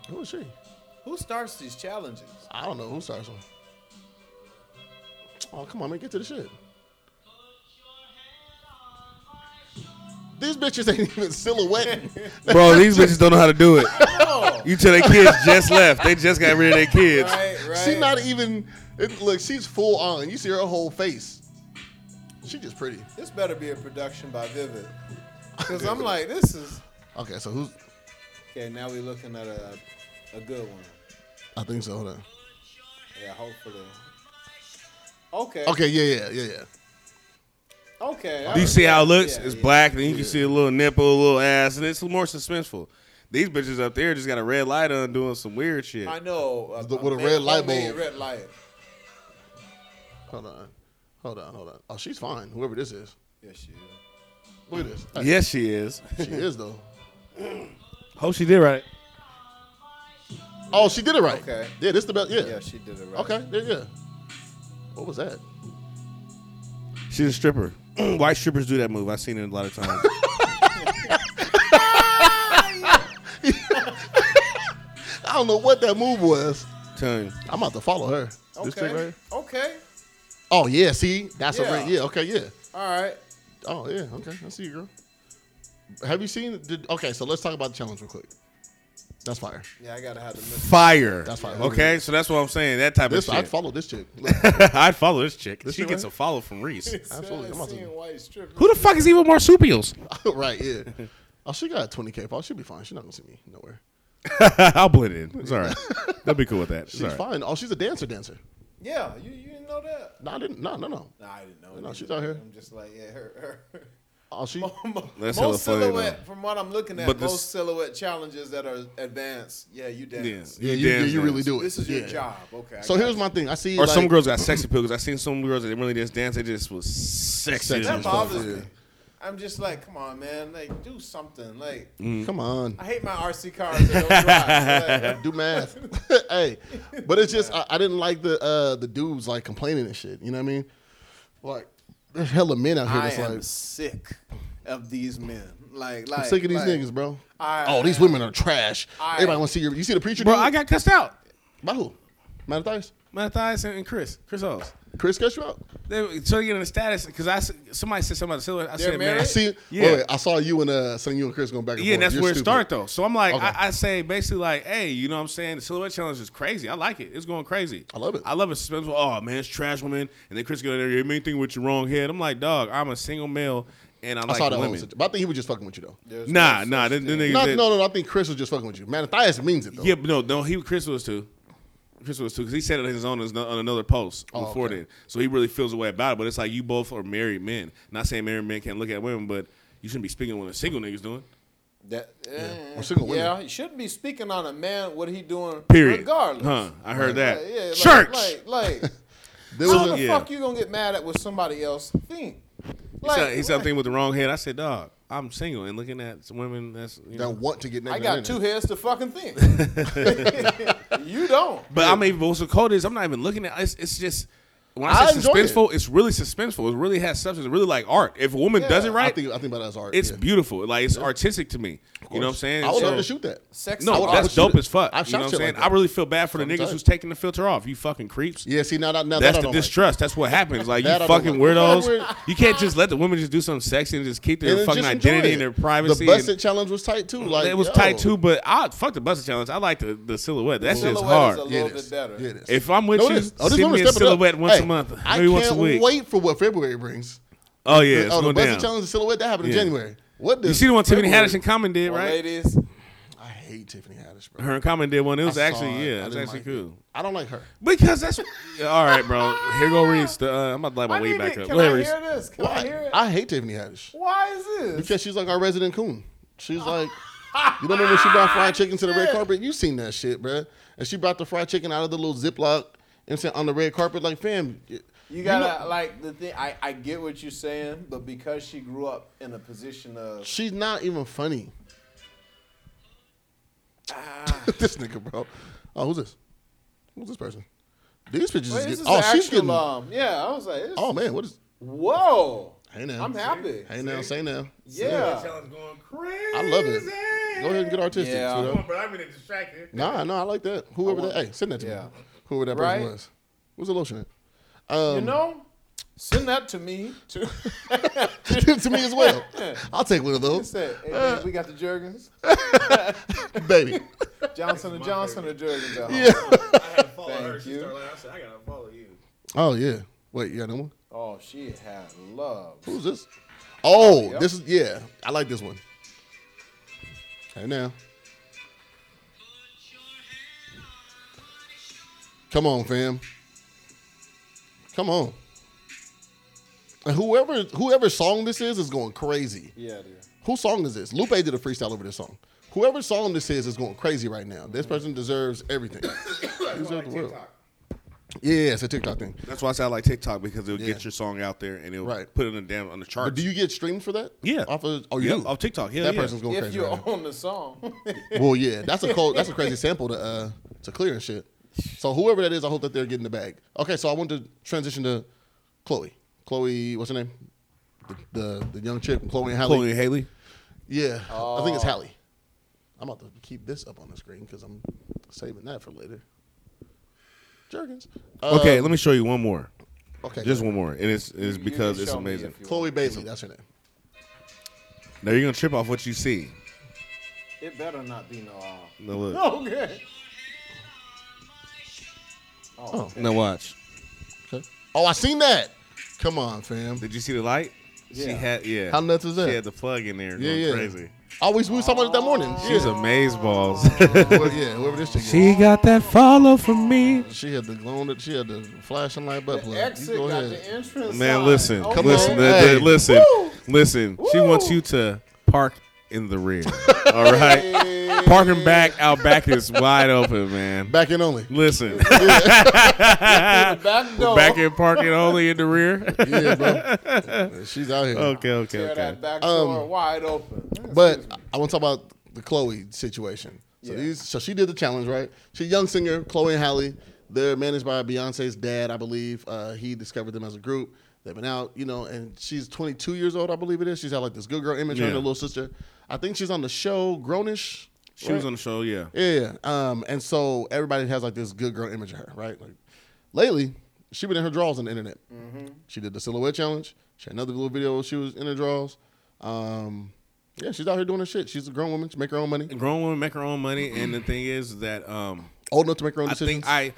[SPEAKER 3] Who is she?
[SPEAKER 2] Who starts these challenges?
[SPEAKER 3] I don't know who starts one. Oh come on, man, get to the shit. These bitches ain't even silhouetting. (laughs)
[SPEAKER 1] Bro, these bitches don't know how to do
[SPEAKER 2] (laughs)
[SPEAKER 1] it.
[SPEAKER 2] Oh,
[SPEAKER 1] You tell their kids just left. They just got rid of their kids.
[SPEAKER 2] right, right.
[SPEAKER 3] She's not even. It, look, she's full on. You see her whole face. She just pretty.
[SPEAKER 2] This better be a production by (laughs) Vivid, because I'm like, this is.
[SPEAKER 3] Okay, so who's?
[SPEAKER 2] Okay, now we're looking at a, a good one.
[SPEAKER 3] I think so. Hold on.
[SPEAKER 2] Yeah, hopefully. Okay.
[SPEAKER 3] Okay, yeah, yeah, yeah, yeah.
[SPEAKER 2] Okay.
[SPEAKER 1] Do you see how it looks?
[SPEAKER 2] Yeah,
[SPEAKER 1] it's
[SPEAKER 2] yeah.
[SPEAKER 1] black, then you can see a little nipple, a little ass, and it's more suspenseful. These bitches up there just got a red light on doing some weird shit.
[SPEAKER 2] I know. uh,
[SPEAKER 3] The- with a red light
[SPEAKER 2] homemade
[SPEAKER 3] bulb.
[SPEAKER 2] Red light.
[SPEAKER 3] Hold on. Hold on, hold on. Oh, she's fine. Whoever this is.
[SPEAKER 2] Yes, she is.
[SPEAKER 3] Look at this. Hey,
[SPEAKER 1] Yes, she is.
[SPEAKER 3] She is though.
[SPEAKER 1] (laughs) Hope she did right.
[SPEAKER 3] Oh, she did it right.
[SPEAKER 2] Okay.
[SPEAKER 3] Yeah, this the best. Yeah.
[SPEAKER 2] Yeah, she did it right.
[SPEAKER 3] okay. Yeah, yeah. What was that? (laughs)
[SPEAKER 1] She's a (clears throat) stripper. White strippers do that move. I've seen it a lot of (laughs) times.
[SPEAKER 3] I don't know what that move was.
[SPEAKER 1] Telling you.
[SPEAKER 3] I'm about to follow her. This chick right
[SPEAKER 2] Okay.
[SPEAKER 3] here.
[SPEAKER 2] Okay.
[SPEAKER 3] Oh yeah, see, that's
[SPEAKER 2] Yeah.
[SPEAKER 3] a ring. Yeah, okay, yeah.
[SPEAKER 2] All right.
[SPEAKER 3] Oh yeah, okay. I see you, girl. Have you seen? Did, okay, so let's talk about the challenge real quick. That's fire.
[SPEAKER 2] Yeah, I gotta have the miss.
[SPEAKER 1] Fire.
[SPEAKER 3] That's fire.
[SPEAKER 1] Okay, so that's what I'm saying. That type
[SPEAKER 3] This
[SPEAKER 1] of shit.
[SPEAKER 3] I'd follow this
[SPEAKER 2] (laughs)
[SPEAKER 3] chick. Look,
[SPEAKER 1] (laughs) I'd follow this chick.
[SPEAKER 3] This
[SPEAKER 1] she
[SPEAKER 3] shit
[SPEAKER 1] gets
[SPEAKER 3] right?
[SPEAKER 1] a follow from Reese.
[SPEAKER 3] Absolutely, I'm about to- (laughs)
[SPEAKER 2] Seeing white stripper.
[SPEAKER 1] Who the fuck is even marsupials?
[SPEAKER 3] right? Yeah. Oh, she got 20k. Paul, she'll be fine. She's not gonna see me nowhere.
[SPEAKER 1] (laughs) I'll blend in. It's all (laughs) right. They'll be cool with that. It's
[SPEAKER 3] She's
[SPEAKER 1] all right.
[SPEAKER 3] fine. Oh, she's a dancer, dancer.
[SPEAKER 2] Yeah, you you didn't know that.
[SPEAKER 3] No, I didn't. No, no, no.
[SPEAKER 2] Nah, I didn't know.
[SPEAKER 3] No,
[SPEAKER 2] it
[SPEAKER 3] she's
[SPEAKER 2] either.
[SPEAKER 3] out here.
[SPEAKER 2] I'm just like, yeah, her. her. (laughs)
[SPEAKER 3] Oh, she.
[SPEAKER 1] That's hella
[SPEAKER 2] most
[SPEAKER 1] funny,
[SPEAKER 2] silhouette,
[SPEAKER 1] though.
[SPEAKER 2] from what I'm looking at,
[SPEAKER 1] But this-
[SPEAKER 2] most silhouette challenges that are advanced. Yeah, you dance.
[SPEAKER 3] Yeah, you, yeah,
[SPEAKER 1] dance,
[SPEAKER 3] you really
[SPEAKER 1] dance.
[SPEAKER 3] do it.
[SPEAKER 2] This is your
[SPEAKER 3] Yeah.
[SPEAKER 2] job. Okay. I
[SPEAKER 3] So
[SPEAKER 2] got
[SPEAKER 3] here's
[SPEAKER 2] you.
[SPEAKER 3] my thing. I see.
[SPEAKER 1] Or
[SPEAKER 3] like,
[SPEAKER 1] some girls got sexy pills. I've seen some girls that really just dance. They just was sexy.
[SPEAKER 3] Sexy.
[SPEAKER 1] as
[SPEAKER 2] That
[SPEAKER 1] fuck.
[SPEAKER 2] bothers
[SPEAKER 3] Yeah.
[SPEAKER 2] me. I'm just like, come on, man. Like, do something. Like,
[SPEAKER 1] Mm.
[SPEAKER 2] (laughs)
[SPEAKER 3] Come on.
[SPEAKER 2] I hate my RC cars. That don't
[SPEAKER 1] (laughs)
[SPEAKER 2] drive. Like,
[SPEAKER 3] do math. (laughs) hey, but it's just I, I didn't like the uh the dudes like complaining and shit. You know what I mean? Like there's hella men out here
[SPEAKER 2] I
[SPEAKER 3] that's
[SPEAKER 2] am
[SPEAKER 3] like
[SPEAKER 2] sick of these men. Like, like
[SPEAKER 3] I'm sick of these
[SPEAKER 2] like,
[SPEAKER 3] niggas, bro.
[SPEAKER 2] I-
[SPEAKER 3] oh, these women are trash.
[SPEAKER 2] I-
[SPEAKER 3] Everybody want to see your. You see the preacher?
[SPEAKER 1] Bro,
[SPEAKER 3] dude?
[SPEAKER 1] I got cussed out.
[SPEAKER 3] by who? Mattathias.
[SPEAKER 1] Matthias and Chris. Chris Owls.
[SPEAKER 3] Chris cussed you out.
[SPEAKER 1] They were trying to get in the status because I s- somebody said something about the silhouette. I said, man,
[SPEAKER 2] married?
[SPEAKER 3] I see.
[SPEAKER 1] Yeah.
[SPEAKER 3] wait, I saw you and uh, son, you and Chris going back and
[SPEAKER 1] Yeah, and
[SPEAKER 3] forth.
[SPEAKER 1] that's
[SPEAKER 3] You're
[SPEAKER 1] where
[SPEAKER 3] stupid.
[SPEAKER 1] it started though. So I'm like,
[SPEAKER 3] Okay.
[SPEAKER 1] I, I say basically like, hey, you know what I'm saying? The silhouette challenge is crazy. I like it. It's going crazy.
[SPEAKER 3] I love it.
[SPEAKER 1] I love it. Suspenseful. Oh man, it's trash woman. And then Chris go there. Your main thing with your wrong head. I'm like, dog, I'm a single male and I,
[SPEAKER 3] I
[SPEAKER 1] like
[SPEAKER 3] saw that whole
[SPEAKER 1] women.
[SPEAKER 3] situation. But I think he was just fucking with you though.
[SPEAKER 2] there's
[SPEAKER 1] Nah,
[SPEAKER 2] no
[SPEAKER 1] nah.
[SPEAKER 2] such
[SPEAKER 1] Then, then niggas
[SPEAKER 3] Not,
[SPEAKER 1] did-
[SPEAKER 3] no, no, no. I think Chris was just fucking with you. Mattathias means it though.
[SPEAKER 1] Yeah, but no, no. He Chris was too. Chris was too because he said it on his own on his- on another post before
[SPEAKER 3] Oh, okay.
[SPEAKER 1] then. So he really feels a way about it. But it's like you both are married men. Not saying married men can't look at women, but you shouldn't be speaking when a single nigga's doing.
[SPEAKER 2] That, yeah.
[SPEAKER 3] Or single women.
[SPEAKER 2] yeah, you shouldn't be speaking on a man what he doing
[SPEAKER 1] Period.
[SPEAKER 2] regardless.
[SPEAKER 1] Huh? I heard
[SPEAKER 2] Yeah,
[SPEAKER 1] that.
[SPEAKER 2] yeah, like-
[SPEAKER 1] Church.
[SPEAKER 2] Like,
[SPEAKER 1] (laughs)
[SPEAKER 2] like,
[SPEAKER 3] There
[SPEAKER 2] how
[SPEAKER 3] was
[SPEAKER 2] the
[SPEAKER 3] a,
[SPEAKER 1] Yeah.
[SPEAKER 2] fuck you gonna get mad at what somebody else think?
[SPEAKER 1] He said- he said
[SPEAKER 2] like,
[SPEAKER 1] something with the wrong head. I said, dog, I'm single and looking at some women that's you
[SPEAKER 3] that
[SPEAKER 1] know.
[SPEAKER 3] want to get.
[SPEAKER 2] I
[SPEAKER 3] naked
[SPEAKER 2] got
[SPEAKER 3] on the
[SPEAKER 2] two
[SPEAKER 3] internet.
[SPEAKER 2] heads to fucking
[SPEAKER 1] (laughs)
[SPEAKER 2] think. (laughs) you don't.
[SPEAKER 1] But I'm even but what's the code is I'm not even looking at it's, it's just when I,
[SPEAKER 3] I
[SPEAKER 1] say
[SPEAKER 3] enjoy it.
[SPEAKER 1] suspenseful, it's really suspenseful. It really has substance. It's really like art. If a woman does it
[SPEAKER 2] Yeah, I
[SPEAKER 1] right,
[SPEAKER 3] I think I think about that as art.
[SPEAKER 1] it's
[SPEAKER 3] yeah.
[SPEAKER 1] beautiful. Like it's artistic to me. You know what I'm saying?
[SPEAKER 3] I would
[SPEAKER 1] So-
[SPEAKER 3] love to shoot that.
[SPEAKER 2] Sex
[SPEAKER 1] No,
[SPEAKER 2] appeal.
[SPEAKER 3] would- I
[SPEAKER 1] that's
[SPEAKER 3] would shoot
[SPEAKER 1] dope
[SPEAKER 3] it.
[SPEAKER 1] as fuck.
[SPEAKER 3] I've
[SPEAKER 1] you know
[SPEAKER 3] shot
[SPEAKER 1] what I'm
[SPEAKER 3] shit
[SPEAKER 1] saying?
[SPEAKER 3] like that.
[SPEAKER 1] I really feel bad for the niggas
[SPEAKER 3] Sometimes.
[SPEAKER 1] who's taking the filter off. You fucking creeps.
[SPEAKER 3] Yeah, see now that now
[SPEAKER 1] That's
[SPEAKER 3] that I
[SPEAKER 1] the
[SPEAKER 3] don't
[SPEAKER 1] distrust. That's what happens.
[SPEAKER 3] (laughs)
[SPEAKER 1] Like you
[SPEAKER 3] That I don't
[SPEAKER 1] fucking
[SPEAKER 3] like.
[SPEAKER 1] weirdos.
[SPEAKER 3] (laughs) Weird.
[SPEAKER 1] You can't just let the women just do something sexy and just keep
[SPEAKER 3] like.
[SPEAKER 1] their
[SPEAKER 3] And
[SPEAKER 1] fucking
[SPEAKER 3] just enjoy
[SPEAKER 1] identity
[SPEAKER 3] it.
[SPEAKER 1] and their privacy.
[SPEAKER 3] The
[SPEAKER 1] and-
[SPEAKER 3] busted challenge was tight too. Like
[SPEAKER 1] it was
[SPEAKER 3] yo.
[SPEAKER 1] tight too, but I fuck the busted challenge. I like the, the silhouette. That shit's
[SPEAKER 2] Silhouette
[SPEAKER 1] hard.
[SPEAKER 2] is a
[SPEAKER 3] Yeah,
[SPEAKER 2] little
[SPEAKER 3] it is.
[SPEAKER 2] bit better.
[SPEAKER 3] Yeah, it is.
[SPEAKER 1] If I'm with
[SPEAKER 3] No, it
[SPEAKER 1] you,
[SPEAKER 3] is. Oh, this
[SPEAKER 1] send
[SPEAKER 3] woman
[SPEAKER 1] me a
[SPEAKER 3] step it up.
[SPEAKER 1] silhouette once
[SPEAKER 3] Hey,
[SPEAKER 1] a month, maybe
[SPEAKER 3] I
[SPEAKER 1] once a
[SPEAKER 3] can't
[SPEAKER 1] week.
[SPEAKER 3] wait for what February brings.
[SPEAKER 1] Oh yeah, it's
[SPEAKER 3] oh, the
[SPEAKER 1] going
[SPEAKER 3] busted
[SPEAKER 1] down.
[SPEAKER 3] challenge, the silhouette that happened in
[SPEAKER 1] Yeah.
[SPEAKER 3] January. What does
[SPEAKER 1] You see the one Tiffany
[SPEAKER 3] February-
[SPEAKER 1] Haddish and Common did,
[SPEAKER 2] Well,
[SPEAKER 1] right?
[SPEAKER 2] Ladies,
[SPEAKER 3] I hate Tiffany
[SPEAKER 1] (laughs)
[SPEAKER 3] Haddish, bro.
[SPEAKER 1] Her and Common did one. It was
[SPEAKER 3] I saw
[SPEAKER 1] actually
[SPEAKER 3] it.
[SPEAKER 1] yeah,
[SPEAKER 3] I
[SPEAKER 1] it was
[SPEAKER 3] didn't
[SPEAKER 1] actually
[SPEAKER 3] like it.
[SPEAKER 1] cool.
[SPEAKER 3] I don't like her.
[SPEAKER 1] Because that's yeah, all right, bro. Here go Reese. The, uh, I'm about to light my
[SPEAKER 2] I
[SPEAKER 1] weed
[SPEAKER 2] need
[SPEAKER 1] back
[SPEAKER 2] it.
[SPEAKER 1] up.
[SPEAKER 2] Can
[SPEAKER 1] Go ahead,
[SPEAKER 2] I
[SPEAKER 1] Reese.
[SPEAKER 2] hear this? Can I hear
[SPEAKER 3] Why?
[SPEAKER 2] it?
[SPEAKER 3] I hate Tiffany Haddish
[SPEAKER 2] Why is this?
[SPEAKER 3] because she's like our resident coon. She's
[SPEAKER 2] (laughs)
[SPEAKER 3] like. You don't remember when she brought fried chicken to the red carpet? You seen that shit, bro. And she brought the fried chicken out of the little Ziploc and said on the red carpet, like, fam,
[SPEAKER 2] You gotta like the thing. I, I get what you're saying, but because she grew up in a position of
[SPEAKER 3] She's not even funny.
[SPEAKER 2] Ah.
[SPEAKER 3] (laughs) this nigga, bro. Oh, who's this? Who's this person? These pictures
[SPEAKER 2] Wait, this
[SPEAKER 3] is
[SPEAKER 2] is
[SPEAKER 3] getting. Oh,
[SPEAKER 2] the
[SPEAKER 3] she's
[SPEAKER 2] actual,
[SPEAKER 3] getting.
[SPEAKER 2] Um, yeah, I was like, this-
[SPEAKER 3] Oh man, what is?
[SPEAKER 2] whoa.
[SPEAKER 3] Hey now.
[SPEAKER 2] I'm happy.
[SPEAKER 3] Hey now, say now.
[SPEAKER 2] Yeah.
[SPEAKER 1] going crazy.
[SPEAKER 3] I love it. Go ahead and get artistic.
[SPEAKER 2] Yeah.
[SPEAKER 3] sweetheart.
[SPEAKER 1] but I'm gonna distract you.
[SPEAKER 3] Nah, nah, I like that. Whoever
[SPEAKER 2] I want-
[SPEAKER 3] that. Hey, send that to
[SPEAKER 2] Yeah.
[SPEAKER 3] me. Whoever that
[SPEAKER 2] Right?
[SPEAKER 3] person was. What's the lotion? (laughs) At? Um,
[SPEAKER 2] You know, send that to me too.
[SPEAKER 3] to me
[SPEAKER 2] (laughs)
[SPEAKER 3] as well. I'll take one of those,
[SPEAKER 2] Say, hey, man, we got
[SPEAKER 1] (laughs)
[SPEAKER 2] the Jergens, (laughs)
[SPEAKER 3] baby.
[SPEAKER 2] Johnson and Johnson or Jergens. At home.
[SPEAKER 3] Yeah.
[SPEAKER 1] I had to follow
[SPEAKER 2] Thank her. She you. started
[SPEAKER 1] I said, I gotta follow you.
[SPEAKER 3] Oh yeah. Wait, you got another one?
[SPEAKER 2] Oh, she had love.
[SPEAKER 3] Who's this? Oh,
[SPEAKER 2] Yep.
[SPEAKER 3] this is yeah. I like this one. Hey now. Come on, fam. Come on. And whoever whoever song this is is going crazy.
[SPEAKER 2] Yeah, dude.
[SPEAKER 3] Whose song is this? Lupe did a freestyle over this song. whoever saw him this is is going crazy right now. This person deserves everything. (coughs) deserves the world. Yeah, it's a TikTok thing.
[SPEAKER 1] That's why I sound like TikTok because it'll
[SPEAKER 3] Yeah.
[SPEAKER 1] get your song out there and it'll
[SPEAKER 3] Right.
[SPEAKER 1] put it in the damn on the charts.
[SPEAKER 3] But do you get streamed for that?
[SPEAKER 1] Yeah.
[SPEAKER 3] Off of oh you
[SPEAKER 1] Yep,
[SPEAKER 3] do?
[SPEAKER 1] off TikTok, hell
[SPEAKER 3] that
[SPEAKER 1] yeah.
[SPEAKER 3] person's going
[SPEAKER 2] If
[SPEAKER 3] crazy.
[SPEAKER 2] you
[SPEAKER 3] right now.
[SPEAKER 2] own the song,
[SPEAKER 1] (laughs)
[SPEAKER 3] Well, yeah, that's a cold, that's a crazy sample to uh to clear and shit. So whoever that is, I hope that they're getting the bag. Okay, so I want to transition to Chloe. Chloe, what's her name? The the, the young chick, Chloe and Halle.
[SPEAKER 1] Chloe and Haley.
[SPEAKER 3] Yeah, I
[SPEAKER 2] Oh.
[SPEAKER 3] think it's Hallie. I'm about to keep this up on the screen because I'm saving that for later. Jerkins. Uh,
[SPEAKER 1] Okay, let me show you one more.
[SPEAKER 3] Okay.
[SPEAKER 1] Just one more, and it's, it's because it's
[SPEAKER 2] show me
[SPEAKER 1] amazing.
[SPEAKER 2] if you-
[SPEAKER 3] Chloe Bailey, that's her name.
[SPEAKER 1] Now you're gonna trip off what you see.
[SPEAKER 2] it better not be no. Uh,
[SPEAKER 1] Now look.
[SPEAKER 2] (laughs) Okay. Oh,
[SPEAKER 1] Now watch.
[SPEAKER 3] Okay. Oh, I seen that. Come on, fam.
[SPEAKER 1] Did you see the light? She
[SPEAKER 2] Yeah.
[SPEAKER 1] had yeah.
[SPEAKER 3] How nuts is that?
[SPEAKER 1] She had the plug in there.
[SPEAKER 3] yeah,
[SPEAKER 1] going
[SPEAKER 3] yeah.
[SPEAKER 1] Crazy.
[SPEAKER 3] Always we was talking about it that morning.
[SPEAKER 1] She's a maze (laughs) balls.
[SPEAKER 3] Whoever- yeah, whoever this chick is.
[SPEAKER 1] got that follow from me.
[SPEAKER 3] She had the glow. that she had the flashing light butt plug.
[SPEAKER 2] the
[SPEAKER 3] You
[SPEAKER 2] exit
[SPEAKER 3] go
[SPEAKER 2] got
[SPEAKER 3] ahead.
[SPEAKER 2] the entrance.
[SPEAKER 1] Man,
[SPEAKER 2] sign.
[SPEAKER 1] listen,
[SPEAKER 2] Okay.
[SPEAKER 1] listen,
[SPEAKER 3] Come on. Hey.
[SPEAKER 1] listen, listen. She
[SPEAKER 2] Woo.
[SPEAKER 1] wants you to park in the
[SPEAKER 3] (laughs)
[SPEAKER 1] rear. All right, parking back out back is wide open, man.
[SPEAKER 3] Back
[SPEAKER 1] (laughs)
[SPEAKER 3] in only. (laughs)
[SPEAKER 1] Listen,
[SPEAKER 2] Back door.
[SPEAKER 1] back in parking only in the
[SPEAKER 3] (laughs)
[SPEAKER 1] rear. (laughs)
[SPEAKER 3] Yeah, bro. She's out here.
[SPEAKER 1] okay, okay,
[SPEAKER 2] Tear
[SPEAKER 1] okay.
[SPEAKER 2] that back
[SPEAKER 3] Um,
[SPEAKER 2] door wide open.
[SPEAKER 3] But I want to talk about the Chloe situation. So
[SPEAKER 2] Yeah.
[SPEAKER 3] these, so she did the challenge, right? She's a young singer, Chloe and Halle. They're managed by Beyonce's dad, I believe. Uh, he discovered them as a group. They've been out, you know, and she's 22 years old, I believe it is. She's had like this good girl image, her and
[SPEAKER 1] Yeah.
[SPEAKER 3] her little sister. I think she's on the show, Grownish.
[SPEAKER 1] She was on the show, yeah.
[SPEAKER 3] Yeah. Um, and so everybody has like this good girl image of her, right? Like lately, she been in her draws on the internet.
[SPEAKER 1] Mm-hmm.
[SPEAKER 3] She did the silhouette challenge. She had another little video where she was in her draws. Um, yeah, she's out here doing her shit. She's a grown woman. She make her own money.
[SPEAKER 1] Grown women make her own money, and the thing is that um,
[SPEAKER 3] Old enough to make her own
[SPEAKER 1] I
[SPEAKER 3] decisions.
[SPEAKER 1] think I,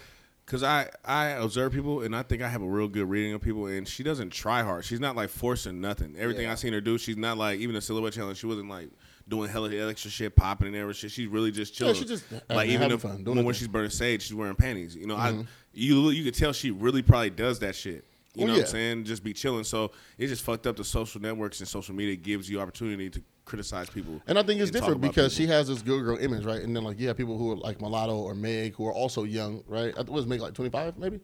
[SPEAKER 1] because I I observe people, and I think I have a real good reading of people. And she doesn't try hard. She's not like forcing nothing. Everything
[SPEAKER 2] Yeah.
[SPEAKER 1] I seen her do, she's not like even the silhouette challenge. She wasn't like doing hella extra shit, popping and everything. She's really just chilling.
[SPEAKER 3] she just
[SPEAKER 1] like
[SPEAKER 3] having-
[SPEAKER 1] even
[SPEAKER 3] having
[SPEAKER 1] if-
[SPEAKER 3] fun,
[SPEAKER 1] when,
[SPEAKER 3] doing her
[SPEAKER 1] when
[SPEAKER 3] thing. Mm-hmm.
[SPEAKER 1] she's burning sage, she's wearing panties. You know, I you you could tell she really probably does that shit. You
[SPEAKER 3] Well,
[SPEAKER 1] know what
[SPEAKER 3] Oh, yeah.
[SPEAKER 1] I'm saying? Just be chilling. So it just fucked up the social networks and social media gives you opportunity to criticize people.
[SPEAKER 3] and I think it's
[SPEAKER 1] talk
[SPEAKER 3] different
[SPEAKER 1] about
[SPEAKER 3] because
[SPEAKER 1] people.
[SPEAKER 3] she has this good girl image, right? And then like you have people who are like mulatto or Meg who are also young, right? I think it was Meg like twenty five, maybe.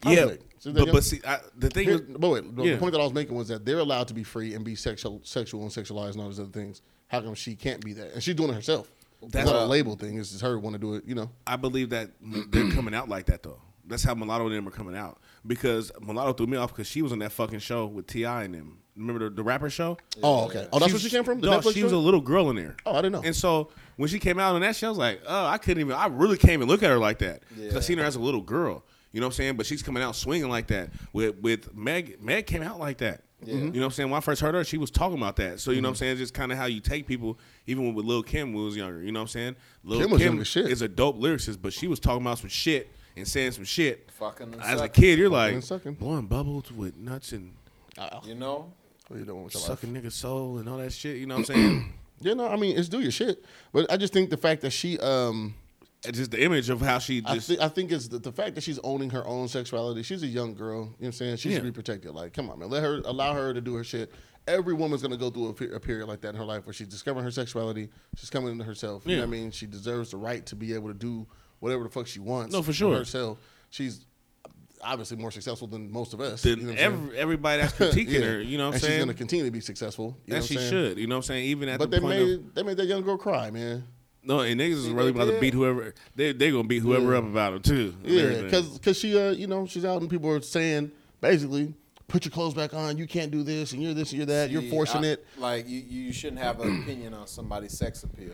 [SPEAKER 3] Probably
[SPEAKER 1] Yeah,
[SPEAKER 3] Meg. She's oh, that
[SPEAKER 1] but,
[SPEAKER 3] young.
[SPEAKER 1] but see, I, the thing
[SPEAKER 3] Here-
[SPEAKER 1] is,
[SPEAKER 3] but wait, the-
[SPEAKER 1] yeah.
[SPEAKER 3] the point that I was making was that they're allowed to be free and be sexual, sexual and sexualized and all those other things. How come she can't be that? And she's doing it herself. That's
[SPEAKER 1] That's-
[SPEAKER 3] not a label thing. It's just her want to do it. You know,
[SPEAKER 1] I believe that they're coming out like that though. That's how Mulatto and them are coming out because Mulatto threw me off because she was on that fucking show with Ti and them. Remember the, the rapper show?
[SPEAKER 3] Oh, okay. Oh, that's where
[SPEAKER 1] was-
[SPEAKER 3] she came from? The
[SPEAKER 1] no,
[SPEAKER 3] Netflix
[SPEAKER 1] she was a
[SPEAKER 3] show?
[SPEAKER 1] little girl in there.
[SPEAKER 3] Oh, I didn't know.
[SPEAKER 1] And so when she came out on that show, I was like, oh, I couldn't even. I really can't even look at her like that. 'Cause I seen her as a little girl. You know what I'm saying? But she's coming out swinging like that. With with Meg, Meg came out like that. You know what I'm saying? When I first heard her, she was talking about that. So you
[SPEAKER 3] Mm-hmm.
[SPEAKER 1] know what I'm saying? It's just kind of how you take people. Even with Lil Kim, when we was younger. You know what I'm saying? Lil
[SPEAKER 3] Kim was young as shit.
[SPEAKER 1] is a dope lyricist, but she was talking about some shit and saying some shit.
[SPEAKER 2] Fucking and
[SPEAKER 1] As a
[SPEAKER 2] sucking.
[SPEAKER 1] kid, you're like
[SPEAKER 3] and sucking.
[SPEAKER 1] blowing bubbles with nuts and
[SPEAKER 2] You know,
[SPEAKER 3] what Ah, you doing with your life?
[SPEAKER 1] sucking niggas soul and all that shit. You know
[SPEAKER 3] (clears throat)
[SPEAKER 1] what I'm saying?
[SPEAKER 3] You know, I mean, it's do your shit. But I just think the fact that she, um,
[SPEAKER 1] It's just the image of how she
[SPEAKER 3] I,
[SPEAKER 1] just
[SPEAKER 3] thi- I think it's the, the fact that she's owning her own sexuality. She's a young girl. You know what I'm saying? She should
[SPEAKER 1] Yeah.
[SPEAKER 3] be protected. Like, come on, man. Let her allow her to do her shit. Every woman's gonna go through a, pe- a period like that in her life where she's discovering her sexuality. She's coming into herself. You know
[SPEAKER 1] Yeah.
[SPEAKER 3] what I mean? She deserves the right to be able to do whatever the fuck she wants.
[SPEAKER 1] No, for sure.
[SPEAKER 3] Herself. She's obviously more successful than most of us.
[SPEAKER 1] than
[SPEAKER 3] you know what I'm saying?
[SPEAKER 1] every, everybody that's critiquing
[SPEAKER 3] (laughs) Yeah.
[SPEAKER 1] her. You know what I'm
[SPEAKER 3] and
[SPEAKER 1] saying?
[SPEAKER 3] She's gonna continue to be successful. You know
[SPEAKER 1] and
[SPEAKER 3] what
[SPEAKER 1] she
[SPEAKER 3] I'm saying?
[SPEAKER 1] should. You know what I'm saying? Even at
[SPEAKER 3] But
[SPEAKER 1] the
[SPEAKER 3] they
[SPEAKER 1] point
[SPEAKER 3] made
[SPEAKER 1] of
[SPEAKER 3] they made that young girl cry, man.
[SPEAKER 1] no, and niggas is really
[SPEAKER 2] they
[SPEAKER 1] about to
[SPEAKER 2] did.
[SPEAKER 1] beat whoever they they gonna beat whoever up about it too. and
[SPEAKER 3] Yeah,
[SPEAKER 1] everything.
[SPEAKER 3] because she, uh, you know, she's out and people are saying basically, put your clothes back on. You can't do this, and you're this, and you're that. you're
[SPEAKER 2] See,
[SPEAKER 3] forcing
[SPEAKER 2] I-
[SPEAKER 3] it.
[SPEAKER 2] Like you, you shouldn't have an
[SPEAKER 3] (clears throat)
[SPEAKER 2] opinion on somebody's sex appeal.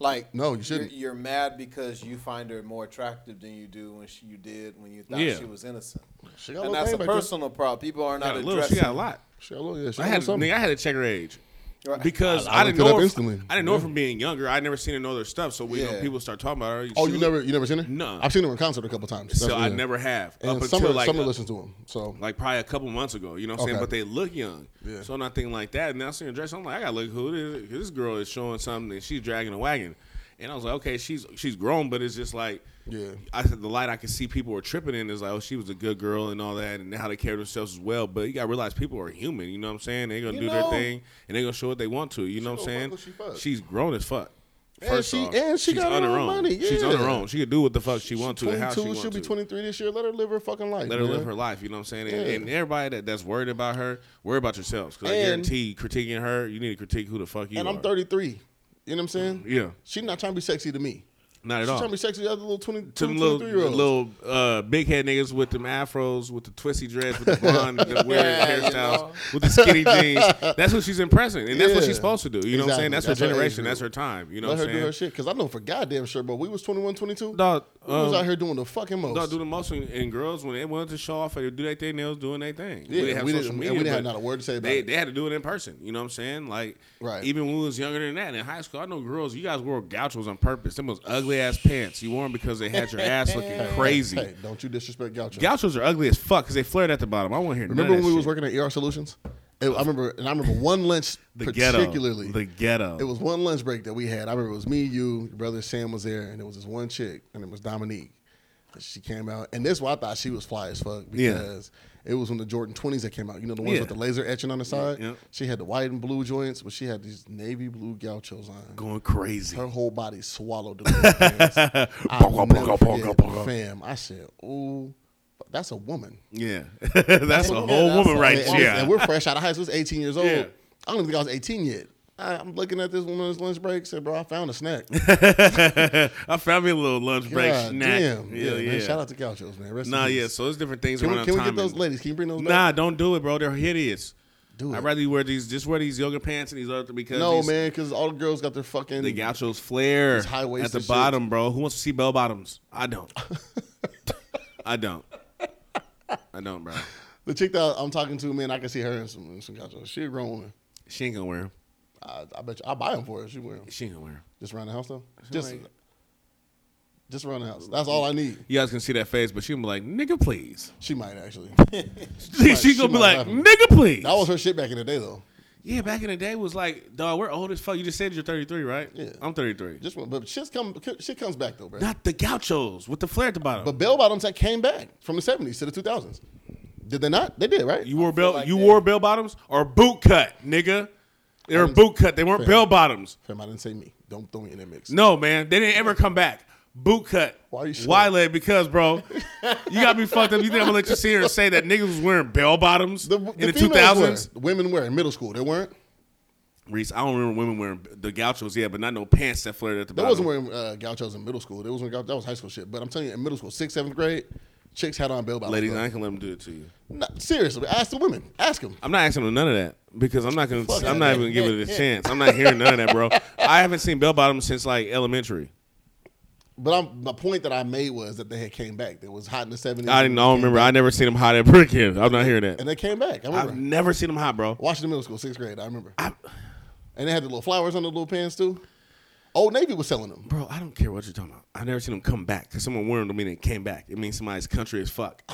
[SPEAKER 2] Like
[SPEAKER 3] No, you
[SPEAKER 2] you're-
[SPEAKER 3] shouldn't.
[SPEAKER 2] You're, mad because you find her more attractive than you do when she, you did when you thought
[SPEAKER 1] Yeah.
[SPEAKER 2] she was innocent.
[SPEAKER 3] She got a
[SPEAKER 2] And
[SPEAKER 3] little
[SPEAKER 2] that's a
[SPEAKER 3] thing back there.
[SPEAKER 2] personal problem. People are
[SPEAKER 1] She
[SPEAKER 2] not
[SPEAKER 1] got a little,
[SPEAKER 2] addressing.
[SPEAKER 1] she got a lot.
[SPEAKER 3] She got a little- yeah, she
[SPEAKER 1] I
[SPEAKER 3] got
[SPEAKER 1] had
[SPEAKER 3] something.
[SPEAKER 1] nigga, I had to check her age.
[SPEAKER 2] Right.
[SPEAKER 1] Because
[SPEAKER 3] I-
[SPEAKER 1] I,
[SPEAKER 3] I
[SPEAKER 1] didn't
[SPEAKER 3] looked it
[SPEAKER 1] know
[SPEAKER 3] up
[SPEAKER 1] her,
[SPEAKER 3] instantly.
[SPEAKER 1] I didn't know her from being younger. I never seen her in other stuff. So when you know,
[SPEAKER 2] Yeah.
[SPEAKER 1] people start talking about her,
[SPEAKER 3] Oh,
[SPEAKER 1] she
[SPEAKER 3] you
[SPEAKER 1] look-
[SPEAKER 3] never, you never seen her?
[SPEAKER 1] No.
[SPEAKER 3] I've seen her in concert a couple times. That's
[SPEAKER 1] So I
[SPEAKER 3] it.
[SPEAKER 1] never have
[SPEAKER 3] And
[SPEAKER 1] up until
[SPEAKER 3] summer,
[SPEAKER 1] like
[SPEAKER 3] summer
[SPEAKER 1] uh,
[SPEAKER 3] listens to him. So
[SPEAKER 1] like probably a couple months ago. You know what I'm saying?
[SPEAKER 3] Okay.
[SPEAKER 1] But they look young.
[SPEAKER 3] Yeah.
[SPEAKER 1] So nothing like that. And now I see her dress. I'm like, I gotta look who it is. 'Cause This girl is showing something and she's dragging a wagon. And I was like, okay, she's she's grown, but it's just like
[SPEAKER 3] Yeah.
[SPEAKER 1] I said the light I could see people were tripping in is like, oh, she was a good girl and all that, and how they carried themselves as well. But you gotta realize people are human. You know what I'm saying? They're gonna
[SPEAKER 2] You
[SPEAKER 1] do
[SPEAKER 2] know.
[SPEAKER 1] their thing and they're gonna show what they want to. You know what
[SPEAKER 3] gonna fuck
[SPEAKER 1] I'm saying?
[SPEAKER 3] who she fuck.
[SPEAKER 1] She's grown as fuck. First
[SPEAKER 3] she-
[SPEAKER 1] off,
[SPEAKER 3] and she
[SPEAKER 1] she's
[SPEAKER 3] got her
[SPEAKER 1] on
[SPEAKER 3] own money,
[SPEAKER 1] She's on her
[SPEAKER 3] yeah.
[SPEAKER 1] own. She can do what the fuck she wants to. and How she
[SPEAKER 3] 22,
[SPEAKER 1] wants
[SPEAKER 3] she'll be
[SPEAKER 1] to.
[SPEAKER 3] 23 this year. Let her live her fucking life.
[SPEAKER 1] Let her live
[SPEAKER 3] man.
[SPEAKER 1] her life. You know what I'm saying? And,
[SPEAKER 3] Yeah.
[SPEAKER 1] and everybody that, that's worried about her, worry about yourselves. Because I
[SPEAKER 3] And-
[SPEAKER 1] guarantee critiquing her, you need to critique who the fuck you
[SPEAKER 3] And
[SPEAKER 1] are.
[SPEAKER 3] I'm 33. You know what I'm saying?
[SPEAKER 1] Uh, Yeah.
[SPEAKER 3] She's not trying to be sexy to me.
[SPEAKER 1] Not at
[SPEAKER 3] She's
[SPEAKER 1] all.
[SPEAKER 3] trying to be sexy to the other little 20,
[SPEAKER 1] to them
[SPEAKER 3] 23
[SPEAKER 1] little,
[SPEAKER 3] year olds.
[SPEAKER 1] little uh, big head niggas with them afros, with the twisty dreads,
[SPEAKER 3] (laughs)
[SPEAKER 1] with the blonde, the weird
[SPEAKER 2] Yeah, you
[SPEAKER 1] hairstyles,
[SPEAKER 2] know.
[SPEAKER 1] with the skinny jeans.
[SPEAKER 3] (laughs)
[SPEAKER 1] That's what she's impressing, and that's what
[SPEAKER 3] Yeah.
[SPEAKER 1] she's supposed to do. You know what I'm saying?
[SPEAKER 3] Exactly.
[SPEAKER 1] That's,
[SPEAKER 3] That's
[SPEAKER 1] her
[SPEAKER 3] her age
[SPEAKER 1] generation.
[SPEAKER 3] group.
[SPEAKER 1] That's her time. You know what
[SPEAKER 3] Let her
[SPEAKER 1] I'm
[SPEAKER 3] do
[SPEAKER 1] saying?
[SPEAKER 3] her shit. Because I know for goddamn sure, bro, we was 21, 22.
[SPEAKER 1] Dog,
[SPEAKER 3] we was
[SPEAKER 1] um,
[SPEAKER 3] out here doing the fucking most.
[SPEAKER 1] Dog do the most, and, and girls when they wanted to show off, they do their thing. They was doing their thing.
[SPEAKER 3] Yeah, we didn't- and we didn't have
[SPEAKER 1] but
[SPEAKER 3] not a word to say about
[SPEAKER 1] they,
[SPEAKER 3] it.
[SPEAKER 1] They had to do it in person. You know what I'm saying? Like,
[SPEAKER 3] Right.
[SPEAKER 1] Even when we was younger than that in high school, I know girls. You guys wore gauchos on purpose. Them was ugly ass pants. You wore them because they had your
[SPEAKER 3] (laughs)
[SPEAKER 1] ass looking crazy.
[SPEAKER 3] Hey, don't you disrespect Gaucho.
[SPEAKER 1] Gauchos are ugly as fuck because they flared at the bottom. I want to hear.
[SPEAKER 3] remember
[SPEAKER 1] none
[SPEAKER 3] when
[SPEAKER 1] of
[SPEAKER 3] we
[SPEAKER 1] that
[SPEAKER 3] was
[SPEAKER 1] shit.
[SPEAKER 3] working at ER Solutions? It- I remember, and I remember one lunch
[SPEAKER 1] (laughs) the ghetto,
[SPEAKER 3] particularly.
[SPEAKER 1] the ghetto.
[SPEAKER 3] It was one lunch break that we had. I remember it was me, you, your brother Sam was there, and it was this one chick, and it was Dominique. And She came out, and this why I thought she was fly as fuck
[SPEAKER 1] Yeah.
[SPEAKER 3] because it was when the Jordan twenties that came out. You know the ones
[SPEAKER 1] Yeah.
[SPEAKER 3] with the laser etching on the side.
[SPEAKER 1] yeah.
[SPEAKER 3] She had the white and blue joints, but she had these navy blue gauchos on.
[SPEAKER 1] going crazy.
[SPEAKER 3] Her whole body swallowed. The
[SPEAKER 1] (laughs)
[SPEAKER 3] little pants. I'll never forget, fam. I said, "Ooh, that's a woman."
[SPEAKER 1] Yeah, (laughs) that's a whole woman right
[SPEAKER 3] and,
[SPEAKER 1] there.
[SPEAKER 3] And we're fresh out of high school. It's 18 years old.
[SPEAKER 1] Yeah.
[SPEAKER 3] I don't even think I was 18 yet. I, I'm looking at this woman's lunch break. Said, bro, I found a snack.
[SPEAKER 1] (laughs) I found me a little lunch (laughs) break
[SPEAKER 3] God
[SPEAKER 1] snack.
[SPEAKER 3] Damn. Yeah,
[SPEAKER 1] yeah,
[SPEAKER 3] man. Shout out to Gauchos, man. Rest in
[SPEAKER 1] Nah,
[SPEAKER 3] peace.
[SPEAKER 1] yeah. So it's different things
[SPEAKER 3] Can
[SPEAKER 1] around
[SPEAKER 3] we, can we get
[SPEAKER 1] timing.
[SPEAKER 3] those ladies? Can you bring those
[SPEAKER 1] Nah,
[SPEAKER 3] back?
[SPEAKER 1] don't do it, bro. They're hideous.
[SPEAKER 3] Do it.
[SPEAKER 1] I'd rather you wear these. Just wear these yoga pants and these other because
[SPEAKER 3] No,
[SPEAKER 1] these,
[SPEAKER 3] man, because all the girls got their fucking.
[SPEAKER 1] The gauchos flare
[SPEAKER 3] These high-waisted
[SPEAKER 1] at the
[SPEAKER 3] shit.
[SPEAKER 1] bottom, bro. Who wants to see bell bottoms? I don't. I don't. I don't, bro.
[SPEAKER 3] the chick that I'm talking to, man, I can see her in some, in some Gauchos. She a grown woman.
[SPEAKER 1] She ain't gonna wear them.
[SPEAKER 3] I, I bet you. I'll buy them for her. She wear them.
[SPEAKER 1] She ain't gonna wear them.
[SPEAKER 3] Just around the house, though? Just,
[SPEAKER 1] like-
[SPEAKER 3] just around the house. That's all I need.
[SPEAKER 1] You guys can see that face, but she gonna be like, "Nigga, please." (laughs)
[SPEAKER 3] She might, actually.
[SPEAKER 1] She,
[SPEAKER 3] she
[SPEAKER 1] gonna be
[SPEAKER 3] might
[SPEAKER 1] like,
[SPEAKER 3] laugh at me.
[SPEAKER 1] "Nigga, please."
[SPEAKER 3] that was her shit back in the day, though.
[SPEAKER 1] yeah, back in the day, it was like, dog, we're old as fuck. You just said you're 33, right?
[SPEAKER 3] Yeah.
[SPEAKER 1] I'm 33.
[SPEAKER 3] Just But shit's come, shit comes back, though, bro.
[SPEAKER 1] Not the gauchos with the flare at the bottom.
[SPEAKER 3] But bell bottoms that came back from the seventies to the two thousands. Did they not? They did, right?
[SPEAKER 1] You wore bell.
[SPEAKER 2] like
[SPEAKER 1] you
[SPEAKER 2] that-
[SPEAKER 1] wore bell bottoms or boot cut, nigga. They were boot cut. They weren't
[SPEAKER 3] Fair.
[SPEAKER 1] bell bottoms.
[SPEAKER 3] Fam, I didn't say me. Don't throw me in that mix.
[SPEAKER 1] No, man, they didn't ever come back. Boot cut.
[SPEAKER 3] Why you sure?
[SPEAKER 1] Why, Leg? Because, bro, you got me fucked up. You think I'm gonna let you sit here and say that niggas was wearing bell bottoms
[SPEAKER 3] The,
[SPEAKER 1] in the
[SPEAKER 3] two
[SPEAKER 1] 2000s?
[SPEAKER 3] thousands, women were in middle school. They weren't.
[SPEAKER 1] Reese, I don't remember women wearing the gauchos, yeah, but not no pants that flared at the
[SPEAKER 3] They
[SPEAKER 1] bottom.
[SPEAKER 3] wasn't wearing uh, gauchos in middle school. They wasn't. That was high school shit. But I'm telling you, in middle school, sixth, seventh grade, chicks had on bell bottoms.
[SPEAKER 1] Ladies,
[SPEAKER 3] bro.
[SPEAKER 1] I ain't gonna let them do it to you.
[SPEAKER 3] No, seriously, ask the women. Ask them.
[SPEAKER 1] I'm not asking them none of that because I'm not gonna.
[SPEAKER 3] Fuck
[SPEAKER 1] I'm
[SPEAKER 3] that.
[SPEAKER 1] not even gonna give it
[SPEAKER 3] (laughs)
[SPEAKER 1] a chance. I'm not hearing none of that, bro. I haven't seen bell bottoms since like elementary.
[SPEAKER 3] But I'm, my point that I made was that they had came back. They was hot in the seventies.
[SPEAKER 1] I didn't. I don't remember. I never seen them hot at (laughs) brick here. I'm not hearing that.
[SPEAKER 3] And they came back. I remember.
[SPEAKER 1] I've never seen them hot, bro.
[SPEAKER 3] Washington Middle School, sixth grade. I remember. and they had the little flowers on the little pants too. Old Navy was selling them. (laughs)
[SPEAKER 1] Bro, I don't care what you're talking about. I've never seen them come back because someone wore them don't mean they came back. It means somebody's country as fuck.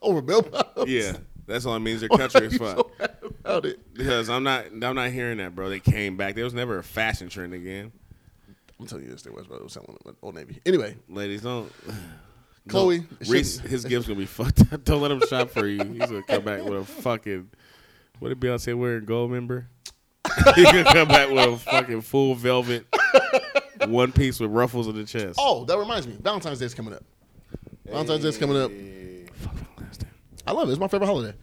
[SPEAKER 3] over Bill Bottoms.
[SPEAKER 1] yeah, that's all it means. They're country as fuck.
[SPEAKER 3] So mad about it.
[SPEAKER 1] because I'm not. I'm not hearing that, bro. They came back. There was never a fashion trend again.
[SPEAKER 3] I'm telling you this, there was, bro. It was selling them at Old Navy. Anyway,
[SPEAKER 1] Ladies, don't.
[SPEAKER 3] Chloe,
[SPEAKER 1] don't-
[SPEAKER 3] it
[SPEAKER 1] Reese,
[SPEAKER 3] shouldn't-
[SPEAKER 1] his gift's gonna be (laughs) fucked up. Don't let him shop for you. He's gonna come back with a fucking. What did Beyonce wear? Gold member. (laughs) He's gonna come back with a fucking full velvet one piece with ruffles on the chest.
[SPEAKER 3] oh, that reminds me, Valentine's Day's coming up. Valentine's Day's coming up.
[SPEAKER 1] Fuck Valentine's Day.
[SPEAKER 3] I love it. It's my favorite holiday.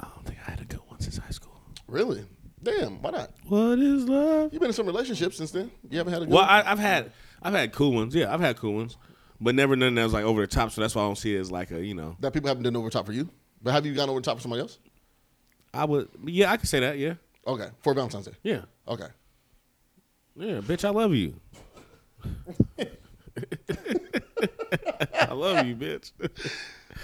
[SPEAKER 1] I don't think I had a good one since high school.
[SPEAKER 3] Really? Damn, why not?
[SPEAKER 1] What is love?
[SPEAKER 3] You've been in some relationships since then. You haven't had a good
[SPEAKER 1] Well,
[SPEAKER 3] one?
[SPEAKER 1] I, I've had I've had cool ones. Yeah, I've had cool ones, but never none that was like over the top. So that's why I don't see it as like a you know.
[SPEAKER 3] that people haven't done over top for you. But have you gone over top for somebody else?
[SPEAKER 1] I would yeah, I could say that. Yeah,
[SPEAKER 3] Okay, for Valentine's Day.
[SPEAKER 1] yeah,
[SPEAKER 3] Okay.
[SPEAKER 1] yeah. Bitch, I love you. I love you, bitch.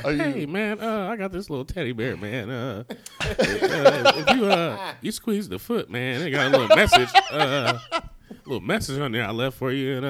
[SPEAKER 3] Are you,
[SPEAKER 1] Hey man, uh, I got this little teddy bear, man. Uh, uh, if you uh, you squeeze the foot, man. It got a little message, uh, little message on there I left for you, and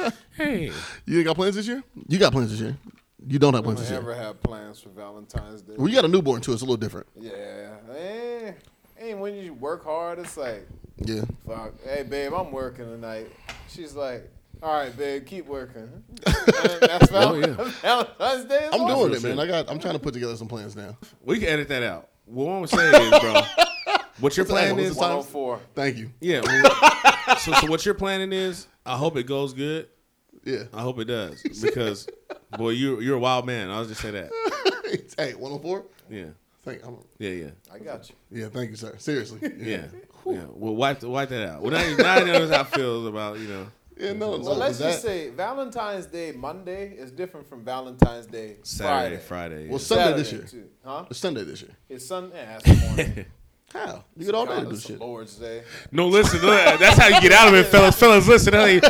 [SPEAKER 1] uh, hey,
[SPEAKER 3] you got plans this year? You got plans this year. You don't have plans this
[SPEAKER 2] I
[SPEAKER 3] year.
[SPEAKER 2] ever have plans for Valentine's Day.
[SPEAKER 3] Well, you got a newborn too. It's a little different.
[SPEAKER 2] yeah. Eh. And when you work hard, it's like,
[SPEAKER 3] Yeah.
[SPEAKER 2] fuck, hey, babe, I'm working tonight. She's like, all right, babe, keep working. (laughs) And
[SPEAKER 3] (laughs)
[SPEAKER 2] that's
[SPEAKER 1] Oh,
[SPEAKER 2] Val- (laughs)
[SPEAKER 1] yeah.
[SPEAKER 2] Valentine's Day. is
[SPEAKER 3] I'm
[SPEAKER 2] over.
[SPEAKER 3] doing it, man. I got. I'm trying to put together some plans now.
[SPEAKER 1] we can edit that out. What I'm saying is, bro, what your
[SPEAKER 3] What's the
[SPEAKER 1] plan
[SPEAKER 3] angle?
[SPEAKER 1] is,
[SPEAKER 3] What's the time?
[SPEAKER 2] 104.
[SPEAKER 3] Thank you.
[SPEAKER 1] Yeah. well, so, so what you're planning is, I hope it goes good.
[SPEAKER 3] Yeah. (laughs)
[SPEAKER 1] I hope it does because, boy, you you're a wild man. I'll just say that.
[SPEAKER 3] hey, 104?
[SPEAKER 1] Yeah,
[SPEAKER 3] Thank, I'm,
[SPEAKER 1] yeah, yeah,
[SPEAKER 2] I got you.
[SPEAKER 3] yeah, thank you, sir. Seriously.
[SPEAKER 1] yeah. yeah. Well, wipe wipe that out. Well, now, now I know how it feels about you know
[SPEAKER 3] Yeah, no, no.
[SPEAKER 2] Well, let's
[SPEAKER 3] that-
[SPEAKER 2] just say Valentine's Day Monday is different from Valentine's Day
[SPEAKER 1] Saturday,
[SPEAKER 2] Friday.
[SPEAKER 1] Friday. yeah.
[SPEAKER 3] Well, Sunday this
[SPEAKER 2] Saturday,
[SPEAKER 3] year.
[SPEAKER 2] too. Huh?
[SPEAKER 3] It's Sunday this year.
[SPEAKER 2] It's Sunday. Yeah,
[SPEAKER 3] (laughs)
[SPEAKER 2] that's morning.
[SPEAKER 3] How? You get all day
[SPEAKER 2] God,
[SPEAKER 3] to do
[SPEAKER 2] that's the
[SPEAKER 3] shit.
[SPEAKER 2] Lord's Day.
[SPEAKER 1] No, listen, look, that's how you get out of it, (laughs) fellas. Fellas, listen, honey.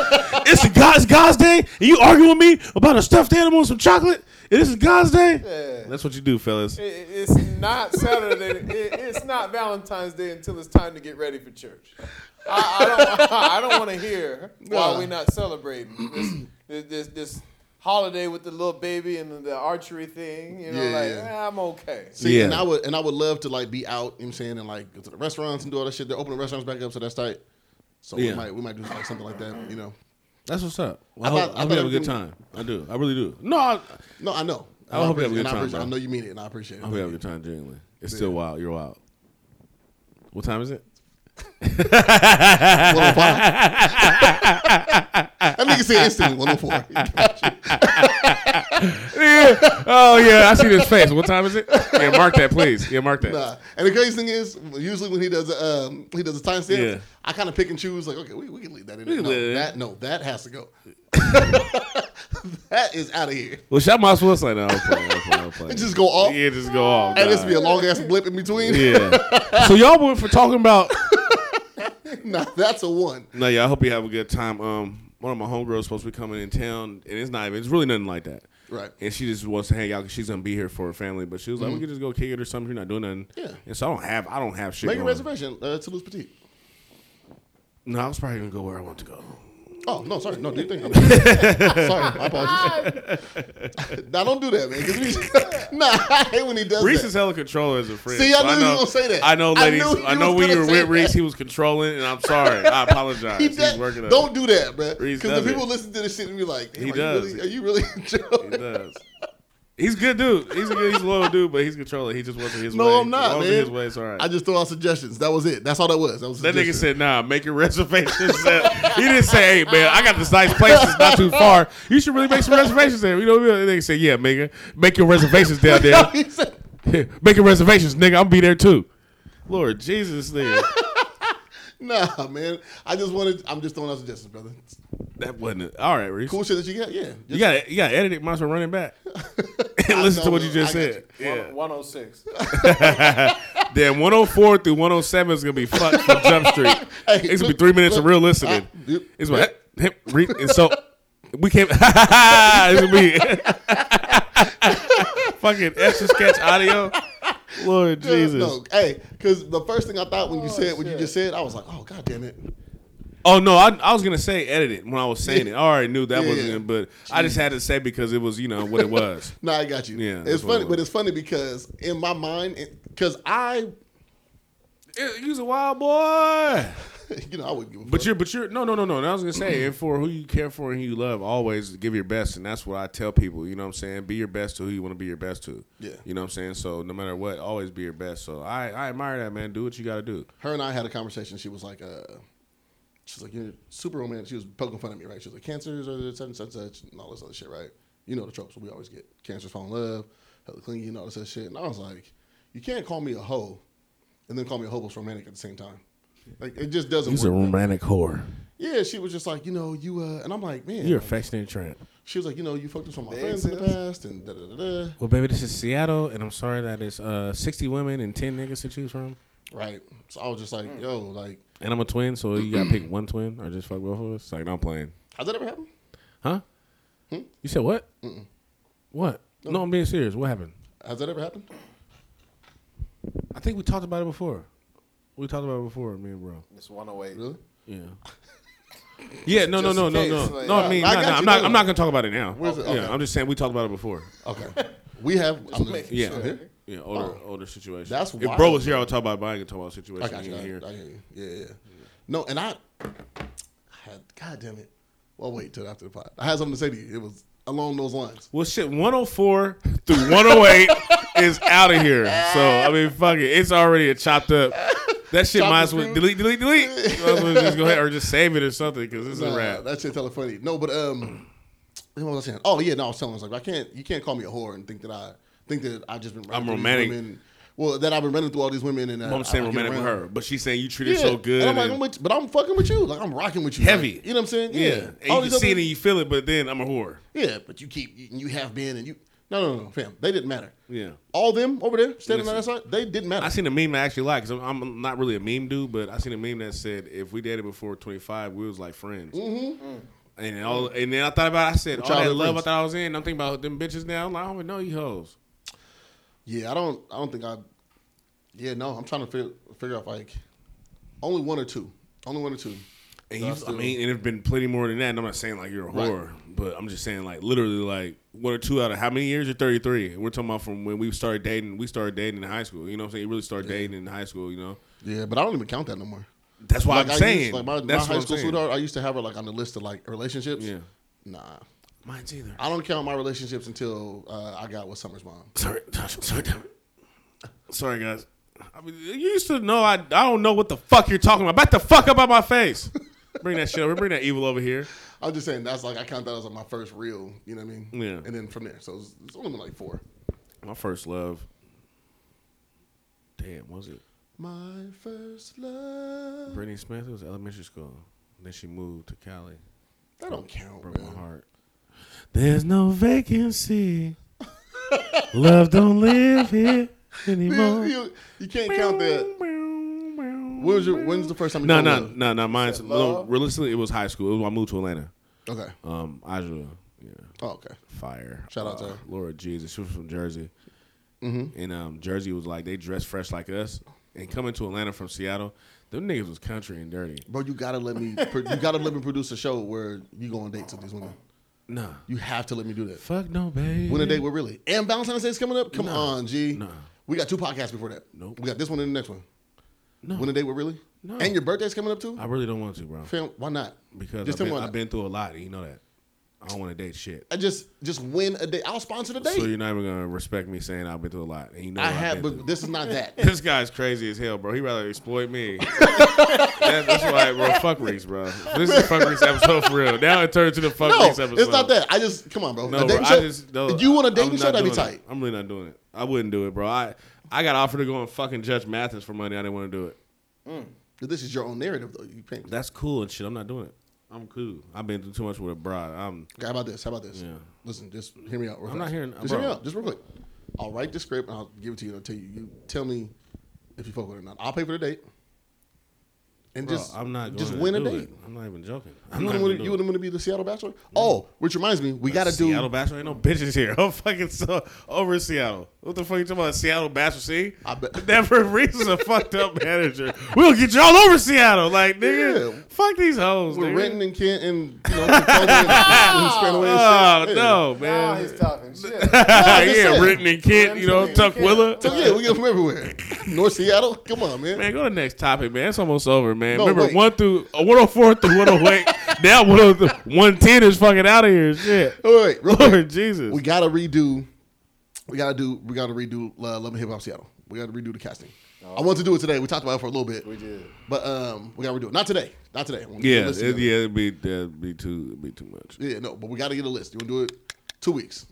[SPEAKER 1] It's a God's God's day, and you argue with me about a stuffed animal and some chocolate. And this is God's day. That's what you do, fellas.
[SPEAKER 2] It- it- It's not Saturday. It- It's not Valentine's Day until it's time to get ready for church. I, I don't. (laughs) I don't want to hear why
[SPEAKER 3] Nah.
[SPEAKER 2] we're not celebrating this, this this holiday with the little baby and the archery thing. You know,
[SPEAKER 3] Yeah,
[SPEAKER 2] like
[SPEAKER 3] yeah.
[SPEAKER 2] eh, I'm okay.
[SPEAKER 3] See,
[SPEAKER 1] Yeah.
[SPEAKER 3] and I would and I would love to like be out, you know what I'm saying, and like go to the restaurants and do all that shit. They're opening restaurants back up, so that's tight. So we
[SPEAKER 1] Yeah.
[SPEAKER 3] might we might do like something like that, you know.
[SPEAKER 1] That's what's up. Well, I,
[SPEAKER 3] I
[SPEAKER 1] hope,
[SPEAKER 3] thought-
[SPEAKER 1] I
[SPEAKER 3] I
[SPEAKER 1] hope
[SPEAKER 3] thought
[SPEAKER 1] you have a good
[SPEAKER 3] everything-
[SPEAKER 1] time. I do. I really do. No, I,
[SPEAKER 3] No, I know.
[SPEAKER 1] I hope you have a
[SPEAKER 3] And
[SPEAKER 1] good
[SPEAKER 3] I
[SPEAKER 1] time,
[SPEAKER 3] appreciate-
[SPEAKER 1] bro.
[SPEAKER 3] I know you mean it, and I appreciate it.
[SPEAKER 1] I hope you have a good time, genuinely. It's still wild. You're wild. What time is it?
[SPEAKER 3] One hundred five. (laughs) I think you said instantly one hundred four. (laughs)
[SPEAKER 1] oh yeah, I see this face. What time is it? Yeah, mark that, please. Yeah, mark that.
[SPEAKER 3] Nah. And the crazy thing is, usually when he does a um, he does a timestamp,
[SPEAKER 1] Yeah.
[SPEAKER 3] I kind of pick and choose. Like, okay, we, we can leave that in.
[SPEAKER 1] We
[SPEAKER 3] There.
[SPEAKER 1] can
[SPEAKER 3] No,
[SPEAKER 1] leave it in.
[SPEAKER 3] that no, that has
[SPEAKER 1] (laughs)
[SPEAKER 3] to go. that is out of here.
[SPEAKER 1] Well, shot my swiss like that. I'm playing. I'm
[SPEAKER 3] (laughs)
[SPEAKER 1] playing. I'm playing.
[SPEAKER 3] It just go off,
[SPEAKER 1] yeah, just go off.
[SPEAKER 3] and this
[SPEAKER 1] nah.
[SPEAKER 3] be a long ass blip in between.
[SPEAKER 1] Yeah. so y'all went for talking about. (laughs)
[SPEAKER 3] (laughs) nah, that's a one.
[SPEAKER 1] No, yeah. I hope you have a good time. Um, one of my homegirls supposed to be coming in town, and it's not even. It's really nothing like that.
[SPEAKER 3] Right. Mm-hmm.
[SPEAKER 1] And she just wants to hang out because she's gonna be here for her family. But she was like, "We could just go kick it or something. You're not doing nothing."
[SPEAKER 3] Yeah.
[SPEAKER 1] And so I don't have. I don't have shit.
[SPEAKER 3] Make a
[SPEAKER 1] going.
[SPEAKER 3] reservation uh, to Lose Petite.
[SPEAKER 1] No, I was probably gonna go where I want to go.
[SPEAKER 3] Oh no, sorry, no. Do you think? I'm (laughs) sorry, my apologies. (laughs) nah, don't do that, man. 'cause we- (laughs) nah, I hate when he does
[SPEAKER 1] Reese
[SPEAKER 3] that.
[SPEAKER 1] is hella control as a friend.
[SPEAKER 3] See, I
[SPEAKER 1] So
[SPEAKER 3] knew you was gonna say that.
[SPEAKER 1] I know,
[SPEAKER 3] I
[SPEAKER 1] ladies.
[SPEAKER 3] knew you
[SPEAKER 1] I, know
[SPEAKER 3] was
[SPEAKER 1] when you
[SPEAKER 3] gonna
[SPEAKER 1] were
[SPEAKER 3] say
[SPEAKER 1] with Reese,
[SPEAKER 3] that.
[SPEAKER 1] he was controlling, and I'm sorry. I apologize.
[SPEAKER 3] (laughs) He
[SPEAKER 1] He's
[SPEAKER 3] does-
[SPEAKER 1] working. on
[SPEAKER 3] don't do that, bro.
[SPEAKER 1] Reese
[SPEAKER 3] Because the
[SPEAKER 1] does
[SPEAKER 3] people
[SPEAKER 1] it.
[SPEAKER 3] listen to this shit and be like, Damn,
[SPEAKER 1] He
[SPEAKER 3] are
[SPEAKER 1] does.
[SPEAKER 3] You really, are you really (laughs)
[SPEAKER 1] it.
[SPEAKER 3] enjoying?
[SPEAKER 1] He does. He's a good dude. He's a good. He's a loyal dude, but he's controlling. He just wasn't his way.
[SPEAKER 3] No, I'm
[SPEAKER 1] As
[SPEAKER 3] not,
[SPEAKER 1] long as
[SPEAKER 3] man.
[SPEAKER 1] it's his way, it's all right.
[SPEAKER 3] I just throw out suggestions. That was it. That's all that was. That was
[SPEAKER 1] That nigga
[SPEAKER 3] suggestions. (laughs)
[SPEAKER 1] said, "Nah, make your (laughs) reservations." Uh, he didn't say, "Hey man, I got this nice place. It's not too far. You should really make some reservations there." You know, what I mean? That nigga said, "Yeah, nigga, make your reservations down
[SPEAKER 3] (laughs)
[SPEAKER 1] there. (laughs)
[SPEAKER 3] He said-
[SPEAKER 1] make your reservations, nigga. I'm be there too." Lord Jesus, nigga,
[SPEAKER 3] "Nah, man. I just wanted. I'm just throwing out suggestions, brother.
[SPEAKER 1] that wasn't it. all right, Reese.
[SPEAKER 3] Cool shit that you got. Yeah.
[SPEAKER 1] You got to you got to edit it. Might as well run it
[SPEAKER 3] (laughs)
[SPEAKER 1] back and (laughs) listen to
[SPEAKER 3] know,
[SPEAKER 1] what you just
[SPEAKER 3] I got
[SPEAKER 1] said. Yeah.
[SPEAKER 2] One- 106.
[SPEAKER 1] Then 104 through 107 is gonna be fucked from Jump Street.
[SPEAKER 3] (laughs) Hey,
[SPEAKER 1] it's gonna be
[SPEAKER 3] look,
[SPEAKER 1] three minutes of
[SPEAKER 3] look,
[SPEAKER 1] real listening.
[SPEAKER 3] I- yep.
[SPEAKER 1] it's like, hip, re- and so we can't. (laughs) it's gonna be (laughs) fucking extra sketch audio. Lord Jesus.
[SPEAKER 3] No, hey, because the first thing I thought when you said what you
[SPEAKER 2] shit.
[SPEAKER 3] just said, I was like, oh god damn it.
[SPEAKER 1] Oh no, I, I was gonna say edit it when I was saying it. I already knew that
[SPEAKER 3] Yeah,
[SPEAKER 1] wasn't,
[SPEAKER 3] yeah.
[SPEAKER 1] gonna, but I just had to say because it was you know what it
[SPEAKER 3] (laughs)
[SPEAKER 1] was.
[SPEAKER 3] Nah, I got you.
[SPEAKER 1] Yeah, that's
[SPEAKER 3] It's
[SPEAKER 1] what
[SPEAKER 3] funny,
[SPEAKER 1] it was.
[SPEAKER 3] but it's funny because in my mind, because I, (laughs)
[SPEAKER 1] It- You's a wild boy.
[SPEAKER 3] you know, I would give a
[SPEAKER 1] But
[SPEAKER 3] fuck.
[SPEAKER 1] you're, but you're, no, no, no, no. And I was gonna say, and for who you care for and who you love, always give your best, and that's what I tell people. You know what I'm saying? Be your best to who you want to be your best to.
[SPEAKER 3] Yeah.
[SPEAKER 1] You know what I'm saying? So no matter what, always be your best. So I, I admire that man. Do what you gotta do.
[SPEAKER 3] her and I had a conversation. She was like, uh, she's like, you're super romantic. She was poking fun at me, right? She was like, cancers are such and such, such and all this other shit, right? You know the tropes we always get: cancers fall in love, hella clingy, and all this other shit. And I was like, you can't call me a hoe and then call me a hopeless romantic at the same time. Like it just doesn't. work.
[SPEAKER 1] romantic whore.
[SPEAKER 3] yeah, she was just like, you know, you uh, and I'm like, man,
[SPEAKER 1] You're
[SPEAKER 3] like,
[SPEAKER 1] affectionate tramp.
[SPEAKER 3] she was like, you know, you fucked with some of my
[SPEAKER 2] They
[SPEAKER 3] friends in the
[SPEAKER 2] exist.
[SPEAKER 3] past, and da da da da.
[SPEAKER 1] Well, baby, this is Seattle, and I'm sorry that it's uh, 60 women and 10 niggas to choose from.
[SPEAKER 3] Right. So I was just like,
[SPEAKER 1] Mm.
[SPEAKER 3] yo, like,
[SPEAKER 1] And I'm a twin, so you gotta pick one twin or just fuck both of us. It's Like no, I'm playing,
[SPEAKER 3] how's that ever happen?
[SPEAKER 1] huh? You said what? What? no, I'm being serious. What happened?
[SPEAKER 3] Has that ever happened?
[SPEAKER 1] I think we talked about it before. We talked about it before, me and bro.
[SPEAKER 2] It's 108.
[SPEAKER 1] (laughs)
[SPEAKER 3] Really? (laughs)
[SPEAKER 1] Yeah. Yeah, no, no,
[SPEAKER 2] Just
[SPEAKER 1] no,
[SPEAKER 2] in
[SPEAKER 1] no,
[SPEAKER 2] case,
[SPEAKER 1] no,
[SPEAKER 2] like,
[SPEAKER 1] no. I
[SPEAKER 2] uh,
[SPEAKER 1] mean, no,
[SPEAKER 3] I
[SPEAKER 1] no,
[SPEAKER 3] got
[SPEAKER 1] I'm
[SPEAKER 3] you,
[SPEAKER 1] not.
[SPEAKER 3] no.
[SPEAKER 1] I'm not gonna talk about it now.
[SPEAKER 3] Where's it? Okay.
[SPEAKER 1] Yeah, I'm just saying we talked about it before.
[SPEAKER 3] Okay. We have. I'm,
[SPEAKER 2] making
[SPEAKER 1] Yeah,
[SPEAKER 2] sure.
[SPEAKER 3] okay.
[SPEAKER 1] yeah, older, older situation.
[SPEAKER 3] Oh. That's
[SPEAKER 1] if bro
[SPEAKER 3] wild.
[SPEAKER 1] was here, I would talk about it. But I ain't gonna talk about the
[SPEAKER 3] I
[SPEAKER 1] situation
[SPEAKER 3] got you. I,
[SPEAKER 1] in here.
[SPEAKER 3] I hear you. Yeah, yeah. No, and I, I had. God damn it. Well, wait till after the pod. I had something to say to you. It was along those lines.
[SPEAKER 1] Well, shit, 104 through (laughs) 108 is out of here. So I mean, fuck it, it's already a chopped up. That shit
[SPEAKER 3] Chop
[SPEAKER 1] might
[SPEAKER 3] the
[SPEAKER 1] as well
[SPEAKER 3] food.
[SPEAKER 1] delete, delete,
[SPEAKER 3] (laughs)
[SPEAKER 1] delete. You might as well just go ahead or just save it or something because this is a
[SPEAKER 3] Nah,
[SPEAKER 1] wrap.
[SPEAKER 3] Uh, That shit's hella funny. No, but um, (clears throat) what was I saying? Oh yeah, no, I was telling. I was like, I can't. You can't call me a whore and think that I think that I've just been. running
[SPEAKER 1] I'm
[SPEAKER 3] through
[SPEAKER 1] romantic.
[SPEAKER 3] these Women, well, that I've been running through all these women and uh,
[SPEAKER 1] I'm saying
[SPEAKER 3] I- I get
[SPEAKER 1] romantic with
[SPEAKER 3] around.
[SPEAKER 1] her, but she's saying you treat her
[SPEAKER 3] Yeah,
[SPEAKER 1] so good.
[SPEAKER 3] And I'm like,
[SPEAKER 1] and
[SPEAKER 3] I'm with, but I'm fucking with you. Like I'm rocking with you.
[SPEAKER 1] heavy.
[SPEAKER 3] Like, you know what I'm saying?
[SPEAKER 1] Yeah. And you
[SPEAKER 3] these
[SPEAKER 1] can see it
[SPEAKER 3] other-
[SPEAKER 1] and you feel it, but then I'm a whore.
[SPEAKER 3] Yeah, but you keep you, you have been and you no no no, no fam they didn't matter.
[SPEAKER 1] Yeah.
[SPEAKER 3] all them over there standing on that side they didn't matter.
[SPEAKER 1] I seen a meme I actually like. Cause I'm, I'm not really a meme dude, but I seen a meme that said if we dated before 25, we was like friends. Mm. And all, and then I thought about. it. I said all that
[SPEAKER 3] Mm-hmm. childhood
[SPEAKER 1] love I
[SPEAKER 3] friends.
[SPEAKER 1] thought I was in. I'm thinking about them bitches now. I'm like I don't even know you hoes.
[SPEAKER 3] yeah, I don't I don't think I. Yeah, no, I'm trying to figure figure out like only one or two, only one or two.
[SPEAKER 1] And you, I mean, and there've been plenty more than that. And I'm not saying like you're a
[SPEAKER 3] Right.
[SPEAKER 1] whore, but I'm just saying like literally like one or two out of how many years? You're 33. And we're talking about from when we started dating. We started dating in high school. You know what I'm saying? You really started dating in high school. You know.
[SPEAKER 3] Yeah, but I don't even count that no more.
[SPEAKER 1] That's what I'm
[SPEAKER 3] I
[SPEAKER 1] saying.
[SPEAKER 3] used, like my, my
[SPEAKER 1] That's
[SPEAKER 3] high
[SPEAKER 1] what I'm
[SPEAKER 3] school
[SPEAKER 1] saying.
[SPEAKER 3] sweetheart, I used to have her like on the list of like relationships.
[SPEAKER 1] Yeah.
[SPEAKER 3] nah,
[SPEAKER 1] Mine's either.
[SPEAKER 3] I don't count my relationships until uh, I got with Summer's mom.
[SPEAKER 1] Sorry, sorry, damn it. sorry, guys. I mean, you used to know I. I don't know what the fuck you're talking about. Back the fuck up out my face. bring that shit over. Bring that evil over here.
[SPEAKER 3] I'm just saying that's like I count that as like my first real, you know what I mean?
[SPEAKER 1] Yeah.
[SPEAKER 3] And then from there, so it's, it's only been like four.
[SPEAKER 1] My first love. Damn, was it
[SPEAKER 3] My first love.
[SPEAKER 1] Brittany Smith? It was elementary school. Then she moved to Cali.
[SPEAKER 3] That don't count,
[SPEAKER 1] Broke my
[SPEAKER 3] man.
[SPEAKER 1] heart. There's no vacancy. love don't live (laughs) here
[SPEAKER 3] You,
[SPEAKER 1] anymore.
[SPEAKER 3] you- you can't count that. When was your, when's the first time you
[SPEAKER 1] No,
[SPEAKER 3] fell
[SPEAKER 1] no,
[SPEAKER 3] in
[SPEAKER 1] no, no. Mine's no,
[SPEAKER 2] love?
[SPEAKER 1] realistically, it was high school. It was when I moved to Atlanta.
[SPEAKER 3] love? Okay.
[SPEAKER 1] Um, Aja, yeah,
[SPEAKER 3] Oh, okay.
[SPEAKER 1] fire.
[SPEAKER 3] Shout out to
[SPEAKER 1] Uh,
[SPEAKER 3] her.
[SPEAKER 1] Laura Jesus. She was from Jersey, mm-hmm. and um, Jersey was like they dress fresh like us, and coming to Atlanta from Seattle, them niggas was country and dirty.
[SPEAKER 3] Bro, you gotta let me. pro- you gotta let me produce a show where you go on dates with these women.
[SPEAKER 1] Nah,
[SPEAKER 3] You have to let me do that.
[SPEAKER 1] fuck no, babe.
[SPEAKER 3] When a date with really and Valentine's Day's coming up. Come on, G.
[SPEAKER 1] Nah.
[SPEAKER 3] We got two podcasts before that.
[SPEAKER 1] Nope.
[SPEAKER 3] We got this one and the next one.
[SPEAKER 1] No.
[SPEAKER 3] When a date with really.
[SPEAKER 1] No.
[SPEAKER 3] And your birthday's coming up too.
[SPEAKER 1] I really don't want to, bro,
[SPEAKER 3] Fam, why not?
[SPEAKER 1] because I've,
[SPEAKER 3] just
[SPEAKER 1] been,
[SPEAKER 3] tell me why
[SPEAKER 1] I've
[SPEAKER 3] not.
[SPEAKER 1] been through a lot. and You know that. I don't want to date shit.
[SPEAKER 3] I just just win a date. I'll sponsor the date.
[SPEAKER 1] So you're not even gonna respect me saying I've been through a lot, and you know
[SPEAKER 3] I
[SPEAKER 1] what I've
[SPEAKER 3] have,
[SPEAKER 1] been through.
[SPEAKER 3] but this is not (laughs) that.
[SPEAKER 1] This guy's crazy as hell, bro. He rather exploit me.
[SPEAKER 3] (laughs)
[SPEAKER 1] That- that's why, bro. Fuck Reese, bro. This is fuck Reese episode for real. Now it turned to the fuck
[SPEAKER 3] No,
[SPEAKER 1] Reese episode.
[SPEAKER 3] it's not that. I just come on, bro.
[SPEAKER 1] No,
[SPEAKER 3] a
[SPEAKER 1] bro,
[SPEAKER 3] dating
[SPEAKER 1] I
[SPEAKER 3] show.
[SPEAKER 1] just no,
[SPEAKER 3] if you want a
[SPEAKER 1] I'm
[SPEAKER 3] dating
[SPEAKER 1] not
[SPEAKER 3] show, that'd be
[SPEAKER 1] doing
[SPEAKER 3] tight.
[SPEAKER 1] It. I'm really not doing it. I wouldn't do it, bro. I I got offered to go and fucking judge Mathis for money. I didn't want to do it.
[SPEAKER 3] But This is your own narrative, though. You can't.
[SPEAKER 1] That's cool and shit. I'm not doing it. I'm cool. I've been through too much with a broad. I'm
[SPEAKER 3] Okay, how about this? How about this?
[SPEAKER 1] Yeah.
[SPEAKER 3] Listen, just hear me out. Real
[SPEAKER 1] I'm
[SPEAKER 3] fast.
[SPEAKER 1] not hearing-
[SPEAKER 3] Just hear me
[SPEAKER 1] bro.
[SPEAKER 3] out. Just real quick. I'll write the script and I'll give it to you. And I'll tell you. You tell me if you fuck with it or not. I'll pay for the date. And
[SPEAKER 1] bro,
[SPEAKER 3] just
[SPEAKER 1] I'm not.
[SPEAKER 3] just
[SPEAKER 1] gonna
[SPEAKER 3] win a
[SPEAKER 1] do
[SPEAKER 3] date.
[SPEAKER 1] It. I'm not even joking. I'm not
[SPEAKER 3] You wouldn't
[SPEAKER 1] even
[SPEAKER 3] want to,
[SPEAKER 1] doing
[SPEAKER 3] you
[SPEAKER 1] it.
[SPEAKER 3] wouldn't want to be the Seattle Bachelor? Oh, which reminds me, we got to do.
[SPEAKER 1] Seattle Bachelor. Ain't no bitches here. (laughs) I'm fucking so over Seattle. What the fuck you talking about? Seattle Bachelor? See,
[SPEAKER 3] I
[SPEAKER 1] (laughs)
[SPEAKER 3] bet-
[SPEAKER 1] Never Reese is a fucked up manager. We'll get you all over Seattle, like nigga.
[SPEAKER 3] Yeah.
[SPEAKER 1] Fuck these hoes.
[SPEAKER 3] We're
[SPEAKER 1] nigga.
[SPEAKER 3] renting in Kent and you know, Chipotle and, and Spanaway and
[SPEAKER 1] Oh
[SPEAKER 3] shit. Yeah.
[SPEAKER 1] no,
[SPEAKER 2] Now
[SPEAKER 1] man.
[SPEAKER 2] he's
[SPEAKER 1] (laughs)
[SPEAKER 2] talking shit.
[SPEAKER 1] yeah,
[SPEAKER 3] saying.
[SPEAKER 1] written in Kent, you know,
[SPEAKER 2] Renting in
[SPEAKER 1] Tuckwilla.
[SPEAKER 3] So, yeah, we get them everywhere. North Seattle, come on, man.
[SPEAKER 1] Man, go to the next topic, man. It's almost over, man.
[SPEAKER 3] No,
[SPEAKER 1] Remember,
[SPEAKER 3] wait.
[SPEAKER 1] one through uh, 104 through
[SPEAKER 3] (laughs)
[SPEAKER 1] 108. now 103 110 oh, is fucking out of here. Shit.
[SPEAKER 3] (laughs) All right, real quick.
[SPEAKER 1] Lord Jesus.
[SPEAKER 3] we gotta redo. We gotta do. We gotta redo uh, Love and Hip Hop Seattle. We gotta redo the casting. I wanted to do it today. We talked about it for a little bit. We
[SPEAKER 2] did.
[SPEAKER 3] but um, we gotta redo it. Not today. Not today. I wanna get a
[SPEAKER 1] yeah,
[SPEAKER 3] list
[SPEAKER 1] it,
[SPEAKER 3] together.
[SPEAKER 1] yeah, it'd be, that'd be, too, it'd be too much.
[SPEAKER 3] yeah. No, but we gotta get a list. You wanna do it? Two weeks.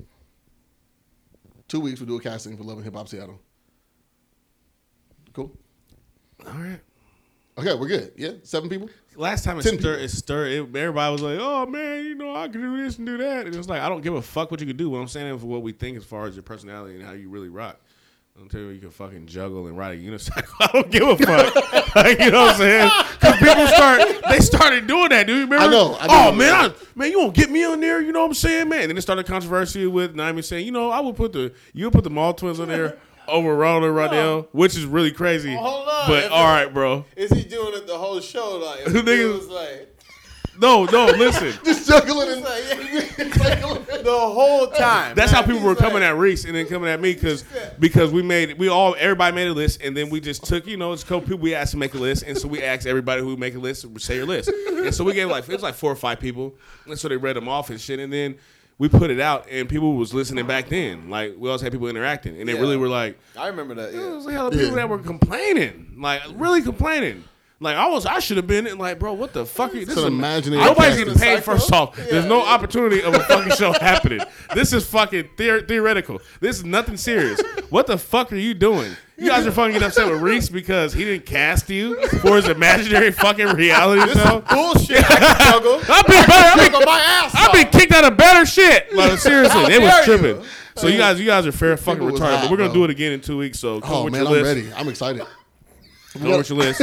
[SPEAKER 3] Two weeks. We do a casting for Love and Hip Hop Seattle. Cool.
[SPEAKER 1] All right.
[SPEAKER 3] Okay, we're good. Yeah, seven people. (laughs)
[SPEAKER 1] Last time it
[SPEAKER 3] Ten
[SPEAKER 1] stirred, it stirred. It, everybody was like, "Oh man, you know I could do this and do that," and it's like I don't give a fuck what you could do. What I'm saying is what we think as far as your personality and how you really rock. I'm telling you, you can fucking juggle and ride a unicycle. (laughs) I don't give a
[SPEAKER 3] (laughs)
[SPEAKER 1] fuck. like, you know what I'm saying? Because people start, they started doing that. Do you remember?
[SPEAKER 3] I know, I do
[SPEAKER 1] oh
[SPEAKER 3] remember
[SPEAKER 1] man,
[SPEAKER 3] that.
[SPEAKER 1] I, man, you won't get me on there. You know what I'm saying, man? And then it started controversy with Naomi saying, you know, I would put the you would put the Mall Twins on there over
[SPEAKER 3] (laughs)
[SPEAKER 1] Ronald Rydell, which is really crazy.
[SPEAKER 2] hold on.
[SPEAKER 1] but
[SPEAKER 2] If
[SPEAKER 1] all
[SPEAKER 2] it-
[SPEAKER 1] right, bro.
[SPEAKER 2] Is he doing it the whole show?
[SPEAKER 3] (laughs)
[SPEAKER 2] Like, if
[SPEAKER 1] Who
[SPEAKER 2] he
[SPEAKER 1] niggas-
[SPEAKER 2] was like,
[SPEAKER 1] No, no, listen.
[SPEAKER 3] Just juggling and
[SPEAKER 2] like the whole time.
[SPEAKER 1] That's how
[SPEAKER 2] Like,
[SPEAKER 1] people
[SPEAKER 2] he's
[SPEAKER 1] were coming
[SPEAKER 2] like,
[SPEAKER 1] at Reese and then coming at me because because we made we all everybody made a list and then we just took you know it's a couple people we asked to make a list and so we asked everybody who make a list say your list and so we gave like it was like four or five people and so they read them off and shit and then we put it out and people was listening back then. Like we always had people interacting, and they
[SPEAKER 2] Yeah.
[SPEAKER 1] really were like,
[SPEAKER 2] I remember
[SPEAKER 1] it
[SPEAKER 2] that. Yeah.
[SPEAKER 1] was a hell of people that were complaining, like really complaining. Like I was, I should have been in, like, bro, what the fuck? Are you, this
[SPEAKER 3] It's an
[SPEAKER 1] is-
[SPEAKER 3] imaginary
[SPEAKER 1] Nobody's
[SPEAKER 3] podcast.
[SPEAKER 1] getting paid. First off, there's no opportunity of a fucking show (laughs) happening. This is fucking theor- theoretical. This is nothing serious. What the fuck are you doing? You guys are fucking getting upset with Reese because he didn't cast you for his imaginary fucking reality show.
[SPEAKER 2] Bullshit. I can struggle.
[SPEAKER 1] I've been, I've
[SPEAKER 2] Struggle
[SPEAKER 1] been,
[SPEAKER 2] my ass
[SPEAKER 1] I've been kicked out of better
[SPEAKER 3] (laughs)
[SPEAKER 1] shit. Like seriously, they was
[SPEAKER 2] dare you.
[SPEAKER 1] tripping. So you guys, you guys are fair fucking
[SPEAKER 3] People was
[SPEAKER 1] retarded.
[SPEAKER 3] hot,
[SPEAKER 1] but we're gonna
[SPEAKER 3] bro.
[SPEAKER 1] do it again in two weeks. So come
[SPEAKER 3] Oh
[SPEAKER 1] with
[SPEAKER 3] man,
[SPEAKER 1] your
[SPEAKER 3] I'm
[SPEAKER 1] list.
[SPEAKER 3] ready. I'm excited.
[SPEAKER 1] Go with your list.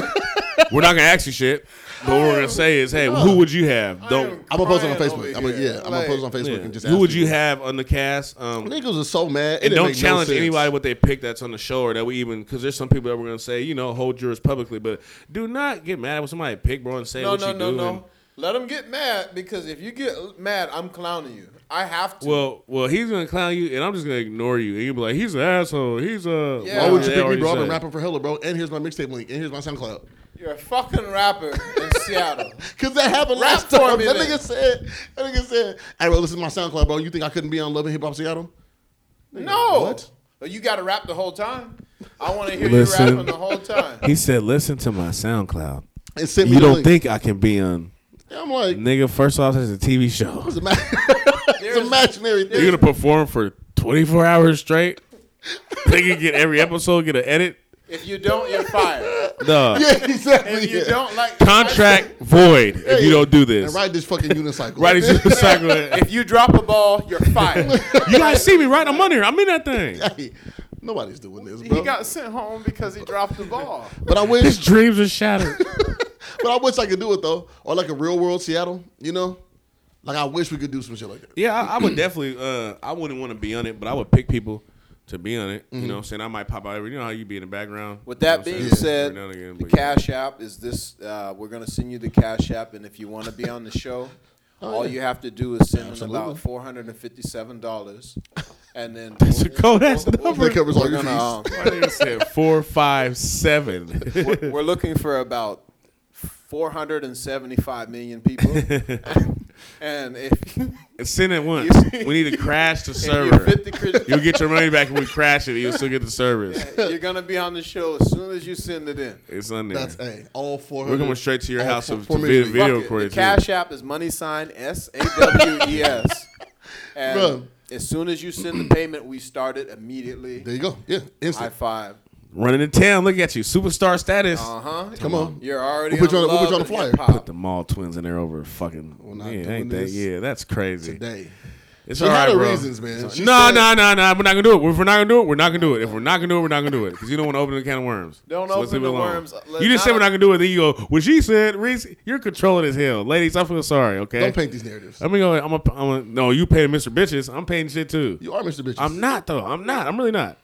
[SPEAKER 1] We're not gonna ask you shit, but what we're gonna say is, hey, who would you have? Don't.
[SPEAKER 3] I'm gonna post it on
[SPEAKER 2] Crying
[SPEAKER 3] Facebook.
[SPEAKER 2] over
[SPEAKER 3] I'm gonna, yeah,
[SPEAKER 2] here.
[SPEAKER 3] I'm gonna
[SPEAKER 2] Like,
[SPEAKER 3] post it on Facebook
[SPEAKER 1] yeah.
[SPEAKER 3] and just
[SPEAKER 1] Who
[SPEAKER 3] ask
[SPEAKER 1] would you
[SPEAKER 3] people.
[SPEAKER 1] have on the cast? Um,
[SPEAKER 3] Niggas are so mad. It
[SPEAKER 1] and
[SPEAKER 3] didn't
[SPEAKER 1] don't
[SPEAKER 3] make no
[SPEAKER 1] challenge
[SPEAKER 3] sense.
[SPEAKER 1] anybody what they pick that's on the show or that we even because there's some people that we're gonna say, you know, hold yours publicly, but do not get mad at what somebody picked, bro, and say
[SPEAKER 2] No,
[SPEAKER 1] what
[SPEAKER 2] no,
[SPEAKER 1] you
[SPEAKER 2] no,
[SPEAKER 1] do.
[SPEAKER 2] no.
[SPEAKER 1] and-
[SPEAKER 2] Let them get mad because if you get mad, I'm clowning you. I have to.
[SPEAKER 1] Well, well, he's gonna clown you, and I'm just gonna ignore you, and you'll be like, he's an asshole. He's a.
[SPEAKER 2] Yeah.
[SPEAKER 3] Why Oh, would you
[SPEAKER 1] They
[SPEAKER 3] pick me,
[SPEAKER 1] already
[SPEAKER 3] bro? I've been
[SPEAKER 1] said.
[SPEAKER 3] rapping for hella, bro. And here's my mixtape link. And here's my SoundCloud.
[SPEAKER 2] You're a fucking rapper (laughs) in Seattle.
[SPEAKER 3] Cause that happened
[SPEAKER 2] Rap
[SPEAKER 3] last
[SPEAKER 2] for
[SPEAKER 3] time.
[SPEAKER 2] me
[SPEAKER 3] That
[SPEAKER 2] then.
[SPEAKER 3] nigga said, that nigga said, "Hey, bro, listen to my SoundCloud, bro. You think I couldn't be on Love and Hip Hop Seattle?
[SPEAKER 2] No.
[SPEAKER 3] What?
[SPEAKER 2] But You got to rap the whole time. I want to hear
[SPEAKER 1] Listen.
[SPEAKER 2] you rapping the whole time.
[SPEAKER 1] He said, "Listen to my SoundCloud.
[SPEAKER 3] And sent me
[SPEAKER 1] You
[SPEAKER 3] the
[SPEAKER 1] don't
[SPEAKER 3] link.
[SPEAKER 1] think I can be on,
[SPEAKER 3] And I'm like,
[SPEAKER 1] nigga? First off, it's a TV
[SPEAKER 3] (laughs)
[SPEAKER 1] show.
[SPEAKER 3] it's, a ma- it's
[SPEAKER 2] There's-
[SPEAKER 3] imaginary.
[SPEAKER 1] You're
[SPEAKER 3] Thing.
[SPEAKER 1] gonna perform for 24 hours straight. Think you get every episode, get an edit.
[SPEAKER 2] If you don't, you're fired.
[SPEAKER 1] No
[SPEAKER 3] (laughs) Yeah, exactly.
[SPEAKER 2] If you
[SPEAKER 3] yeah.
[SPEAKER 2] don't like
[SPEAKER 1] contract void if you don't do
[SPEAKER 3] And
[SPEAKER 1] this.
[SPEAKER 3] ride this fucking unicycle.
[SPEAKER 1] Right,
[SPEAKER 3] (laughs)
[SPEAKER 1] it's just a cycle.
[SPEAKER 2] (laughs) If you drop a ball, you're fired.
[SPEAKER 1] You guys see me, right? I'm on here. I'm in that thing.
[SPEAKER 3] Hey, nobody's doing this, bro.
[SPEAKER 2] he got sent home because he dropped the ball.
[SPEAKER 3] but I
[SPEAKER 1] His (laughs)
[SPEAKER 3] wish,
[SPEAKER 1] dreams are shattered.
[SPEAKER 3] but I wish I could do it though, or like a real world Seattle. You know, like I wish we could do some shit like that.
[SPEAKER 1] Yeah, I, I would definitely. Uh, I wouldn't want to be on it, but I would pick people to be on it. You know, what I'm saying I might pop out. every- You know how you be in the background.
[SPEAKER 2] With
[SPEAKER 1] you know
[SPEAKER 2] that
[SPEAKER 1] what I'm
[SPEAKER 2] being
[SPEAKER 1] saying?
[SPEAKER 2] said,
[SPEAKER 1] Every now and again,
[SPEAKER 2] the
[SPEAKER 1] but (laughs) yeah.
[SPEAKER 2] Cash App is this. Uh, we're gonna send you the Cash App, and if you want to be on the show, all you have to do is send them about four hundred and fifty-seven dollars, and then
[SPEAKER 1] It's a cold ass Oh, number.
[SPEAKER 3] That covers all
[SPEAKER 2] we're
[SPEAKER 3] your
[SPEAKER 2] gonna.
[SPEAKER 3] fees.
[SPEAKER 2] um,
[SPEAKER 1] My nigga said (laughs) four, five, seven. (laughs)
[SPEAKER 2] we're, we're looking for about 475
[SPEAKER 1] (laughs)
[SPEAKER 2] million people. and if (laughs) you,
[SPEAKER 1] And send it once.
[SPEAKER 2] (laughs) You-
[SPEAKER 1] We need to crash the
[SPEAKER 2] if
[SPEAKER 1] server.
[SPEAKER 2] you're
[SPEAKER 1] (laughs)
[SPEAKER 2] 50 Chris,
[SPEAKER 1] You'll get your money back when we crash it. You'll still get the service.
[SPEAKER 2] you're going to be on the show as soon as you send it in.
[SPEAKER 1] It's on there.
[SPEAKER 3] That's hey, all four.
[SPEAKER 1] We're coming straight to your
[SPEAKER 3] all
[SPEAKER 1] house
[SPEAKER 3] four-
[SPEAKER 1] of
[SPEAKER 3] four
[SPEAKER 1] to
[SPEAKER 3] million.
[SPEAKER 1] video,
[SPEAKER 2] Fuck
[SPEAKER 1] video
[SPEAKER 2] it.
[SPEAKER 1] recording.
[SPEAKER 2] The cash app is money sign S A W
[SPEAKER 1] (laughs)
[SPEAKER 2] E S. And
[SPEAKER 3] Bruh.
[SPEAKER 2] as soon as you send the payment, we start it immediately.
[SPEAKER 3] There you go. Yeah,
[SPEAKER 2] High
[SPEAKER 3] instant.
[SPEAKER 2] five.
[SPEAKER 1] Running to town. Look at you, superstar status.
[SPEAKER 2] Uh huh.
[SPEAKER 3] Come on.
[SPEAKER 2] You're already
[SPEAKER 3] We'll put
[SPEAKER 2] on
[SPEAKER 3] you on the- we'll put you
[SPEAKER 2] Love
[SPEAKER 3] on the
[SPEAKER 2] and
[SPEAKER 3] flyer.
[SPEAKER 2] Hip Hop.
[SPEAKER 1] Put the mall twins in there over fucking.
[SPEAKER 3] not
[SPEAKER 1] yeah,
[SPEAKER 3] doing
[SPEAKER 1] ain't that?
[SPEAKER 3] this
[SPEAKER 1] Yeah, that's crazy.
[SPEAKER 3] Today.
[SPEAKER 1] It's
[SPEAKER 3] She
[SPEAKER 1] all
[SPEAKER 3] had
[SPEAKER 1] right,
[SPEAKER 3] her
[SPEAKER 1] bro.
[SPEAKER 3] reasons, man. She
[SPEAKER 1] No,
[SPEAKER 3] said-
[SPEAKER 1] no, no, no. We're not gonna do it. If we're not gonna do it, we're not gonna do it. If we're not gonna do it, we're not gonna do it. Because you don't want to open the can of worms.
[SPEAKER 2] Don't
[SPEAKER 1] let's
[SPEAKER 2] open
[SPEAKER 1] leave it
[SPEAKER 2] the
[SPEAKER 1] alone.
[SPEAKER 2] worms. Let-
[SPEAKER 1] you just said
[SPEAKER 2] not-
[SPEAKER 1] we're not gonna do it. Then you go. What she said, Reese. You're controlling as hell, ladies. I feel sorry. Okay.
[SPEAKER 3] Don't paint these narratives.
[SPEAKER 1] I'm gonna. Go, I'm gonna. I'm gonna. No, you paying Mr. Bitches. I'm paying shit too.
[SPEAKER 3] You are Mr. Bitches.
[SPEAKER 1] I'm not though. I'm not. I'm really not.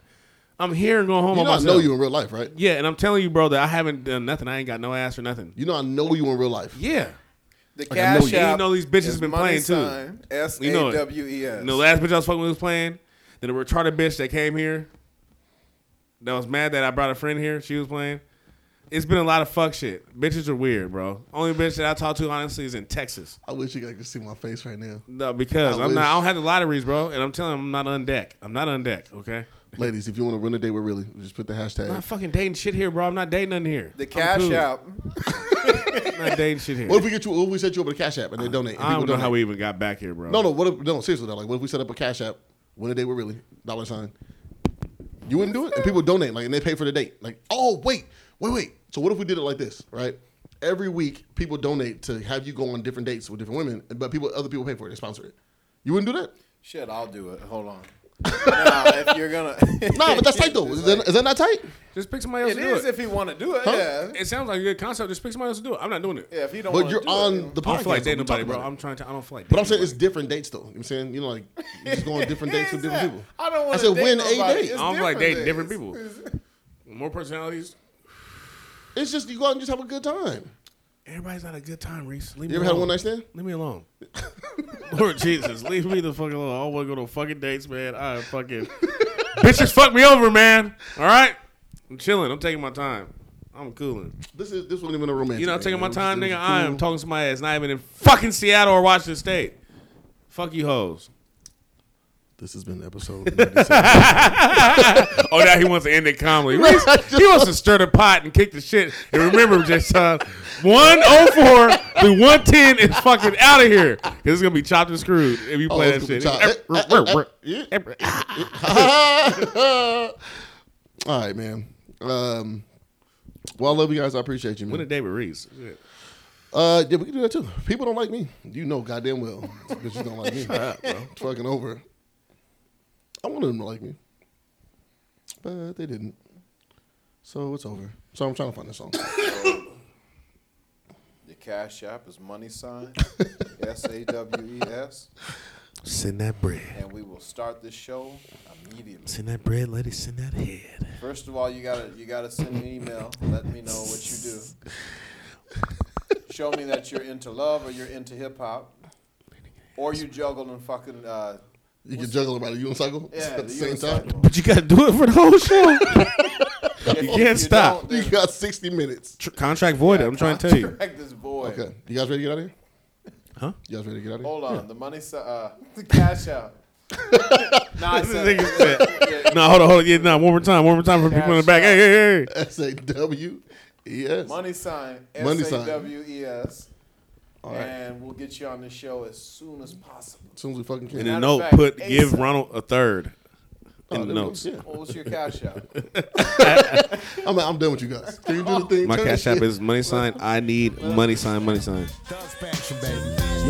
[SPEAKER 1] I'm here and going home.
[SPEAKER 3] You
[SPEAKER 1] on
[SPEAKER 3] know I
[SPEAKER 1] myself.
[SPEAKER 3] know you in real life, right?
[SPEAKER 1] Yeah, and I'm telling you, bro, that I haven't done nothing. I ain't got no ass or nothing.
[SPEAKER 3] You know I know you in real life.
[SPEAKER 1] Yeah.
[SPEAKER 2] The
[SPEAKER 3] I know
[SPEAKER 2] cash
[SPEAKER 3] you.
[SPEAKER 2] app.
[SPEAKER 1] You know these bitches
[SPEAKER 2] is
[SPEAKER 1] been playing,
[SPEAKER 2] money
[SPEAKER 1] too.
[SPEAKER 2] sign S
[SPEAKER 1] You know
[SPEAKER 2] A
[SPEAKER 1] it.
[SPEAKER 2] W E S.
[SPEAKER 1] And the last bitch I was fucking with was playing. Then a retarded bitch that came here that was mad that I brought a friend here. She was playing. It's been a lot of fuck shit. Bitches are weird, bro. Only bitch that I talk to honestly is in Texas.
[SPEAKER 3] I wish you guys could see my face right now.
[SPEAKER 1] No, because
[SPEAKER 3] I
[SPEAKER 1] I'm not.
[SPEAKER 3] wish.
[SPEAKER 1] I don't have the lotteries, bro. And I'm telling them I'm not on deck. I'm not on deck. Okay.
[SPEAKER 3] Ladies, if you want to run a day with really, just put the
[SPEAKER 1] I'm not
[SPEAKER 3] hashtag.
[SPEAKER 1] fucking dating shit here, bro. I'm not dating nothing here.
[SPEAKER 2] The
[SPEAKER 1] I'm
[SPEAKER 2] cash
[SPEAKER 1] cool.
[SPEAKER 2] app.
[SPEAKER 1] I'm not dating shit here.
[SPEAKER 3] What if we get you? What if we set you up with a cash app and they donate? and
[SPEAKER 1] I don't
[SPEAKER 3] people
[SPEAKER 1] know
[SPEAKER 3] donate?
[SPEAKER 1] how we even got back here, bro.
[SPEAKER 3] No, no. What if? No, seriously though. Like, what if we set up a cash app? Win a date with really dollar sign. You wouldn't do it, and people donate like, and they pay for the date. Like, oh wait, wait, wait. So what if we did it like this, right? Every week, people donate to have you go on different dates with different women, but people, other people pay for it. They sponsor it. You wouldn't do that?
[SPEAKER 2] Shit, I'll do it. Hold on. nah, if you're
[SPEAKER 1] (laughs)
[SPEAKER 2] gonna.
[SPEAKER 3] No, but that's tight though. Is that, is that not tight?
[SPEAKER 1] Just pick somebody else
[SPEAKER 2] It
[SPEAKER 1] to do
[SPEAKER 2] is
[SPEAKER 1] it.
[SPEAKER 2] if he want to do it. Yeah.
[SPEAKER 1] it sounds like a good concept. Just pick somebody else to do it. I'm not doing it.
[SPEAKER 2] Yeah, if he don't.
[SPEAKER 3] But
[SPEAKER 2] wanna
[SPEAKER 3] you're
[SPEAKER 2] Oh, do
[SPEAKER 3] on
[SPEAKER 2] it,
[SPEAKER 3] the podcast.
[SPEAKER 1] I don't feel like
[SPEAKER 3] though. We
[SPEAKER 1] dating nobody,
[SPEAKER 3] talk
[SPEAKER 1] bro.
[SPEAKER 3] about it.
[SPEAKER 1] I'm trying to. I don't feel like.
[SPEAKER 3] But I'm saying it's different dates though. You know what I'm saying you know like you just go on different dates
[SPEAKER 2] (laughs)
[SPEAKER 3] with different people.
[SPEAKER 2] I don't want
[SPEAKER 3] I said
[SPEAKER 2] to date
[SPEAKER 3] win
[SPEAKER 2] nobody.
[SPEAKER 3] a date.
[SPEAKER 1] I don't feel like dating different
[SPEAKER 2] different
[SPEAKER 1] people. More personalities.
[SPEAKER 3] It's just you go out and just have a good time.
[SPEAKER 1] Everybody's not a good time, Reese. Leave
[SPEAKER 3] You
[SPEAKER 1] me
[SPEAKER 3] ever had
[SPEAKER 1] alone.
[SPEAKER 3] a one night stand?
[SPEAKER 1] Leave me alone. Lord Jesus, leave me the fuck alone. I don't want to go to fucking dates, man. I fucking bitches fuck me over, man. All right, I'm chilling. I'm taking my time. I'm cooling.
[SPEAKER 3] This is this wasn't even a romantic.
[SPEAKER 1] You know, I'm
[SPEAKER 3] thing,
[SPEAKER 1] taking
[SPEAKER 3] man. It
[SPEAKER 1] my
[SPEAKER 3] was
[SPEAKER 1] time,
[SPEAKER 3] just- it
[SPEAKER 1] nigga.
[SPEAKER 3] was
[SPEAKER 1] I am
[SPEAKER 3] cool.
[SPEAKER 1] talking to my ass. Not even in fucking Seattle or Washington State. Fuck you, hoes.
[SPEAKER 3] This has been episode 97. (laughs)
[SPEAKER 1] Oh, now he wants to end it (laughs) calmly. Reese, he wants to stir the pot and kick the shit. And remember, just uh, 104 through 110 is fucking out of here. 'Cause it's going to be chopped and screwed if you play
[SPEAKER 3] Oh,
[SPEAKER 1] that
[SPEAKER 3] it's
[SPEAKER 1] shit. Eh,
[SPEAKER 3] gonna All right, man. Um, well, I love you guys. I appreciate you,
[SPEAKER 1] When did
[SPEAKER 3] man.
[SPEAKER 1] David Reese?
[SPEAKER 3] Uh, yeah, we can do that too. People don't like me. You know, goddamn well, (laughs) bitches don't like me. It's fucking over. I wanted them to like me, but they didn't. So it's over. So I'm trying to find a song.
[SPEAKER 2] Your cash app is money
[SPEAKER 3] (laughs)
[SPEAKER 2] sign S A W E S,
[SPEAKER 1] Send that bread.
[SPEAKER 2] and we will start this show immediately.
[SPEAKER 1] Send that bread, lady. Send that head.
[SPEAKER 2] First of all, you gotta you gotta send me an email. Let me know what you do. Show me that you're into love or you're into hip hop, or you juggle and fucking uh,
[SPEAKER 3] You can juggle about a unicycle
[SPEAKER 2] yeah.
[SPEAKER 3] (laughs) at the
[SPEAKER 2] you're
[SPEAKER 3] same
[SPEAKER 2] a
[SPEAKER 3] time.
[SPEAKER 2] cycle.
[SPEAKER 1] But you got to do it for the whole show.
[SPEAKER 2] If
[SPEAKER 1] You can't stop.
[SPEAKER 2] don't,
[SPEAKER 3] You
[SPEAKER 2] then
[SPEAKER 3] got 60 minutes.
[SPEAKER 1] Tr- contract voided. I'm trying to tell you.
[SPEAKER 2] Contract this boy.
[SPEAKER 3] Okay, you guys ready to get out of here?
[SPEAKER 1] Huh?
[SPEAKER 3] You guys ready to get out of here?
[SPEAKER 2] Hold on, the money, si- uh, the cash
[SPEAKER 3] (laughs)
[SPEAKER 2] out. nah, I said
[SPEAKER 1] This
[SPEAKER 2] it.
[SPEAKER 1] nigga said- no, hold on, hold on. Yeah, no, one more time. One more time for people in the back. Hey, hey, hey.
[SPEAKER 3] (laughs) S A W E S.
[SPEAKER 2] Money sign.
[SPEAKER 3] Money
[SPEAKER 2] Money
[SPEAKER 3] sign.
[SPEAKER 2] All right. E And we'll get you on the show as soon as possible.
[SPEAKER 3] As soon as we fucking can.
[SPEAKER 1] And then
[SPEAKER 2] Matter of
[SPEAKER 1] note,
[SPEAKER 2] fact,
[SPEAKER 1] put
[SPEAKER 2] ASAP.
[SPEAKER 1] give Ronald a third
[SPEAKER 3] Oh,
[SPEAKER 1] in the
[SPEAKER 3] there we go.
[SPEAKER 1] notes.
[SPEAKER 3] Yeah.
[SPEAKER 2] What was your cash out?
[SPEAKER 3] I'm, I'm done with you guys. Can you do the thing?
[SPEAKER 1] My
[SPEAKER 3] Turn
[SPEAKER 1] cash
[SPEAKER 3] this
[SPEAKER 1] app
[SPEAKER 3] shit-
[SPEAKER 1] is money sign. I need money sign, money sign.
[SPEAKER 4] Thugs faction, baby.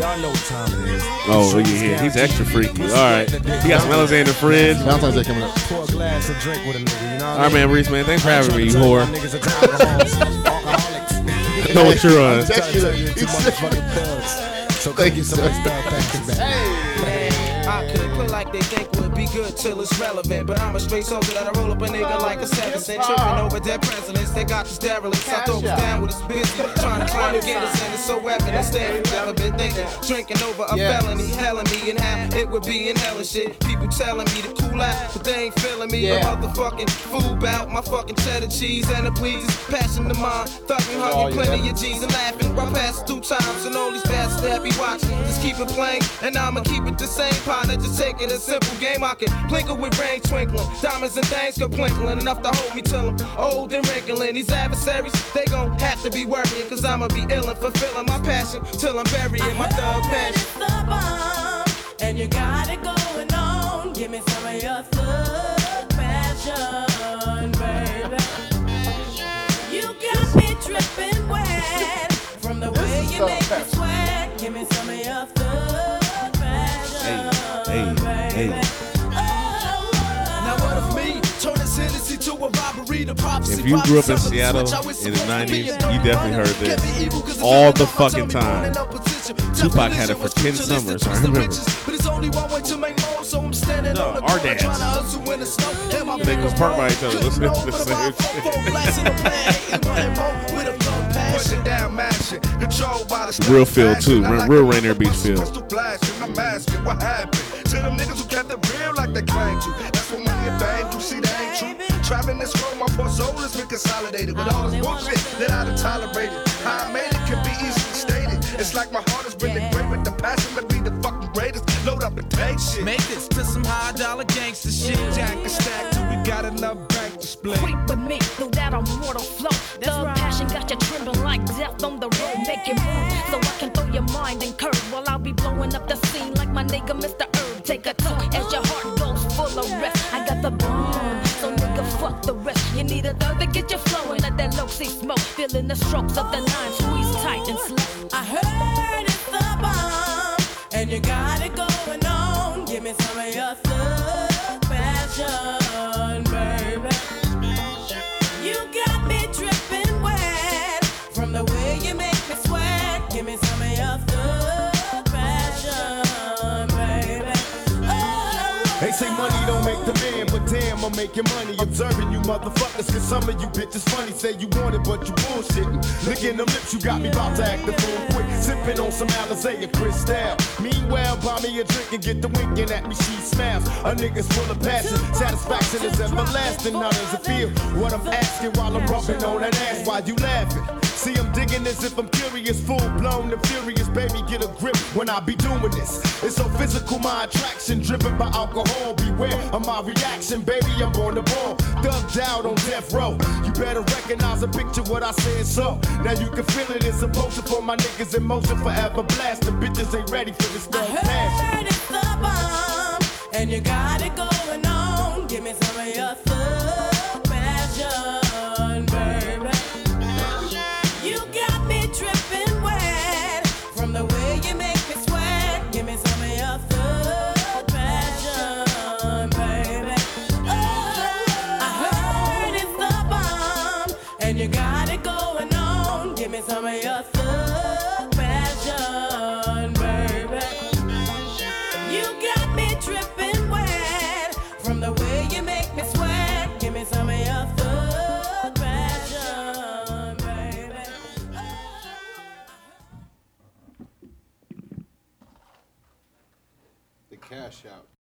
[SPEAKER 4] Y'all know what time it is.
[SPEAKER 1] Oh, yeah, yeah, he's extra freaky. All right. He got some Elizay in the fridge. All
[SPEAKER 3] Valentine's Day coming up.
[SPEAKER 4] Pour a glass of drink with a nigga, you know what I
[SPEAKER 1] right, man, Reese, man, thanks for having me, you
[SPEAKER 4] mean?
[SPEAKER 1] whore.
[SPEAKER 4] Niggas are alcohols, alcoholics.
[SPEAKER 1] I know what you're on.
[SPEAKER 4] Tell you,
[SPEAKER 3] He
[SPEAKER 4] you two
[SPEAKER 3] said-
[SPEAKER 4] motherfucking thugs. So
[SPEAKER 3] Thank
[SPEAKER 4] come
[SPEAKER 3] you,
[SPEAKER 4] get some
[SPEAKER 3] sir.
[SPEAKER 4] of this thug faction, baby.
[SPEAKER 5] I could play like they think would be good till it's relevant. But I'm a straight soldier that'll roll up a nigga like a seven cent. Tripping over dead presidents, they got you derelict. I throw us down with his busy. Trying to climb to get us and it's so evident. Stay never been thinking. Drinking over a felony, helling me and how it would be in hell and shit. People telling me to cool out, but they ain't feeling me. A motherfucking fool bout my fucking cheddar cheese and the pleases. Passion to mine, thugging hungry, plenty of G's and laughing. I pass two times and all these bastards that be watching. Just keep it playing, and I'ma keep it the same. Partner, just take it a simple game. I can plinkle with rain twinkling, diamonds and things go plinkling enough to hold me till I'm old and wrinkling. These adversaries, they gon' have to be worrying, cause I'ma be ill and fulfilling my passion till I'm burying my thug passion.
[SPEAKER 6] It's the bomb, and you got it going on. Give me some of your thug passion, baby. You got me dripping wet from the way you
[SPEAKER 2] thug
[SPEAKER 6] make me
[SPEAKER 2] passion.
[SPEAKER 6] sweat. Give me some of your thug passion,
[SPEAKER 1] hey,
[SPEAKER 6] baby.
[SPEAKER 1] hey.
[SPEAKER 6] Oh,
[SPEAKER 5] Now what of me? Turn this Hennessy to a robbery, the prophecy.
[SPEAKER 1] If you grew up in
[SPEAKER 5] prophecy,
[SPEAKER 1] Seattle
[SPEAKER 5] something switch. I was
[SPEAKER 1] in the
[SPEAKER 5] supposed to be
[SPEAKER 1] 90s,
[SPEAKER 5] a dirty
[SPEAKER 1] you definitely
[SPEAKER 5] runner.
[SPEAKER 1] heard this
[SPEAKER 5] Can't be evil 'cause it's
[SPEAKER 1] all
[SPEAKER 5] nothing
[SPEAKER 1] the
[SPEAKER 5] about my
[SPEAKER 1] fucking
[SPEAKER 5] tummy
[SPEAKER 1] time.
[SPEAKER 5] in no position.
[SPEAKER 1] Tupac had it for
[SPEAKER 5] Definitely
[SPEAKER 1] 10
[SPEAKER 5] so
[SPEAKER 1] summers, I
[SPEAKER 5] it's the
[SPEAKER 1] remember.
[SPEAKER 5] riches, But it's only one way to make more, so I'm standing on the
[SPEAKER 1] our
[SPEAKER 5] corner
[SPEAKER 1] dads.
[SPEAKER 5] trying to hustle in the snow. And my
[SPEAKER 1] They was parked by each other,
[SPEAKER 5] Couldn't
[SPEAKER 1] listening to
[SPEAKER 5] know
[SPEAKER 1] the
[SPEAKER 5] but
[SPEAKER 1] same
[SPEAKER 5] about four,
[SPEAKER 1] shit.
[SPEAKER 5] four blacks in a bag, and one and more with a blown passion.
[SPEAKER 7] Pushing down mashing, controlled by the
[SPEAKER 1] Real field, too. Real-
[SPEAKER 7] Real, real
[SPEAKER 1] real Rainier
[SPEAKER 7] Rainier
[SPEAKER 1] Beach
[SPEAKER 7] Beach
[SPEAKER 1] field.
[SPEAKER 7] field. I'm asking what happened to them niggas who kept it real like they claimed to. That's what money and fame do. See, they ain't true. Traveling this road, my poor soul has been consolidated with all this bullshit that I done tolerated. How I made it can be easily stated. It's like my heart has been engraved with the passion to be the fucking greatest. Load up and take shit.
[SPEAKER 5] Make this to some high dollar gangster shit.
[SPEAKER 7] Jack and stack till we got enough bank to split.
[SPEAKER 8] creep with me through that immortal flow. Thug passion got you trembling like death on the road. Make it move so I can throw your mind in curve while I'll be blowing up the scene like my nigga Mr. Herb. Take a toke as your heart goes full of rest. I got the bomb, so nigga fuck the rest. You need a thug to get you flowing. Let that low see smoke, feeling the strokes of the nine. Squeeze tight and slow.
[SPEAKER 6] I heard it's the bomb, and you got it going on. Give me some of your thug passion, baby. You got me dripping wet from the way you make me sweat. Give me some of your thug passion, baby. Oh,
[SPEAKER 4] They say money don't make the man, but damn, I'm making money. Observing you motherfuckers, cause some of you bitches funny. Say you want it, but you bullshitting. Look in them lips, you got me about to act the fool quick. Sipping on some Alizé and Cristal. Meanwhile, buy me a drink and get the winking at me, she smiles. A nigga's full of passion, satisfaction is everlasting. How does it feel? What I'm asking while I'm rubbing on that ass, why you laughing? See, I'm digging as if I'm curious. serious, full blown and furious. Baby, get a grip when I be doing this. It's so physical, my attraction driven by alcohol. Beware of my reaction, baby. I'm on the ball, thugged out on death row. You better recognize and picture what I said. So now you can feel it. It's a potion for my niggas in motion forever. Blast the bitches ain't ready for this
[SPEAKER 6] I
[SPEAKER 4] love passion.
[SPEAKER 6] heard it's the bomb, and you got it going on. Give me some of your thug passion, baby. You got me dripping wet from the way you make me sweat. Give me some of your thug passion, baby. Oh, I heard it's the bomb, and you got it going on. Give me some of your thug passion, baby. You got me dripping wet from the way you make me sweat. Give me some of your thug passion, baby.
[SPEAKER 2] The cash out.